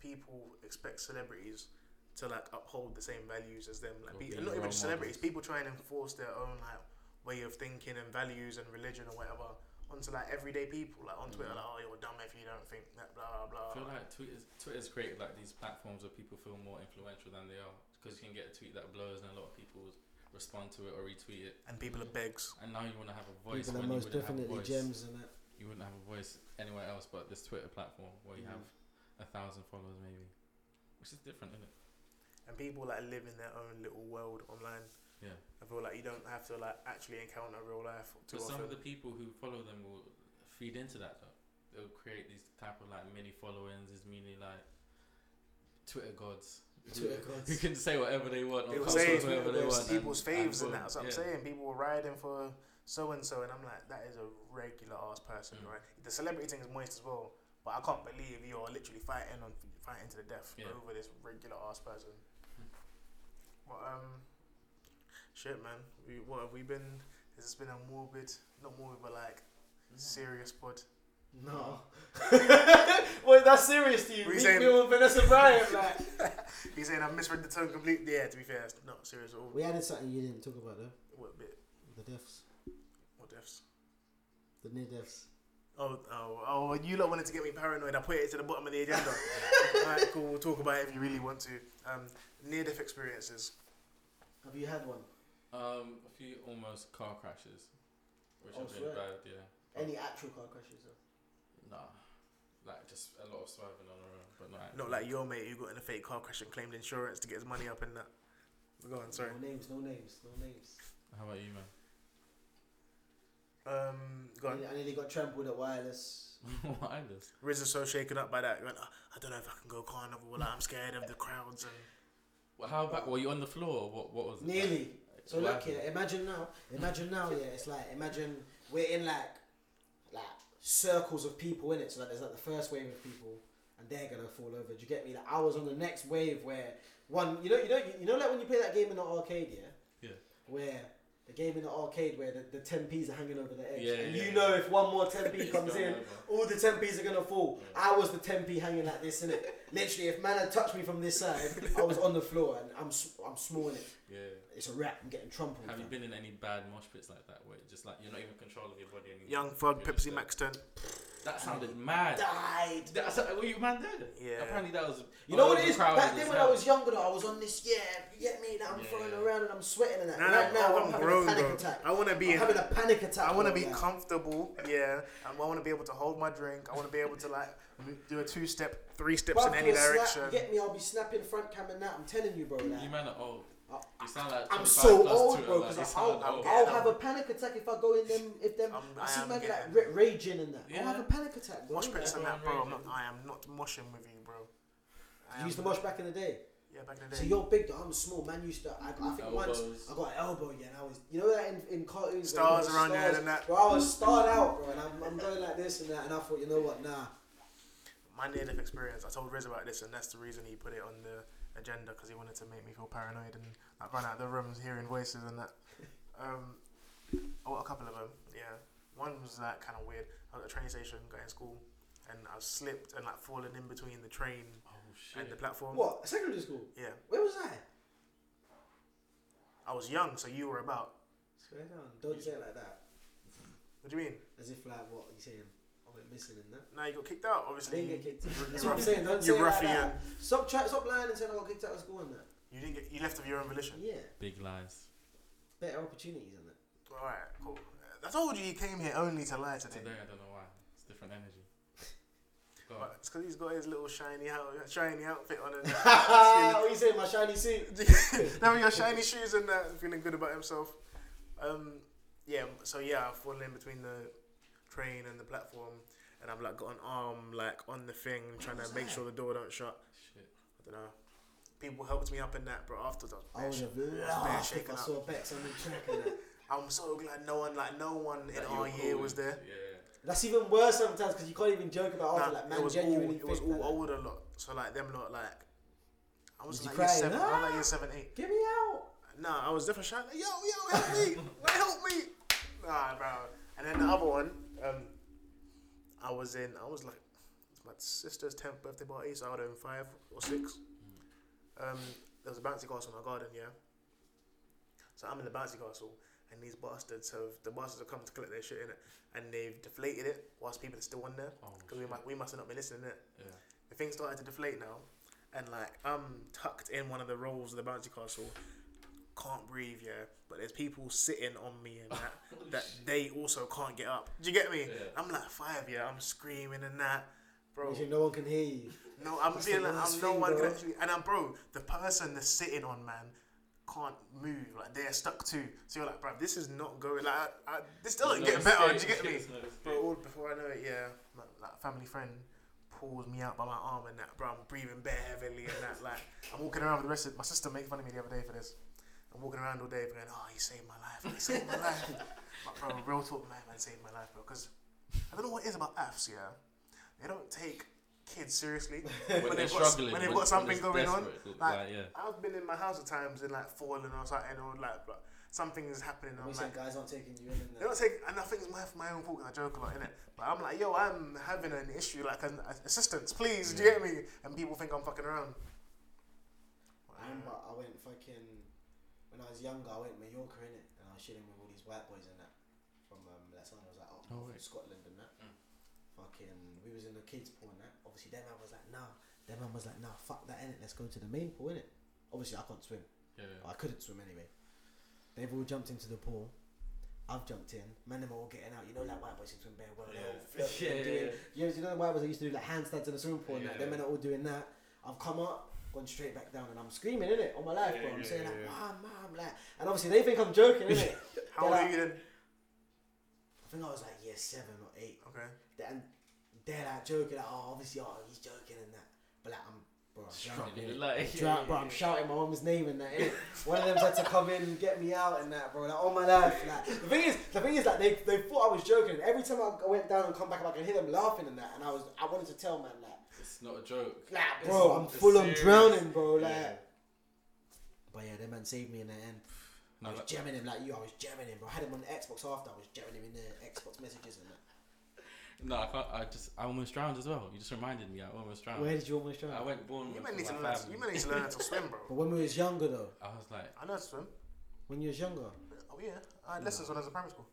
Speaker 1: people expect celebrities to like uphold the same values as them? Like,
Speaker 2: Or
Speaker 1: be,
Speaker 2: be
Speaker 1: and not even
Speaker 2: role
Speaker 1: just celebrities.
Speaker 2: models.
Speaker 1: People try and enforce their own like way of thinking and values and religion or whatever onto like everyday people. Like on Twitter, like oh you're dumb if you don't think that. Blah blah.
Speaker 2: I
Speaker 1: blah.
Speaker 2: Mm-hmm. feel like Twitter's, Twitter's created like these platforms where people feel more influential than they are because you can get a tweet that blows and a lot of people respond to it or retweet it.
Speaker 1: and people are begs.
Speaker 2: And now you want to have a voice.
Speaker 3: People are
Speaker 2: when you
Speaker 3: most
Speaker 2: wouldn't have a
Speaker 3: definitely
Speaker 2: voice.
Speaker 3: gems in it.
Speaker 2: You wouldn't have a voice anywhere else but this Twitter platform where you
Speaker 3: Mhm.
Speaker 2: have a thousand followers maybe, which is different, isn't it?
Speaker 1: and people like live in their own little world online.
Speaker 2: Yeah.
Speaker 1: I feel like you don't have to like actually encounter real life too
Speaker 2: But
Speaker 1: often.
Speaker 2: some of the people who follow them will feed into that though. They'll create these type of like mini followings, these mini like Twitter gods. who-
Speaker 3: Twitter gods.
Speaker 2: Who can say whatever they want or
Speaker 1: people
Speaker 2: post
Speaker 1: say
Speaker 3: Twitter
Speaker 2: whatever they
Speaker 3: gods,
Speaker 2: want.
Speaker 1: it's people's
Speaker 2: and-
Speaker 1: faves
Speaker 2: boom,
Speaker 1: and that's what
Speaker 2: yeah.
Speaker 1: I'm saying. People were riding for so and so, and I'm like, that is a regular ass person,
Speaker 2: Mm.
Speaker 1: right? The celebrity thing is moist as well, but I can't believe you're literally fighting on fighting to the death
Speaker 2: Yeah.
Speaker 1: over this regular ass person.
Speaker 2: Mm.
Speaker 1: But um, shit, man, we, what have we been? This has been a morbid, not morbid, but like serious pod.
Speaker 3: No. Wait, that's serious to you.
Speaker 1: What you
Speaker 3: Meet
Speaker 1: saying?
Speaker 3: me with Vanessa Bryant, like.
Speaker 1: He's saying I misread the tone completely. Yeah, to be fair, it's not serious at all.
Speaker 3: We added something you didn't talk about though.
Speaker 1: What bit?
Speaker 3: The deaths.
Speaker 1: What deaths?
Speaker 3: The near deaths.
Speaker 1: Oh, oh, oh! You lot wanted to get me paranoid. I put it to the bottom of the agenda. Alright, cool. We'll talk about it if you really want to. Um, near-death experiences.
Speaker 3: Have you had one?
Speaker 2: Um, a few almost car crashes, which
Speaker 3: Oh,
Speaker 2: have been
Speaker 3: swear.
Speaker 2: bad. Yeah,
Speaker 3: Any actual car crashes though?
Speaker 2: nah, like just a lot of swerving on the road, but not
Speaker 1: Not like your mate who got in a fake car crash and claimed insurance to get his money up and that. Go on, sorry.
Speaker 3: No names, no names, no names.
Speaker 2: How about you, man?
Speaker 1: Um, go
Speaker 3: I
Speaker 1: on.
Speaker 3: nearly- I nearly got trampled at wireless.
Speaker 2: Why this?
Speaker 1: Riz is so shaken up by that. He went, "Oh, I don't know if I can go carnival. Like, I'm scared of the crowds and.
Speaker 2: Well, how about were you on the floor? Or what? What was it?
Speaker 3: Nearly.
Speaker 2: Like,
Speaker 3: So
Speaker 2: what
Speaker 3: look here,
Speaker 2: happened?
Speaker 3: imagine now. Imagine now, yeah, it's like imagine we're in like like circles of people in it. So like there's like the first wave of people and they're gonna fall over. Do you get me? Like I was on the next wave where one you know you know you know like when you play that game in the arcade, yeah?
Speaker 2: Yeah.
Speaker 3: Where The game in the arcade where the, the 10p's are hanging over the edge.
Speaker 2: Yeah,
Speaker 3: and
Speaker 2: yeah.
Speaker 3: you know if one more 10p
Speaker 2: It's
Speaker 3: comes
Speaker 2: going
Speaker 3: in,
Speaker 2: over.
Speaker 3: all the 10p's are going to fall.
Speaker 2: Yeah.
Speaker 3: I was the 10p hanging like this, innit? Literally, if man had touched me from this side, I was on the floor and I'm, s- I'm smalling it.
Speaker 2: Yeah.
Speaker 3: It's a wrap. I'm getting trampled.
Speaker 2: Have you
Speaker 3: fam.
Speaker 2: been in any bad mosh pits like that where it's just like you're not even in control of your body anymore?
Speaker 1: Young Thug,
Speaker 2: You're
Speaker 1: Pepsi
Speaker 2: just there.
Speaker 1: Max 10.
Speaker 2: That sounded mad.
Speaker 3: Died.
Speaker 2: That's, were you mad there?
Speaker 1: Yeah.
Speaker 2: Apparently that was.
Speaker 3: You know what it is?
Speaker 2: overcrowded
Speaker 3: Back then
Speaker 2: as
Speaker 3: when I
Speaker 2: hell.
Speaker 3: was younger, though, I was on this, yeah, you get me, that I'm
Speaker 2: Yeah,
Speaker 3: throwing
Speaker 2: yeah.
Speaker 3: around and I'm sweating and that.
Speaker 1: Nah,
Speaker 3: right now, I'm,
Speaker 1: I'm
Speaker 3: having
Speaker 1: grown,
Speaker 3: a panic
Speaker 1: bro.
Speaker 3: attack.
Speaker 1: I wanna be
Speaker 3: I'm
Speaker 1: in-
Speaker 3: having a panic attack.
Speaker 1: I want to
Speaker 3: bro,
Speaker 1: be
Speaker 3: now.
Speaker 1: comfortable, yeah. I want to be able to hold my drink. I want to be able to like do a two step, three steps
Speaker 3: Bruv,
Speaker 1: in any
Speaker 3: you'll snap,
Speaker 1: direction.
Speaker 3: you get me, I'll be snapping front camera now. I'm telling you, bro. Like,
Speaker 2: You man are old.
Speaker 1: Uh,
Speaker 3: I-
Speaker 2: You sound like
Speaker 3: I'm
Speaker 2: 25
Speaker 3: so
Speaker 2: plus
Speaker 3: old,
Speaker 2: two,
Speaker 3: bro,
Speaker 2: like, you
Speaker 3: because
Speaker 2: sound
Speaker 3: I'll,
Speaker 1: I'm
Speaker 2: old.
Speaker 1: getting
Speaker 3: I'll
Speaker 1: old.
Speaker 3: have a panic attack if I go in them, if them,
Speaker 1: I'm-
Speaker 3: I
Speaker 1: I
Speaker 3: see
Speaker 1: am
Speaker 3: man like
Speaker 1: getting-
Speaker 3: ra- raging and that. I'll
Speaker 2: Yeah.
Speaker 3: have a panic attack, bro.
Speaker 1: Mosh pits
Speaker 2: bro,
Speaker 1: and that,
Speaker 2: I'm
Speaker 1: bro.
Speaker 2: really
Speaker 1: I'm not,
Speaker 2: good.
Speaker 1: I am not moshing with you, bro. I
Speaker 3: You
Speaker 1: am-
Speaker 3: used to mosh back in the day.
Speaker 1: Yeah, back in the
Speaker 3: So
Speaker 1: day.
Speaker 3: you're big, though. I'm small. Man used to. I, I think once
Speaker 2: Elbows.
Speaker 3: I got an elbow, yeah, and I was. You know that in, in cartoons. where
Speaker 1: Stars
Speaker 3: you got
Speaker 1: around your head and that.
Speaker 3: Bro, I was starred out, bro, and I'm, I'm going like this and that, and I thought, you know what, nah.
Speaker 1: my near death experience. I told Riz about this, and that's the reason he put it on the agenda because he wanted to make me feel paranoid and like run out of the rooms hearing voices and that. Um, oh, a couple of them, yeah. One was like kind of weird. I was at a train station going to school, and I slipped and like fallen in between the train
Speaker 2: Oh
Speaker 1: and the
Speaker 2: shit.
Speaker 1: platform.
Speaker 3: What? Secondary school?
Speaker 1: Yeah,
Speaker 3: Where was I?
Speaker 1: I was young, so you were about.
Speaker 3: Swear down. Don't say it like that.
Speaker 1: What do you mean?
Speaker 3: As if like what? You saying I went missing in that?
Speaker 1: No, you got kicked out.
Speaker 3: I
Speaker 1: Obviously,
Speaker 3: didn't get kicked. out.
Speaker 1: You-
Speaker 3: That's
Speaker 1: you
Speaker 3: what I'm
Speaker 1: rough-
Speaker 3: saying. Don't
Speaker 1: you
Speaker 3: say it like
Speaker 1: roughly,
Speaker 3: that. Stop, try, stop lying and saying I got kicked out of school and that.
Speaker 1: You didn't get. You left of your own volition.
Speaker 3: Yeah,
Speaker 2: Big lies.
Speaker 3: better opportunities and that.
Speaker 1: All right, cool. Uh, I told you he came here only to lie today.
Speaker 2: Today I don't know why. It's different energy. Go on.
Speaker 1: But it's because he's got his little shiny out, shiny outfit on and uh,
Speaker 3: what you saying? My shiny suit.
Speaker 1: now your shiny shoes and that, feeling good about himself. Um, yeah, so yeah, I've fallen in between the train and the platform, and I've like got an arm like on the thing, trying to
Speaker 3: was
Speaker 1: make
Speaker 3: that?
Speaker 1: sure the door don't shut.
Speaker 2: Shit.
Speaker 1: I don't know. People helped me up in that, but afterwards I
Speaker 3: I
Speaker 1: was
Speaker 3: would
Speaker 1: bare
Speaker 3: have
Speaker 1: sh-
Speaker 3: laughed
Speaker 1: shaken
Speaker 3: if I
Speaker 1: up.
Speaker 3: saw Bex on the track and that.
Speaker 1: I'm so glad no one like no one in
Speaker 2: That you
Speaker 1: our
Speaker 2: were
Speaker 1: year
Speaker 2: cool
Speaker 1: was
Speaker 2: with-
Speaker 1: there.
Speaker 2: Yeah.
Speaker 3: That's even worse sometimes because you can't even joke about after
Speaker 1: Nah,
Speaker 3: like man
Speaker 1: it was all
Speaker 3: genuinely
Speaker 1: it was
Speaker 3: think
Speaker 1: all
Speaker 3: that, like,
Speaker 1: older lot. So like them lot like I was,
Speaker 3: Was you
Speaker 1: like year
Speaker 3: crying?
Speaker 1: seven, I was like
Speaker 3: Ah!
Speaker 1: year seven, eight.
Speaker 3: Get me out.
Speaker 1: No, I was definitely shouting, yo, yo, help me, like, help me. Nah, bro. And then the other one, um, I was in, I was like, it's my sister's 10th birthday party, so I would have been five or six. Um, there was a bouncy castle in our garden, yeah. So I'm in the bouncy castle, and these bastards have, the bastards have come to collect their shit in it, and they've deflated it whilst people are still on there,
Speaker 2: Oh,
Speaker 1: because we,
Speaker 2: shit.
Speaker 1: might- we must have not been listening it
Speaker 2: Yeah.
Speaker 1: the thing started to deflate now, and like I'm tucked in one of the rolls of the bouncy castle, can't breathe, yeah. But there's people sitting on me and that that they also can't get up. Do you get me?
Speaker 2: Yeah.
Speaker 1: I'm like five, yeah. I'm screaming and that, bro.
Speaker 3: Make sure no one can hear you.
Speaker 1: No, I'm
Speaker 3: That's the
Speaker 1: feeling like
Speaker 3: worst
Speaker 1: I'm no
Speaker 3: thing,
Speaker 1: one can
Speaker 3: bro.
Speaker 1: actually. And I'm bro, the person that's sitting on man can't move. Like they're stuck too. So you're like, bro, this is not going. Like I, I, this doesn't
Speaker 2: There's
Speaker 1: get
Speaker 2: no
Speaker 1: better. Do you
Speaker 2: escape.
Speaker 1: get me?
Speaker 2: There's no escape.
Speaker 1: Bro, all before I know it, yeah, my like, family friend pulls me out by my arm and that, bro. I'm breathing bare heavily and that, like, I'm walking around with the rest of my sister made fun of me the other day for this. I'm walking around all day going, oh, he saved my life, he saved my life. But, bro, real talk, man, man saved my life, bro, because I don't know what it is about AFs, yeah. They don't take kids seriously.
Speaker 2: When,
Speaker 1: When
Speaker 2: they're
Speaker 1: they've got s-
Speaker 2: struggling,
Speaker 1: when they've got
Speaker 2: when
Speaker 1: something
Speaker 2: they're
Speaker 1: going on,
Speaker 2: desperate,
Speaker 1: like-
Speaker 2: yeah.
Speaker 1: I've been in my house at times and, like, falling or something, or, like, but something is happening. and
Speaker 3: We
Speaker 1: I'm
Speaker 3: said
Speaker 1: like,
Speaker 3: guys aren't taking you in. And
Speaker 1: they
Speaker 3: that.
Speaker 1: don't take, and I think it's my, my own fault 'cause I joke a lot in it. But I'm like, yo, I'm having an issue, like an a- assistance, please, do you get me? And people think I'm fucking around.
Speaker 3: I remember I went fucking when I was younger. I went Mallorca in it, and I was chilling with all these white boys and that from um, that's when I was like up
Speaker 2: Oh,
Speaker 3: north
Speaker 2: wait.
Speaker 3: in Scotland and that.
Speaker 2: Mm.
Speaker 3: Fucking, we was in the kids pool and that. Obviously, them man was like, nah. Them man was like, nah, fuck that in it. Let's go to the main pool in it. Obviously, I can't swim.
Speaker 2: Yeah, yeah.
Speaker 3: I couldn't swim anyway. They've all jumped into the pool. I've jumped in. Man, them are all getting out. You know, like white boys who swim very well. They're all
Speaker 2: Yeah.
Speaker 3: floating.
Speaker 2: Yeah,
Speaker 3: they're doing,
Speaker 2: yeah,
Speaker 3: You, know, you know, the white boys that used to do like handstands in the swimming pool and that.
Speaker 2: Yeah.
Speaker 3: Them men are all doing that. I've come up, gone straight back down, and I'm screaming in it on my life,
Speaker 2: Yeah,
Speaker 3: bro. I'm
Speaker 2: yeah,
Speaker 3: saying
Speaker 2: yeah,
Speaker 3: like,
Speaker 2: yeah.
Speaker 3: mom, mom, like, and obviously they think I'm joking, innit?
Speaker 1: How old
Speaker 3: They're
Speaker 1: are
Speaker 3: like-
Speaker 1: you then?
Speaker 3: I think I was like year seven or eight,
Speaker 1: Okay.
Speaker 3: They- and they're like joking, like, oh, obviously, oh, he's joking and that, but like, I'm. Bro, I'm
Speaker 2: Struggling,
Speaker 3: drowning, innit?
Speaker 2: like,
Speaker 3: I'm
Speaker 2: yeah,
Speaker 3: drown-
Speaker 2: yeah,
Speaker 3: bro, I'm
Speaker 2: yeah.
Speaker 3: shouting my mum's name and that. innit? One of them's had to come in and get me out and that, bro. Like all my life, like the thing is, the thing is, like they, they thought I was joking. Every time I went down and come back up, I could hear them laughing and that, and I was, I wanted to tell man, like,
Speaker 2: It's not a joke.
Speaker 3: Like,
Speaker 2: It's-
Speaker 3: bro, I'm
Speaker 2: it's
Speaker 3: full on
Speaker 2: serious.
Speaker 3: drowning, bro. Like,
Speaker 2: Yeah.
Speaker 3: but yeah, that man saved me in the end.
Speaker 2: No,
Speaker 3: I was
Speaker 2: like-
Speaker 3: jamming him like you. I was jamming him, bro. I had him on the Xbox after. I was jamming him in the Xbox messages and that.
Speaker 2: No, I can't. I just I almost drowned as well. You just reminded me. I almost drowned.
Speaker 5: Where did you almost drown?
Speaker 2: Uh, I went born
Speaker 1: You
Speaker 2: with
Speaker 1: may need to
Speaker 2: my
Speaker 1: learn.
Speaker 2: family.
Speaker 1: You may need to learn how to swim, bro.
Speaker 3: But when we was younger though,
Speaker 2: I was like,
Speaker 1: I know how to swim.
Speaker 5: when you was younger.
Speaker 1: Oh yeah, I had lessons when I was in primary school.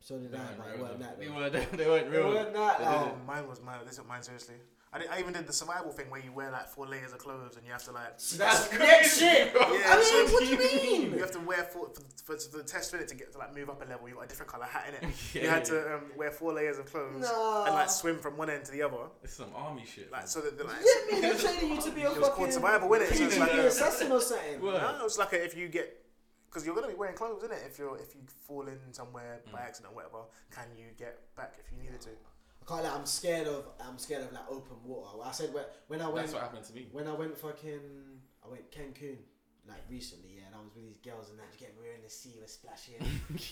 Speaker 3: so did
Speaker 2: they
Speaker 3: I.
Speaker 2: weren't
Speaker 3: But it
Speaker 2: real.
Speaker 3: weren't that.
Speaker 2: They
Speaker 3: though.
Speaker 2: weren't. They weren't
Speaker 3: It
Speaker 2: real.
Speaker 3: weren't that,
Speaker 2: They
Speaker 3: like-
Speaker 1: Oh,
Speaker 2: didn't.
Speaker 1: mine was mine. This is mine seriously. I, did, I even did the survival thing where you wear like four layers of clothes and you have to like.
Speaker 3: That's next shit. I mean,
Speaker 1: so
Speaker 3: what do you mean?
Speaker 1: You have to wear four for, for, for the test minute to get to like move up a level. You got a different color hat in it.
Speaker 2: Yeah,
Speaker 1: you had
Speaker 2: yeah,
Speaker 1: to um, wear four layers of clothes
Speaker 3: Nah.
Speaker 1: and like swim from one end to the other,
Speaker 2: It's some army shit.
Speaker 1: like
Speaker 2: man.
Speaker 1: so that the, like.
Speaker 3: Yeah, man, they're training you to be a
Speaker 1: It
Speaker 3: fucking E
Speaker 1: was called survival, wasn't it? So it's
Speaker 3: PG
Speaker 1: like a,
Speaker 3: assassin or something.
Speaker 2: Word.
Speaker 1: no, it's like a, if you get. Because you're gonna be wearing clothes, innit? If you're if you fall in somewhere
Speaker 2: Mm.
Speaker 1: by accident, or whatever, can you get back if you needed to?
Speaker 3: I can't. Like, I'm scared of. I'm scared of like open water. I said when, when I went
Speaker 2: That's what happened to me.
Speaker 3: when I went fucking I went Cancun like recently, yeah, and I was with these girls and that. Just getting, we were in the sea, we're splashing,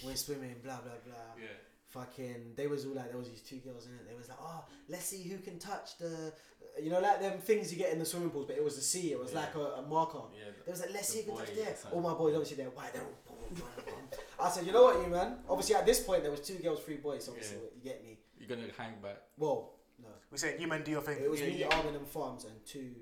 Speaker 3: we're swimming, blah blah blah.
Speaker 2: Yeah.
Speaker 3: Fucking, they was all like, there was these two girls in it. They was like, oh, let's see who can touch the, you know, like them things you get in the swimming pools, but it was the sea. It was
Speaker 2: Yeah.
Speaker 3: like a, a marker.
Speaker 2: Yeah, the-
Speaker 3: They was like, let's
Speaker 2: the
Speaker 3: see who can touch
Speaker 2: buoy
Speaker 3: there.
Speaker 2: outside.
Speaker 3: All my boys, obviously, they're white. They're all. boom, boom, boom. I said, you know what, you man. Obviously, at this point, there was two girls, three boys. So obviously,
Speaker 2: Yeah.
Speaker 3: you get me.
Speaker 2: You're gonna hang back.
Speaker 3: Well, no.
Speaker 1: We saying you men do your thing.
Speaker 3: It was
Speaker 2: Yeah,
Speaker 3: me,
Speaker 2: yeah.
Speaker 3: Armin, and Farms, and two,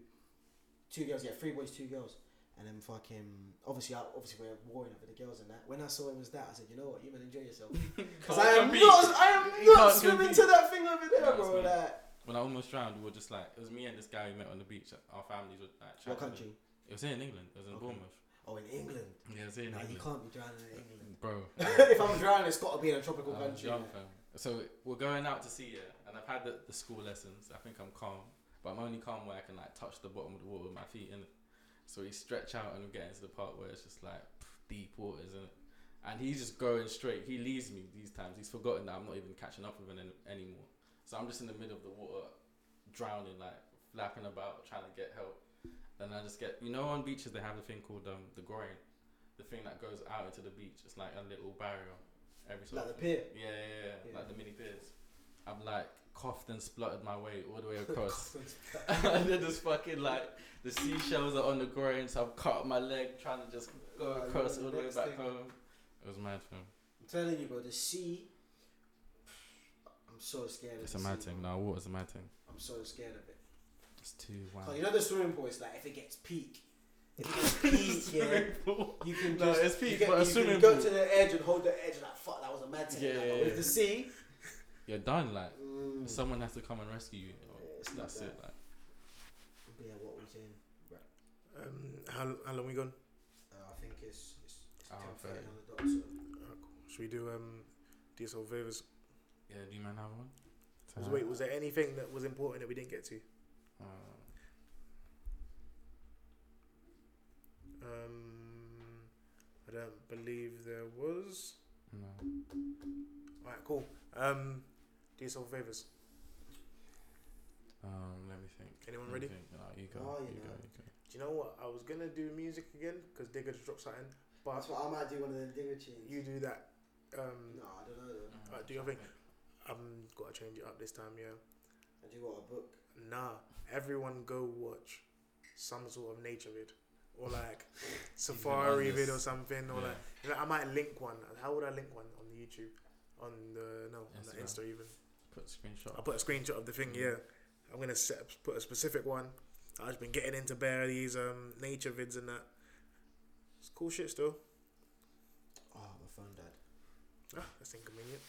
Speaker 3: two girls. Yeah, three boys, two girls, and then fucking. Obviously, I, obviously we're warring over the girls and that. When I saw it was that, I said, you know what, you man, enjoy yourself. Because I
Speaker 2: Can't
Speaker 3: am
Speaker 2: compete.
Speaker 3: not, I am
Speaker 2: You
Speaker 3: not
Speaker 2: can't
Speaker 3: swimming
Speaker 2: compete.
Speaker 3: to that thing over there,
Speaker 2: No, it's
Speaker 3: bro.
Speaker 2: fine.
Speaker 3: Like,
Speaker 2: When I almost drowned, we were just like it was me and this guy we met on the beach. Our families were like.
Speaker 3: what
Speaker 2: chatting.
Speaker 3: country?
Speaker 2: It was here in England. It was in
Speaker 3: Okay.
Speaker 2: Bournemouth.
Speaker 3: Oh, in England.
Speaker 2: Yeah, it was here in
Speaker 3: No, you
Speaker 2: England.
Speaker 3: can't be drowning in England.
Speaker 2: Bro.
Speaker 3: if I'm drowning, it's got to be in a
Speaker 2: I
Speaker 3: tropical
Speaker 2: was
Speaker 3: country.
Speaker 2: Uh, young, fam. So we're going out to sea, yeah, and I've had the, the school lessons. I think I'm calm, but I'm only calm where I can like touch the bottom of the water with my feet in it. So we stretch out and we get into the part where it's just like pff, deep waters in it, and he's just going straight. He leaves me these times. He's forgotten that I'm not even catching up with him any- anymore. So I'm just in the middle of the water, drowning, like flapping about, trying to get help. Then I just get, you know, on beaches they have the thing called um, the groin, the thing that goes out into the beach. It's like a little barrier. Every so
Speaker 3: Like the
Speaker 2: often.
Speaker 3: pier?
Speaker 2: Yeah, yeah, yeah,
Speaker 3: Yeah.
Speaker 2: like the mini piers. I'm like coughed and spluttered my way all the way across.
Speaker 3: Cough and
Speaker 2: and then just fucking like the seashells are on the groin, so I've cut my leg trying to just go
Speaker 3: Oh,
Speaker 2: across
Speaker 3: yeah,
Speaker 2: all the way
Speaker 3: next
Speaker 2: back
Speaker 3: thing.
Speaker 2: home. It was mad film.
Speaker 3: I'm telling you, bro, the sea. I'm so scared of
Speaker 2: It's
Speaker 3: the
Speaker 2: a mad
Speaker 3: sea,
Speaker 2: thing.
Speaker 3: bro.
Speaker 2: No, water's a mad thing.
Speaker 3: I'm so scared of it.
Speaker 2: It's too wild.
Speaker 3: Cause you know the swimming pool is like if it gets peak, if it gets peak, yeah, you can
Speaker 2: No,
Speaker 3: just
Speaker 2: it's
Speaker 3: you
Speaker 2: peak,
Speaker 3: get-
Speaker 2: but a
Speaker 3: you
Speaker 2: swimming
Speaker 3: can go
Speaker 2: pool.
Speaker 3: to the edge and hold the edge and like fuck that was a mad thing.
Speaker 2: Yeah,
Speaker 3: Like,
Speaker 2: yeah,
Speaker 3: but
Speaker 2: yeah.
Speaker 3: With the sea,
Speaker 2: You're done. Like
Speaker 3: mm,
Speaker 2: someone has to come and rescue you.
Speaker 3: Yeah, it's
Speaker 2: That's
Speaker 3: not
Speaker 2: it. Like
Speaker 3: yeah, what we doing?
Speaker 1: Um, how, how long we gone?
Speaker 3: Uh, I think it's it's, it's
Speaker 2: Oh,
Speaker 3: ten thirty
Speaker 2: fair.
Speaker 3: on the dot. So
Speaker 1: Should we do um, DSL favors?
Speaker 2: yeah, do you man have one?
Speaker 1: Was, wait, was there anything that was important that we didn't get to?
Speaker 2: Uh,
Speaker 1: Um, I don't believe there was.
Speaker 2: no.
Speaker 1: Alright, cool. Um, do yourself favors.
Speaker 2: Um, let me think.
Speaker 1: Anyone
Speaker 2: Let me
Speaker 1: ready?
Speaker 2: think. No, you go.
Speaker 3: Oh,
Speaker 2: you
Speaker 3: you
Speaker 2: go.
Speaker 3: know.
Speaker 2: You go.
Speaker 1: Do you know what? I was gonna do music again because Digger just dropped something, but
Speaker 3: that's what I might do one of them digger tunes.
Speaker 1: you do that. Um,
Speaker 3: No, I don't know. Though.
Speaker 1: Alright, do your thing. I'm gotta change it up this time. Yeah.
Speaker 3: I do want a book.
Speaker 1: Nah, everyone go watch some sort of nature vid or like safari
Speaker 2: on this.
Speaker 1: vid or something or
Speaker 2: Yeah.
Speaker 1: like you know, I might link one. How would I link one on the YouTube? On the no, on the
Speaker 2: Instagram.
Speaker 1: Insta even.
Speaker 2: Put screenshot.
Speaker 1: I'll put a screenshot of the thing. Yeah, I'm gonna set, put a specific one. I've just been getting into bare of these um nature vids and that. It's cool shit still.
Speaker 3: Oh, my phone died.
Speaker 1: Ah, that's inconvenient.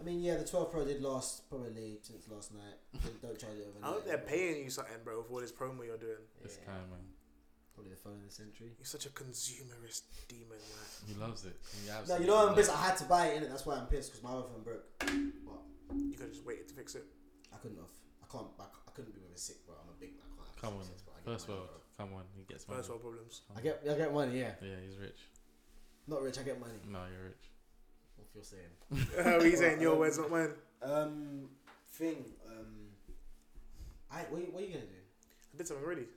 Speaker 3: I mean, yeah, the 12 Pro did last probably since last night. Don't- Don't charge it overnight.
Speaker 1: I hope they're
Speaker 3: but-
Speaker 1: paying you something, bro, for all this promo you're doing.
Speaker 2: This
Speaker 3: Yeah,
Speaker 2: guy, man,
Speaker 3: Probably the phone of the century.
Speaker 1: You're such a consumerist demon, man.
Speaker 2: he loves it. He
Speaker 3: No,
Speaker 2: absolutely
Speaker 3: you know what I'm
Speaker 2: loves
Speaker 3: pissed. I had to buy it, innit? That's why I'm pissed because my other phone broke.
Speaker 1: You could have just waited to fix it.
Speaker 3: I couldn't have. I can't. I, c- I couldn't be with a sick bro. I'm a big. I can't. Have
Speaker 2: Come on,
Speaker 3: sick, bro. I get
Speaker 2: first
Speaker 3: money,
Speaker 2: world.
Speaker 3: bro.
Speaker 2: Come on, he gets money.
Speaker 1: First world problems.
Speaker 2: Come
Speaker 3: I
Speaker 2: on.
Speaker 3: get. I get money. Yeah.
Speaker 2: Yeah, he's rich.
Speaker 3: Not rich. I get money.
Speaker 2: No, you're rich. Mm.
Speaker 3: What you're saying?
Speaker 1: How are you saying your words, not mine?
Speaker 3: Um, thing. Um, I. What, are you- what are you gonna do?
Speaker 1: I did something already.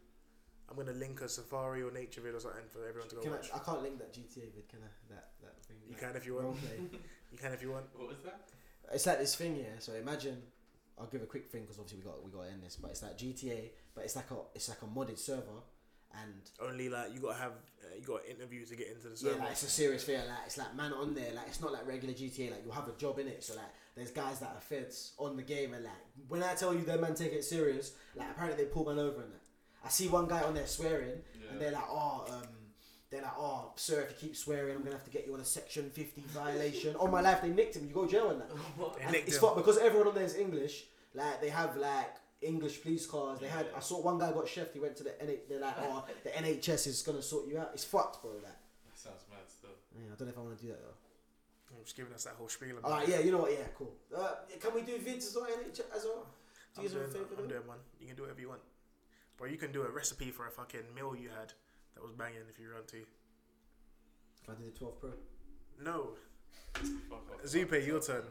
Speaker 1: I'm gonna link a safari or nature vid or something for everyone to go
Speaker 3: Can
Speaker 1: watch.
Speaker 3: I? I can't link that GTA vid. Can I? That that thing.
Speaker 1: You
Speaker 3: that
Speaker 1: can if you want.
Speaker 3: roleplay.
Speaker 1: You can if you want.
Speaker 2: What was that?
Speaker 3: it's like this thing, yeah. So imagine. I'll give a quick thing because obviously we got we got to end this, but it's like GTA, but it's like a it's like a modded server, and
Speaker 1: Only like you gotta have uh, you gotta interview to get into the
Speaker 3: yeah,
Speaker 1: server.
Speaker 3: like, it's a serious thing. Like it's like man on there. Like it's not like regular GTA. Like you'll have a job in it. So like there's guys that are feds on the game and like when I tell you their man take it serious, like apparently they pull man over and that. I see one guy on there swearing
Speaker 2: Yeah.
Speaker 3: and they're like, oh, um, they're like, oh, sir, if you keep swearing, I'm gonna have to get you on a section 50 violation. on my life, they nicked him. You go to jail and that.
Speaker 1: They
Speaker 3: And
Speaker 1: nicked
Speaker 3: it's
Speaker 1: him.
Speaker 3: fucked because everyone on there is English. Like they have like English police cars. They had. I saw one guy got chef. He went to the N. They're like, oh, the NHS is gonna sort you out. It's fucked, bro. Like,
Speaker 2: That sounds mad still.
Speaker 3: yeah, I don't know if I want to do that though.
Speaker 1: I'm just giving us that whole spiel.
Speaker 3: All
Speaker 1: about
Speaker 3: right,
Speaker 1: it.
Speaker 3: yeah, you know what? Yeah, cool. Uh, can we do vids as well? NHS as well? Do
Speaker 1: I'm
Speaker 3: you guys
Speaker 1: doing,
Speaker 3: have a favourite
Speaker 1: I'm
Speaker 3: though?
Speaker 1: doing one. You can do whatever you want, bro. You can do a recipe for a fucking meal you had that was banging if you run to.
Speaker 3: If I do the 12 Pro.
Speaker 1: No,
Speaker 2: Fuck off.
Speaker 1: Zupe, your turn.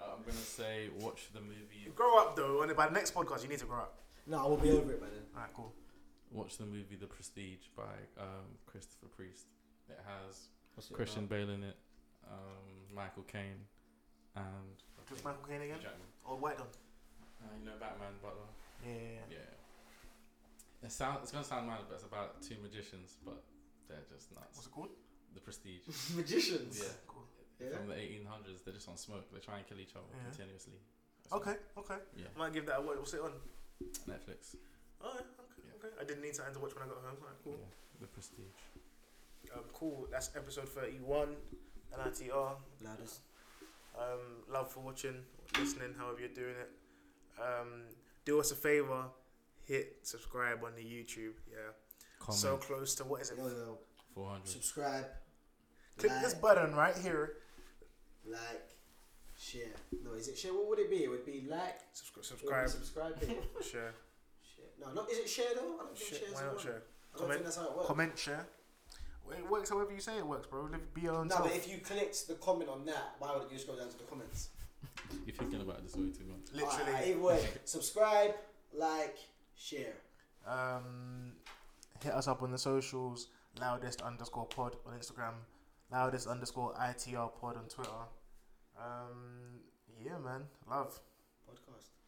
Speaker 2: Uh, I'm gonna say watch the movie.
Speaker 1: Grow up though, and by the next podcast you need to grow up.
Speaker 3: No, I will be over it by then.
Speaker 1: Alright, cool.
Speaker 2: Watch the movie The Prestige by um, Christopher Priest. It has Christian Bale in it, um, Michael Caine, and
Speaker 1: Just Michael Caine again?
Speaker 2: Jackman.
Speaker 1: Or White Don?
Speaker 2: Uh, you know Batman, but uh,
Speaker 1: Yeah.
Speaker 2: yeah. It sound, it's gonna sound mad, but it's about two magicians, but they're just
Speaker 1: What's
Speaker 2: nuts.
Speaker 1: it called?
Speaker 2: The Prestige.
Speaker 3: Magicians.
Speaker 2: Yeah.
Speaker 1: Cool.
Speaker 3: Yeah.
Speaker 2: From the 1800s, they're just on smoke. They try and kill each other
Speaker 1: Yeah.
Speaker 2: continuously. It's
Speaker 1: Okay, okay.
Speaker 2: Yeah.
Speaker 1: I might give that a watch. What's it on?
Speaker 2: Netflix.
Speaker 1: Oh, yeah, okay,
Speaker 2: Yeah.
Speaker 1: okay. I didn't need time to watch when I got home. Alright, cool.
Speaker 2: Yeah. The Prestige.
Speaker 1: Um, cool. That's episode 31. NITR.
Speaker 3: Loudest.
Speaker 1: Um, love for watching, listening, however you're doing it. Um, do us a favor. Hit subscribe on the YouTube. Yeah.
Speaker 2: Comment.
Speaker 1: So close to what is it?
Speaker 3: Yo, yo,
Speaker 2: 400.
Speaker 3: subscribe.
Speaker 1: Click
Speaker 3: like,
Speaker 1: this button right here.
Speaker 3: Like, share. No, is it share? What would it be? It would be like.
Speaker 1: Subscri-
Speaker 3: It would be
Speaker 1: subscribe.
Speaker 3: subscribe. yeah.
Speaker 1: share.
Speaker 3: share. No, not. Is it share though? I don't think
Speaker 1: share.
Speaker 3: share's
Speaker 1: Why
Speaker 3: the
Speaker 1: not
Speaker 3: one.
Speaker 1: share?
Speaker 3: I don't
Speaker 1: Comment.
Speaker 3: think that's how it works.
Speaker 1: Comment, share. It works however you say it works, bro. Live, be your own
Speaker 3: No,
Speaker 1: self.
Speaker 3: but if you clicked the comment on that, why would you just go down to the comments?
Speaker 2: You're thinking about this way too much.
Speaker 1: Literally.
Speaker 3: Alright, either way, subscribe, like, share.
Speaker 1: Um, hit us up on the socials, loudest underscore pod on Instagram, loudest underscore ITR pod on Twitter. Um, yeah, man, love.
Speaker 3: Podcast.